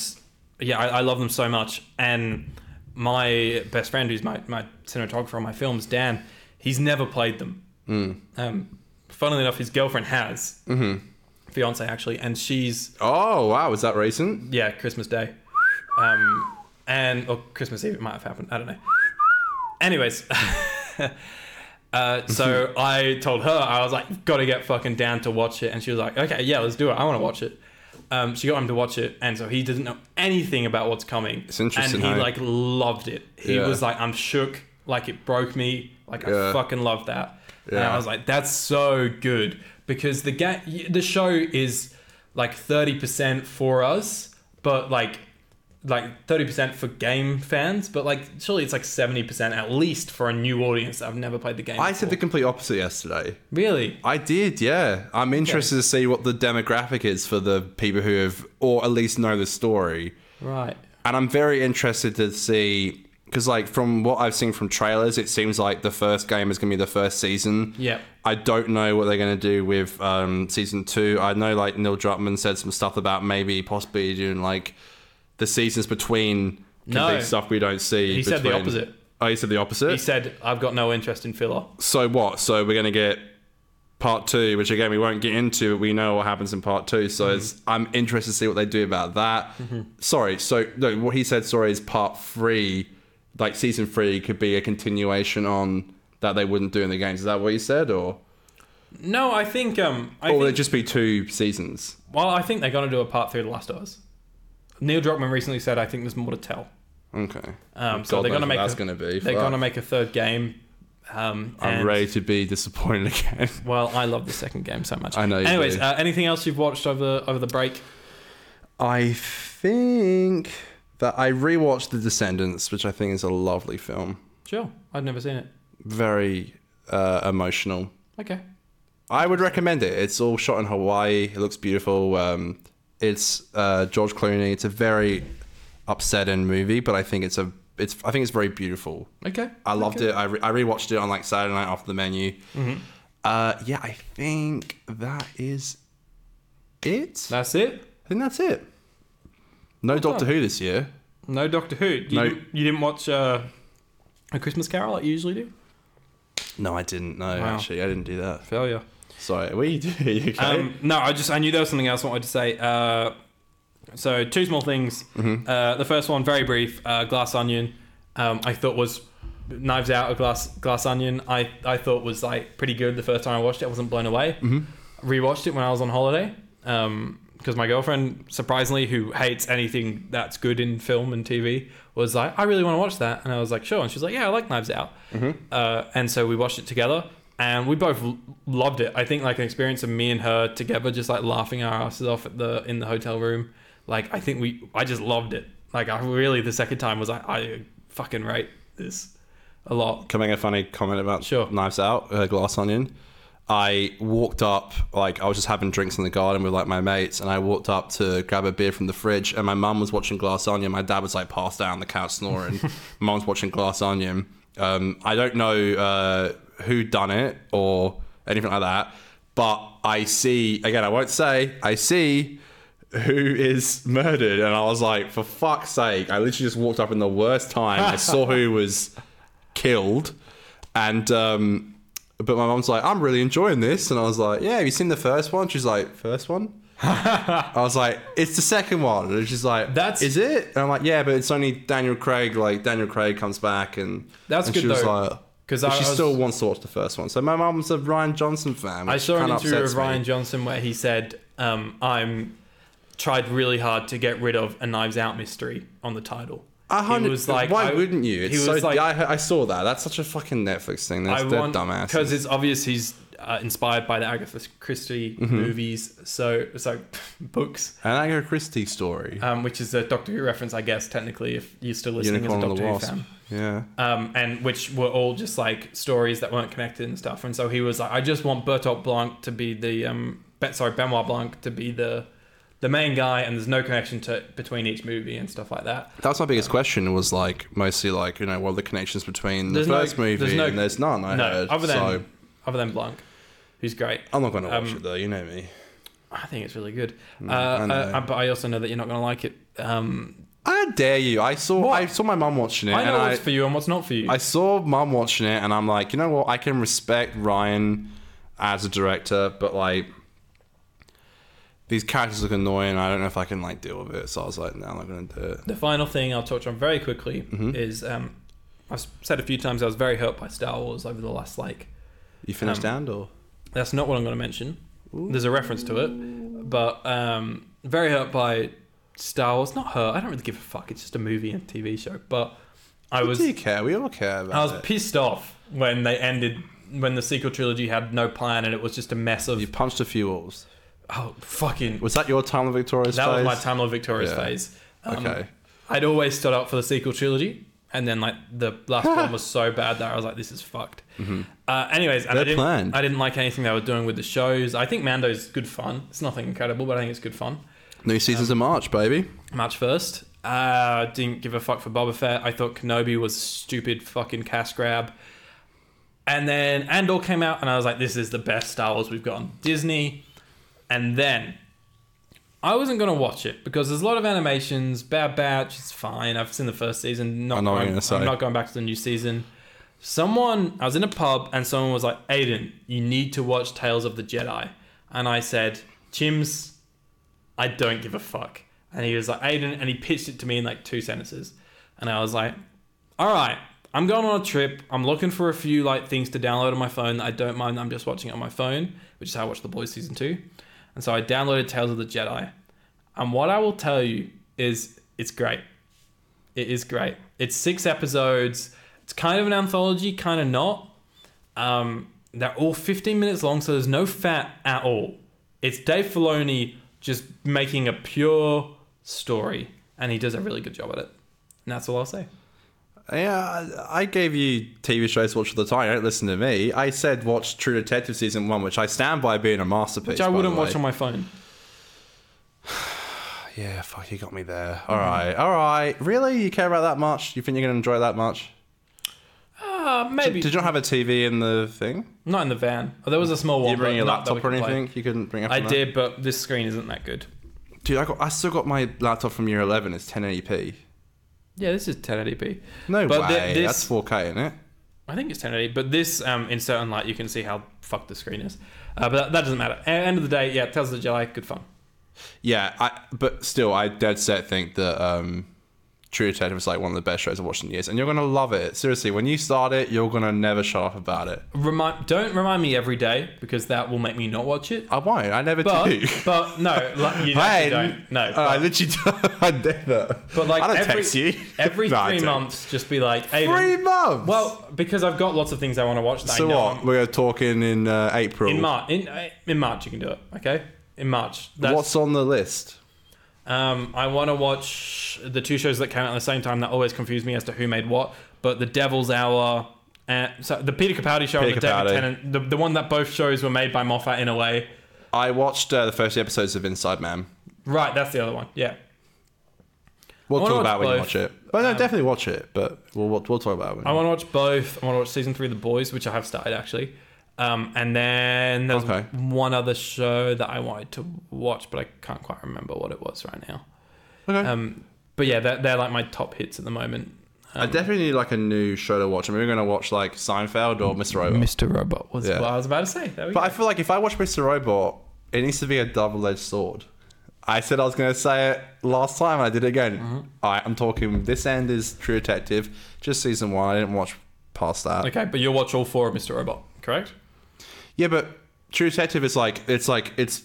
yeah, I, I love them so much. And my best friend, who's my, my cinematographer on my films, Dan, he's never played them. Um, funnily enough, his girlfriend has, mm-hmm. fiance actually, and she's oh wow, is that recent? yeah, Christmas Day. Um, and or Christmas Eve, it might have happened. I don't know. Anyways, uh, so I told her I was like, "Got to get fucking down to watch it," and she was like, "Okay, yeah, let's do it. I want to watch it." Um, she got him to watch it, and so he didn't know anything about what's coming. It's interesting, And he hey? like loved it. He Yeah. was like, "I'm shook. Like it broke me. Like I Yeah. fucking love that." And Yeah. I was like, "That's so good," because the ga- the show is like thirty percent for us, but like like thirty percent for game fans, but like surely it's like seventy percent at least for a new audience that have never played the game. I said the before. complete opposite yesterday. really. I did, yeah. I'm interested to see what the demographic is for the people who have, or at least know the story. Right. and I'm very interested to see because like from what I've seen from trailers, it seems like the first game is going to be the first season. Yep. I don't know what they're going to do with um, season two. I know like Neil Druckmann said some stuff about maybe possibly doing like the seasons between No. complete stuff we don't see. He said the between- opposite. Oh, he said the opposite. He said, I've got no interest in filler. so what? So we're going to get part two, which again we won't get into. But we know what happens in part two, so it's, I'm interested to see what they do about that. Sorry, so no, what he said. Sorry, is part three, like season three, could be a continuation on that they wouldn't do in the games. Is that what you said, or No, I think um I or would it think, just be two seasons? well, I think they're gonna do a part three of The Last of Us. Neil Druckmann recently said I think there's more to tell. Okay, Um so Oh, God knows they're gonna what make that's a, gonna be. they're Fuck. gonna make a third game. Um I'm and- ready to be disappointed again. Well, I love the second game so much. I know you Anyways, do. Uh, anything else you've watched over over the break? I think that I rewatched The Descendants, which I think is a lovely film. Sure, I'd never seen it. very uh, emotional. Okay. I would recommend it. It's all shot in Hawaii. It looks beautiful. Um, it's uh, George Clooney. It's a very upsetting movie, but I think it's a it's I think it's very beautiful. Okay. Mm-hmm. I loved Okay. it. I, re- I rewatched it on like Saturday night off the menu. Uh, yeah, I think that is it. That's it. I think that's it. No Doctor Who this year. No Doctor Who. You, No. didn't, you didn't watch uh, A Christmas Carol like you usually do? No, I didn't. No, Wow. actually, I didn't do that. Failure. Sorry. What are you doing? You okay? Um, no, I just I knew there was something else I wanted to say. Uh, so two small things. Uh, the first one, very brief. Uh, Glass Onion, um, I thought was Knives Out, a glass glass onion. I I thought was like pretty good the first time I watched it. I wasn't blown away. Rewatched it when I was on holiday because my girlfriend, surprisingly, who hates anything that's good in film and TV, was like, I really want to watch that, and I was like, sure, and she's like, yeah, I like Knives Out, uh, and so we watched it together. And we both l- loved it. I think like an experience of me and her together, just like laughing our asses off at the in the hotel room. Like I think we, I just loved it. Like I really the second time was like I fucking rate this a lot. Coming a funny comment about Sure. Knives Out, uh, Glass Onion. I walked up, like, I was just having drinks in the garden with, like, my mates, and I walked up to grab a beer from the fridge, and my mum was watching Glass Onion. My dad was, like, passed out on the couch snoring. my mum was watching Glass Onion. Um, I don't know uh, who done it or anything like that, but I see, again, I won't say, I see who is murdered. And I was like, for fuck's sake, I literally just walked up in the worst time. I saw who was killed. And um, but my mom's like, I'm really enjoying this, and I was like, Yeah, have you seen the first one? She's like, First one. I was like, It's the second one. And she's like, That's- is it? And I'm like, Yeah, but it's only Daniel Craig. Like Daniel Craig comes back, and That's and good she was though, like, 'cause but I she was- still wants to watch the first one. So my mom's a Ryan Johnson fan. I which saw an kinda interview upsets with me. Ryan Johnson where he said, um, "I'm tried really hard to get rid of a Knives Out mystery on the title." A he hundred- was like, why I- wouldn't you? It's he so, was like, I, I saw that. That's such a fucking Netflix thing. That's, they're dumbasses. because it's obvious he's uh, inspired by the Agatha Christie Mm-hmm. movies, so so books, an Agatha Christie story. um, which is a Doctor Who reference, I guess technically, if you're still listening Unicorn as a and the Doctor Who Wasp. fan. Yeah. um, and which were all just like stories that weren't connected and stuff. And so he was like, I just want Bertolt Blanc to be the um, Ben- sorry Benoit Blanc to be the the main guy, and there's no connection to between each movie and stuff like that. That was my biggest question. Was like mostly like you know what are the connections between the There's no- first movie there's no- and there's none. I no, heard. other than so other than Blanc, who's great. I'm not going to watch um, it though. You know me. I think it's really good, uh, Mm, I know. uh, but I also know that you're not going to like it. Um, I dare you. I saw What? I saw my mum watching it, I and know what's I for you and what's not for you. I saw mum watching it, and I'm like, you know what? I can respect Ryan as a director, but like these characters look annoying. I don't know if I can like deal with it. So I was like, no, I'm not going to do it. The final thing I'll touch on very quickly Mm-hmm. is um, I've said a few times I was very hurt by Star Wars over the last like You finished Um, Andor. That's not what I'm going to mention. There's a reference to it, but um, very hurt by Star Wars. Not hurt. I don't really give a fuck. It's just a movie and TV show. But I was Do you care? We all care about I was it. pissed off when they ended when the sequel trilogy had no plan and it was just a mess of you punched a few walls. oh fucking. Was that your time of Victoria's That was phase? my Tamil Victorious Yeah. phase. Um, Okay. I'd always stood up for the sequel trilogy, and then like the last one was so bad that I was like, "This is fucked." Mm-hmm. Uh, anyways, and I They're didn't, planned. I didn't like anything they were doing with the shows. I think Mando's good fun. It's nothing incredible, but I think it's good fun. New seasons Um, in March, baby. March first. Uh, didn't give a fuck for Boba Fett. I thought Kenobi was a stupid fucking cash grab. And then Andor came out, and I was like, "This is the best Star Wars we've got on Disney." And then I wasn't gonna watch it because there's a lot of animations. Bad Batch is fine. I've seen the first season. Not I know what going, you're gonna say. I'm not going back to the new season. Someone, I was in a pub and someone was like, "Aiden, you need to watch Tales of the Jedi," and I said, "Chims, I don't give a fuck." And he was like, "Aiden," and he pitched it to me in like two sentences, and I was like, "All right." I'm going on a trip. I'm looking for a few like things to download on my phone that I don't mind. I'm just watching it on my phone, which is how I watched The Boys season two. And so I downloaded Tales of the Jedi. And what I will tell you is it's great. It is great. It's six episodes. It's kind of an anthology, kind of not. Um, they're all 15 minutes long, so there's no fat at all. It's Dave Filoni just making a pure story, and he does a really good job at it. And that's all I'll say. Yeah, I- I gave you TV shows to watch all the time. You don't listen to me. I said watch True Detective season one, which I stand by being a masterpiece. Which I wouldn't watch on my phone. Yeah, fuck, you got me there. All Mm-hmm. right, all right. Really, you care about that much? You think you're gonna enjoy that much? Uh, maybe. Did you not have a TV in the thing? not in the van. Oh, there was a small one. Did you bring but your not that laptop we or could play. anything? You couldn't bring up. I on that? did, but this screen isn't that good. dude. I got. I still got my laptop from year eleven. It's 1080p. Yeah, this is 1080p. No But way. thi- this- That's 4K, isn't it? I think it's 1080, but this um, in certain light you can see how fucked the screen is. Uh, but that, that doesn't matter. A- End of the day, yeah, Tales of the Jedi, good fun. Yeah, I, but still, I dead set think that um, True Detective is like one of the best shows I've watched in years, and you're gonna love it. Seriously, when you start it, you're gonna never shut up about it. Remind, don't remind me every day because that will make me not watch it. I won't. I never But, do. but no, like, you actually don't. No, Oh, but- I literally don't. I never. But like I don't every, text you every No, I don't. three months, just be like, Aiden, Three months. Well, because I've got lots of things I want to watch. That so I know what? We're talking in uh, April. In March, in, uh, in March you can do it. Okay, in March. That's, What's on the list? um, I want to watch the two shows that came out at the same time that always confuse me as to who made what. But the Devil's Hour, and so the Peter Capaldi show, Peter and the David Capaldi. Tennant, the, the one that both shows were made by Moffat in a way. I watched uh, the first two episodes of Inside Man. Right, that's the other one. Yeah. I We'll wanna talk about it when you watch Um, watch it. But no, definitely watch it. But we'll we'll, we'll talk about it. When I want to watch both. I want to watch season three of The Boys, which I have started actually. Um, and then there was Okay. one other show that I wanted to watch, but I can't quite remember what it was right now. Okay. Um, but yeah, they're, they're like my top hits at the moment. I Um, definitely need like a new show to watch. I'm either going to watch like Seinfeld or Mr. Robot. Mr. Robot was Yeah. what I was about to say. There we But go. I feel like if I watch Mr. Robot, it needs to be a double-edged sword. I said I was going to say it last time, and I did it again. Mm-hmm. All right, I'm talking. This end is True Detective, just season one. I didn't watch past that. okay, but you'll watch all four of Mr. Robot, correct? Yeah, but True Detective is like it's like it's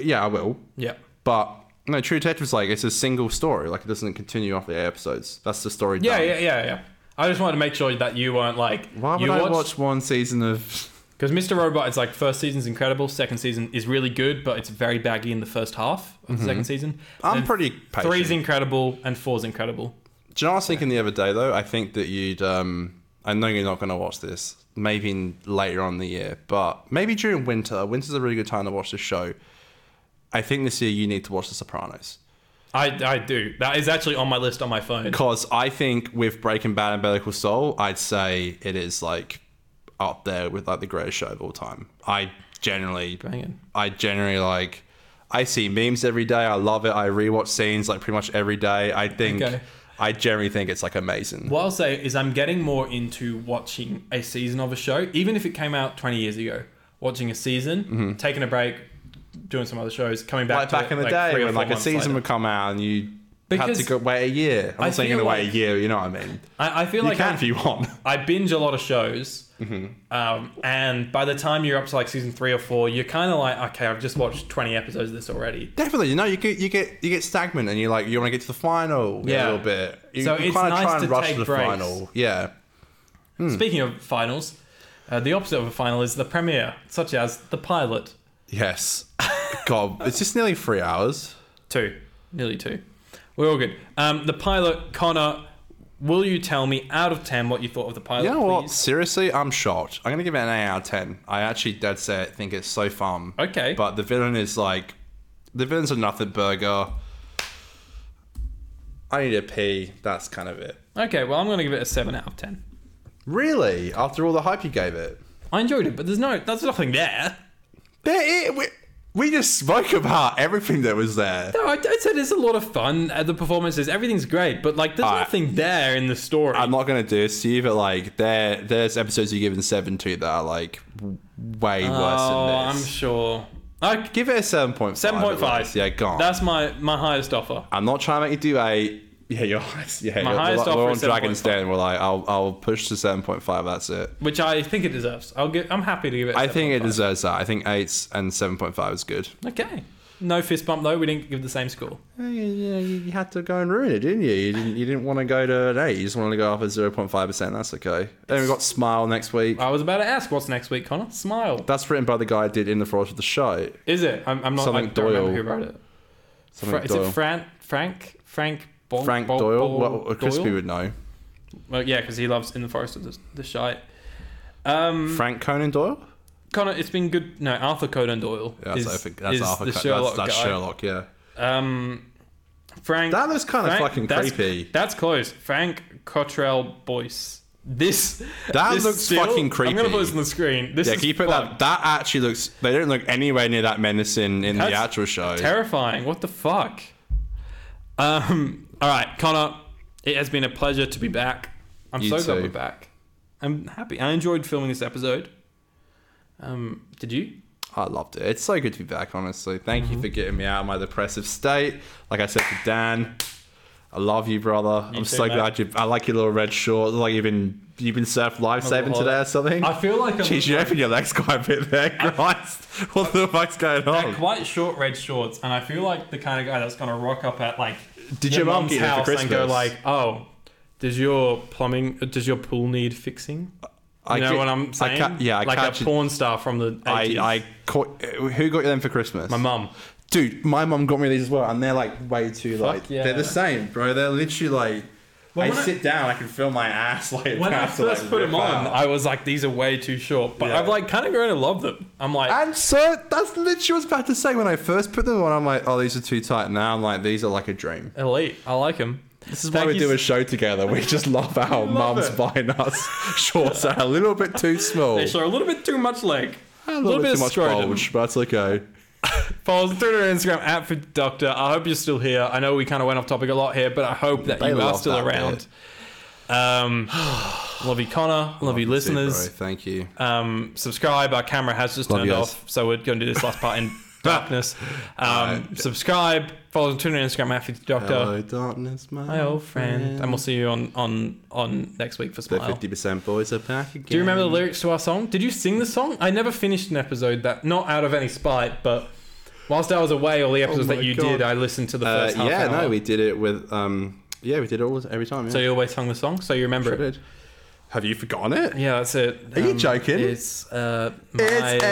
yeah, I will. Yeah. But no, True Detective is like it's a single story. Like it doesn't continue off the eight episodes. That's the story. Yeah, done. yeah, yeah, yeah. I just wanted to make sure that you weren't like Um, Why would you I watch one season of? because Mr. Robot is like first season's incredible, second season is really good, but it's very baggy in the first half of the second season. Mm-hmm. I'm And pretty patient. Three's incredible and four's incredible. Do you know what I was thinking the other day though? I think that you'd um I know you're not gonna watch this, maybe in, later on in the year, but maybe during winter. Winter's a really good time to watch this show. I think this year you need to watch The Sopranos. I, I do. That is actually on my list on my phone. Because I think with Breaking Bad and Better Call Saul, I'd say it is like up there with like the greatest show of all time. I generally Banging. I generally like. I see memes every day. I love it. I rewatch scenes like pretty much every day. I think. Okay. I generally think it's like amazing. What I'll say is I'm getting more into watching a season of a show, even if it came out 20 years ago. Watching a season, taking a break, doing some other shows, coming back Mm-hmm. Like to back in it, the three day or when four like a months season later. would come out and you had Because to go wait a year. I'm I not saying you're feel gonna wait like- a year. You know what I mean? I, I feel You like can Mm-hmm. I- if you want. I binge a lot of shows, um, and by the time you're up to like season three or four, you're kind of like, okay, I've just watched 20 episodes of this already. Definitely, you know, you get you get you get stagnant, and you're like you want to get to the final Yeah. a little bit. You, So you it's kinda nice try and to rush take to the breaks. final. Yeah, Mm. Speaking of finals, uh, the opposite of a final is the premiere, such as the pilot. yes. God, it's just nearly three hours. Two. Nearly two. We're all good. Um, the pilot, Connor, will you tell me out of 10 what you thought of the pilot? You know what? please? Seriously, I'm shocked. I'm gonna give it an eight out of ten. I actually dead set think it's so fun. Okay. But the villain is like the villain's a nothing burger. I need a pee. That's kind of it. Okay, well, I'm going to give it a 7 out of 10. Really? After all the hype you gave it? I enjoyed it, but there's no, there's nothing there. There it we, we just spoke about everything that was there. No, I, I said it's a lot of fun. Uh, the performances, everything's great, but like, there's Alright. nothing there in the story. I'm not gonna do this to you, but like there there's episodes you've given seven to that are like w- way worse oh, than I'm this. sure. I, Give it a seven point five. seven point five. Yeah, gone. That's my my highest offer. I'm not trying to make you do eight. Yeah, you're highest. Yeah, My you're, highest we're, offer we're on is Dragon's 7.5. Den. We're like, I'll, I'll push to seven point five. That's it. Which I think it deserves. I'll give. I'm happy to give it. I I think it deserves that. I think eight and seven point five is good. Okay. No fist bump though. We didn't give the same score. Yeah, you, you had to go and ruin it, didn't you? You didn't. You didn't want to go to an eight. You just wanted to go up at zero point five percent. That's okay. Then we got Smile next week. I was about to ask what's next week, Connor. Smile. That's written by the guy I did in the forest of the show. Is it? I'm, I'm not. I Something don't remember Doyle. who wrote it. Something Fra- is it Doyle. Frank? Frank? Frank? Bon- Frank Bon- Doyle. Bon- Well, Crispy Doyle? would know. Well, yeah, because he loves in the forest of the, the shite. Um, Frank Conan Doyle. Connor, it's been good. No, Arthur Conan Doyle Yeah, that's, is, I think that's is Arthur. the Co- Sherlock that's, that's guy. Sherlock. Yeah. Um, Frank. That looks kinda Frank- fucking that's- creepy. That's close. Frank Cottrell Boyce. This. That this looks still- fucking I'm gonna creepy. put this on the screen. This Yeah, is can you put fuck- that? That actually looks. They don't look anywhere near that menacing in the That's actual show. Terrifying. What the fuck? Um. All right, Connor. It has been a pleasure to be back. I'm You so glad too. we're back. I'm happy. I enjoyed filming this episode. Um. Did you? I loved it. It's so good to be Mm-hmm. back. Honestly, thank you for getting me out of my depressive state. Like I said to Dan, I love you, brother. I'm so too, glad you. I like your little red shorts. Like you've been you've been surf lifesaving Oh, today or something. I feel like I'm Jeez, you opened your legs quite a bit there, Christ. What the fuck's going They're on? quite short red shorts, and I feel like the kind of guy that's gonna rock up at like Did your mum mum's get it for house and go Christmas? like, "Oh, does your plumbing? uh, Does your pool need fixing?" You I know ca- what I'm I saying? ca- yeah, I like catch a it. porn star from the 80s. I, I caught. Who got you them for Christmas? my mum. Dude, my mum got me these as well, and they're like way too like. yeah. They're the same, bro. They're literally like. I when I- sit down, I can feel my ass like. When I have to, first like, put rip them on, out. I was like, "These are way too short," but Yeah. I've like kind of grown to love them. I'm like, And so that's literally what I was about to say. When I first put them on, I'm like, oh, these are too tight. Now I'm like, these are like a dream. elite. I like them. This This is why we do a show together. We just love our Love mums it. buying us shorts that are a little bit too small. They show a little bit too much leg. a little, bit, too of much scrotum. bulge, but it's okay. Follow us on Twitter and Instagram at Fit Doctor. I hope you're still here. I know we kind of went off topic a lot here, but I hope that They you are love still that around. Um, love you, Connor. Love you, listeners. Thank you. Um, subscribe. Our camera has just Love turned you guys. off, so we're going to do this last part in darkness. Um, subscribe. Follow us on Twitter and Instagram at Fit Doctor. Hello, darkness, my, Hi, old friend. And we'll see you on on on next week for The Smile. fifty percent boys are back again. Do you remember the lyrics to our song? Did you sing the song? I never finished an episode that, not out of any spite, but whilst I was away, all the episodes Oh my that you God. did, I listened to the Uh, first half yeah, hour. no, we did it with. Um, yeah, we did it all every time. Yeah. So you always sung the song, so you remember Sure it. did. Have you forgotten it? Yeah, that's it. Um, Are you joking? It's uh, my, It's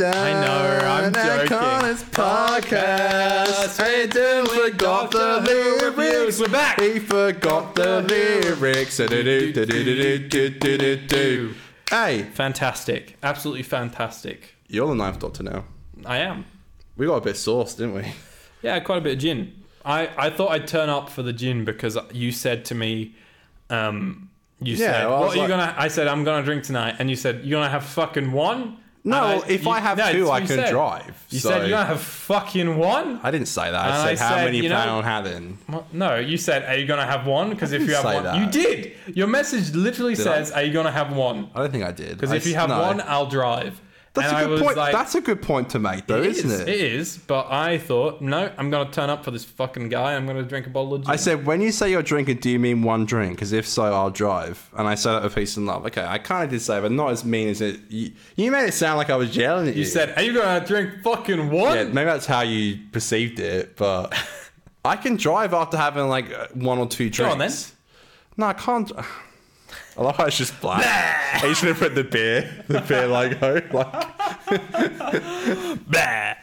Ada. I know, I'm and Connor's joking. podcast. Aiden forgot the lyrics. We're back. He forgot the lyrics. Do-do-do-do-do-do-do-do. Hey, Fantastic, absolutely fantastic. you're the ninth doctor now. I am. We got a bit sauce, didn't we? Yeah, quite a bit of gin. I, I thought I'd turn up for the gin because you said to me, um, you Yeah, said, well, I "What was are you like- gonna?" I said, "I'm gonna drink tonight," and you said, "You're gonna have fucking one." No, And if I have two, it's- I you can drive, You so- said you're gonna have fucking one. I didn't say that. And I said, I how said, many you plan know- on having? What? No, you said, "Are you gonna have one?" Because if didn't you have say one, that. you did. Your message literally says, "Are you gonna have one?" I don't think I did. Because I if you s- have no. one, I'll drive. that's And I a good was point. like, that's a good point to make, though, "It is, is, isn't It is. But I thought, no, I'm gonna turn up for this fucking guy. I'm gonna drink a bottle of gin. I said, when you say you're drinking, do you mean one drink? Because if so, I'll drive. And I said that with peace and love. Okay, I kind of did say, but not as mean as it. You, you made it sound like I was yelling at you. You said, "Are you gonna drink fucking one?" yeah, maybe that's how you perceived it, but I can drive after having like uh, one or two drinks. Go on then. No, I can't. I love how it's just black. He's gonna put the beer, the beer logo, like. Bah.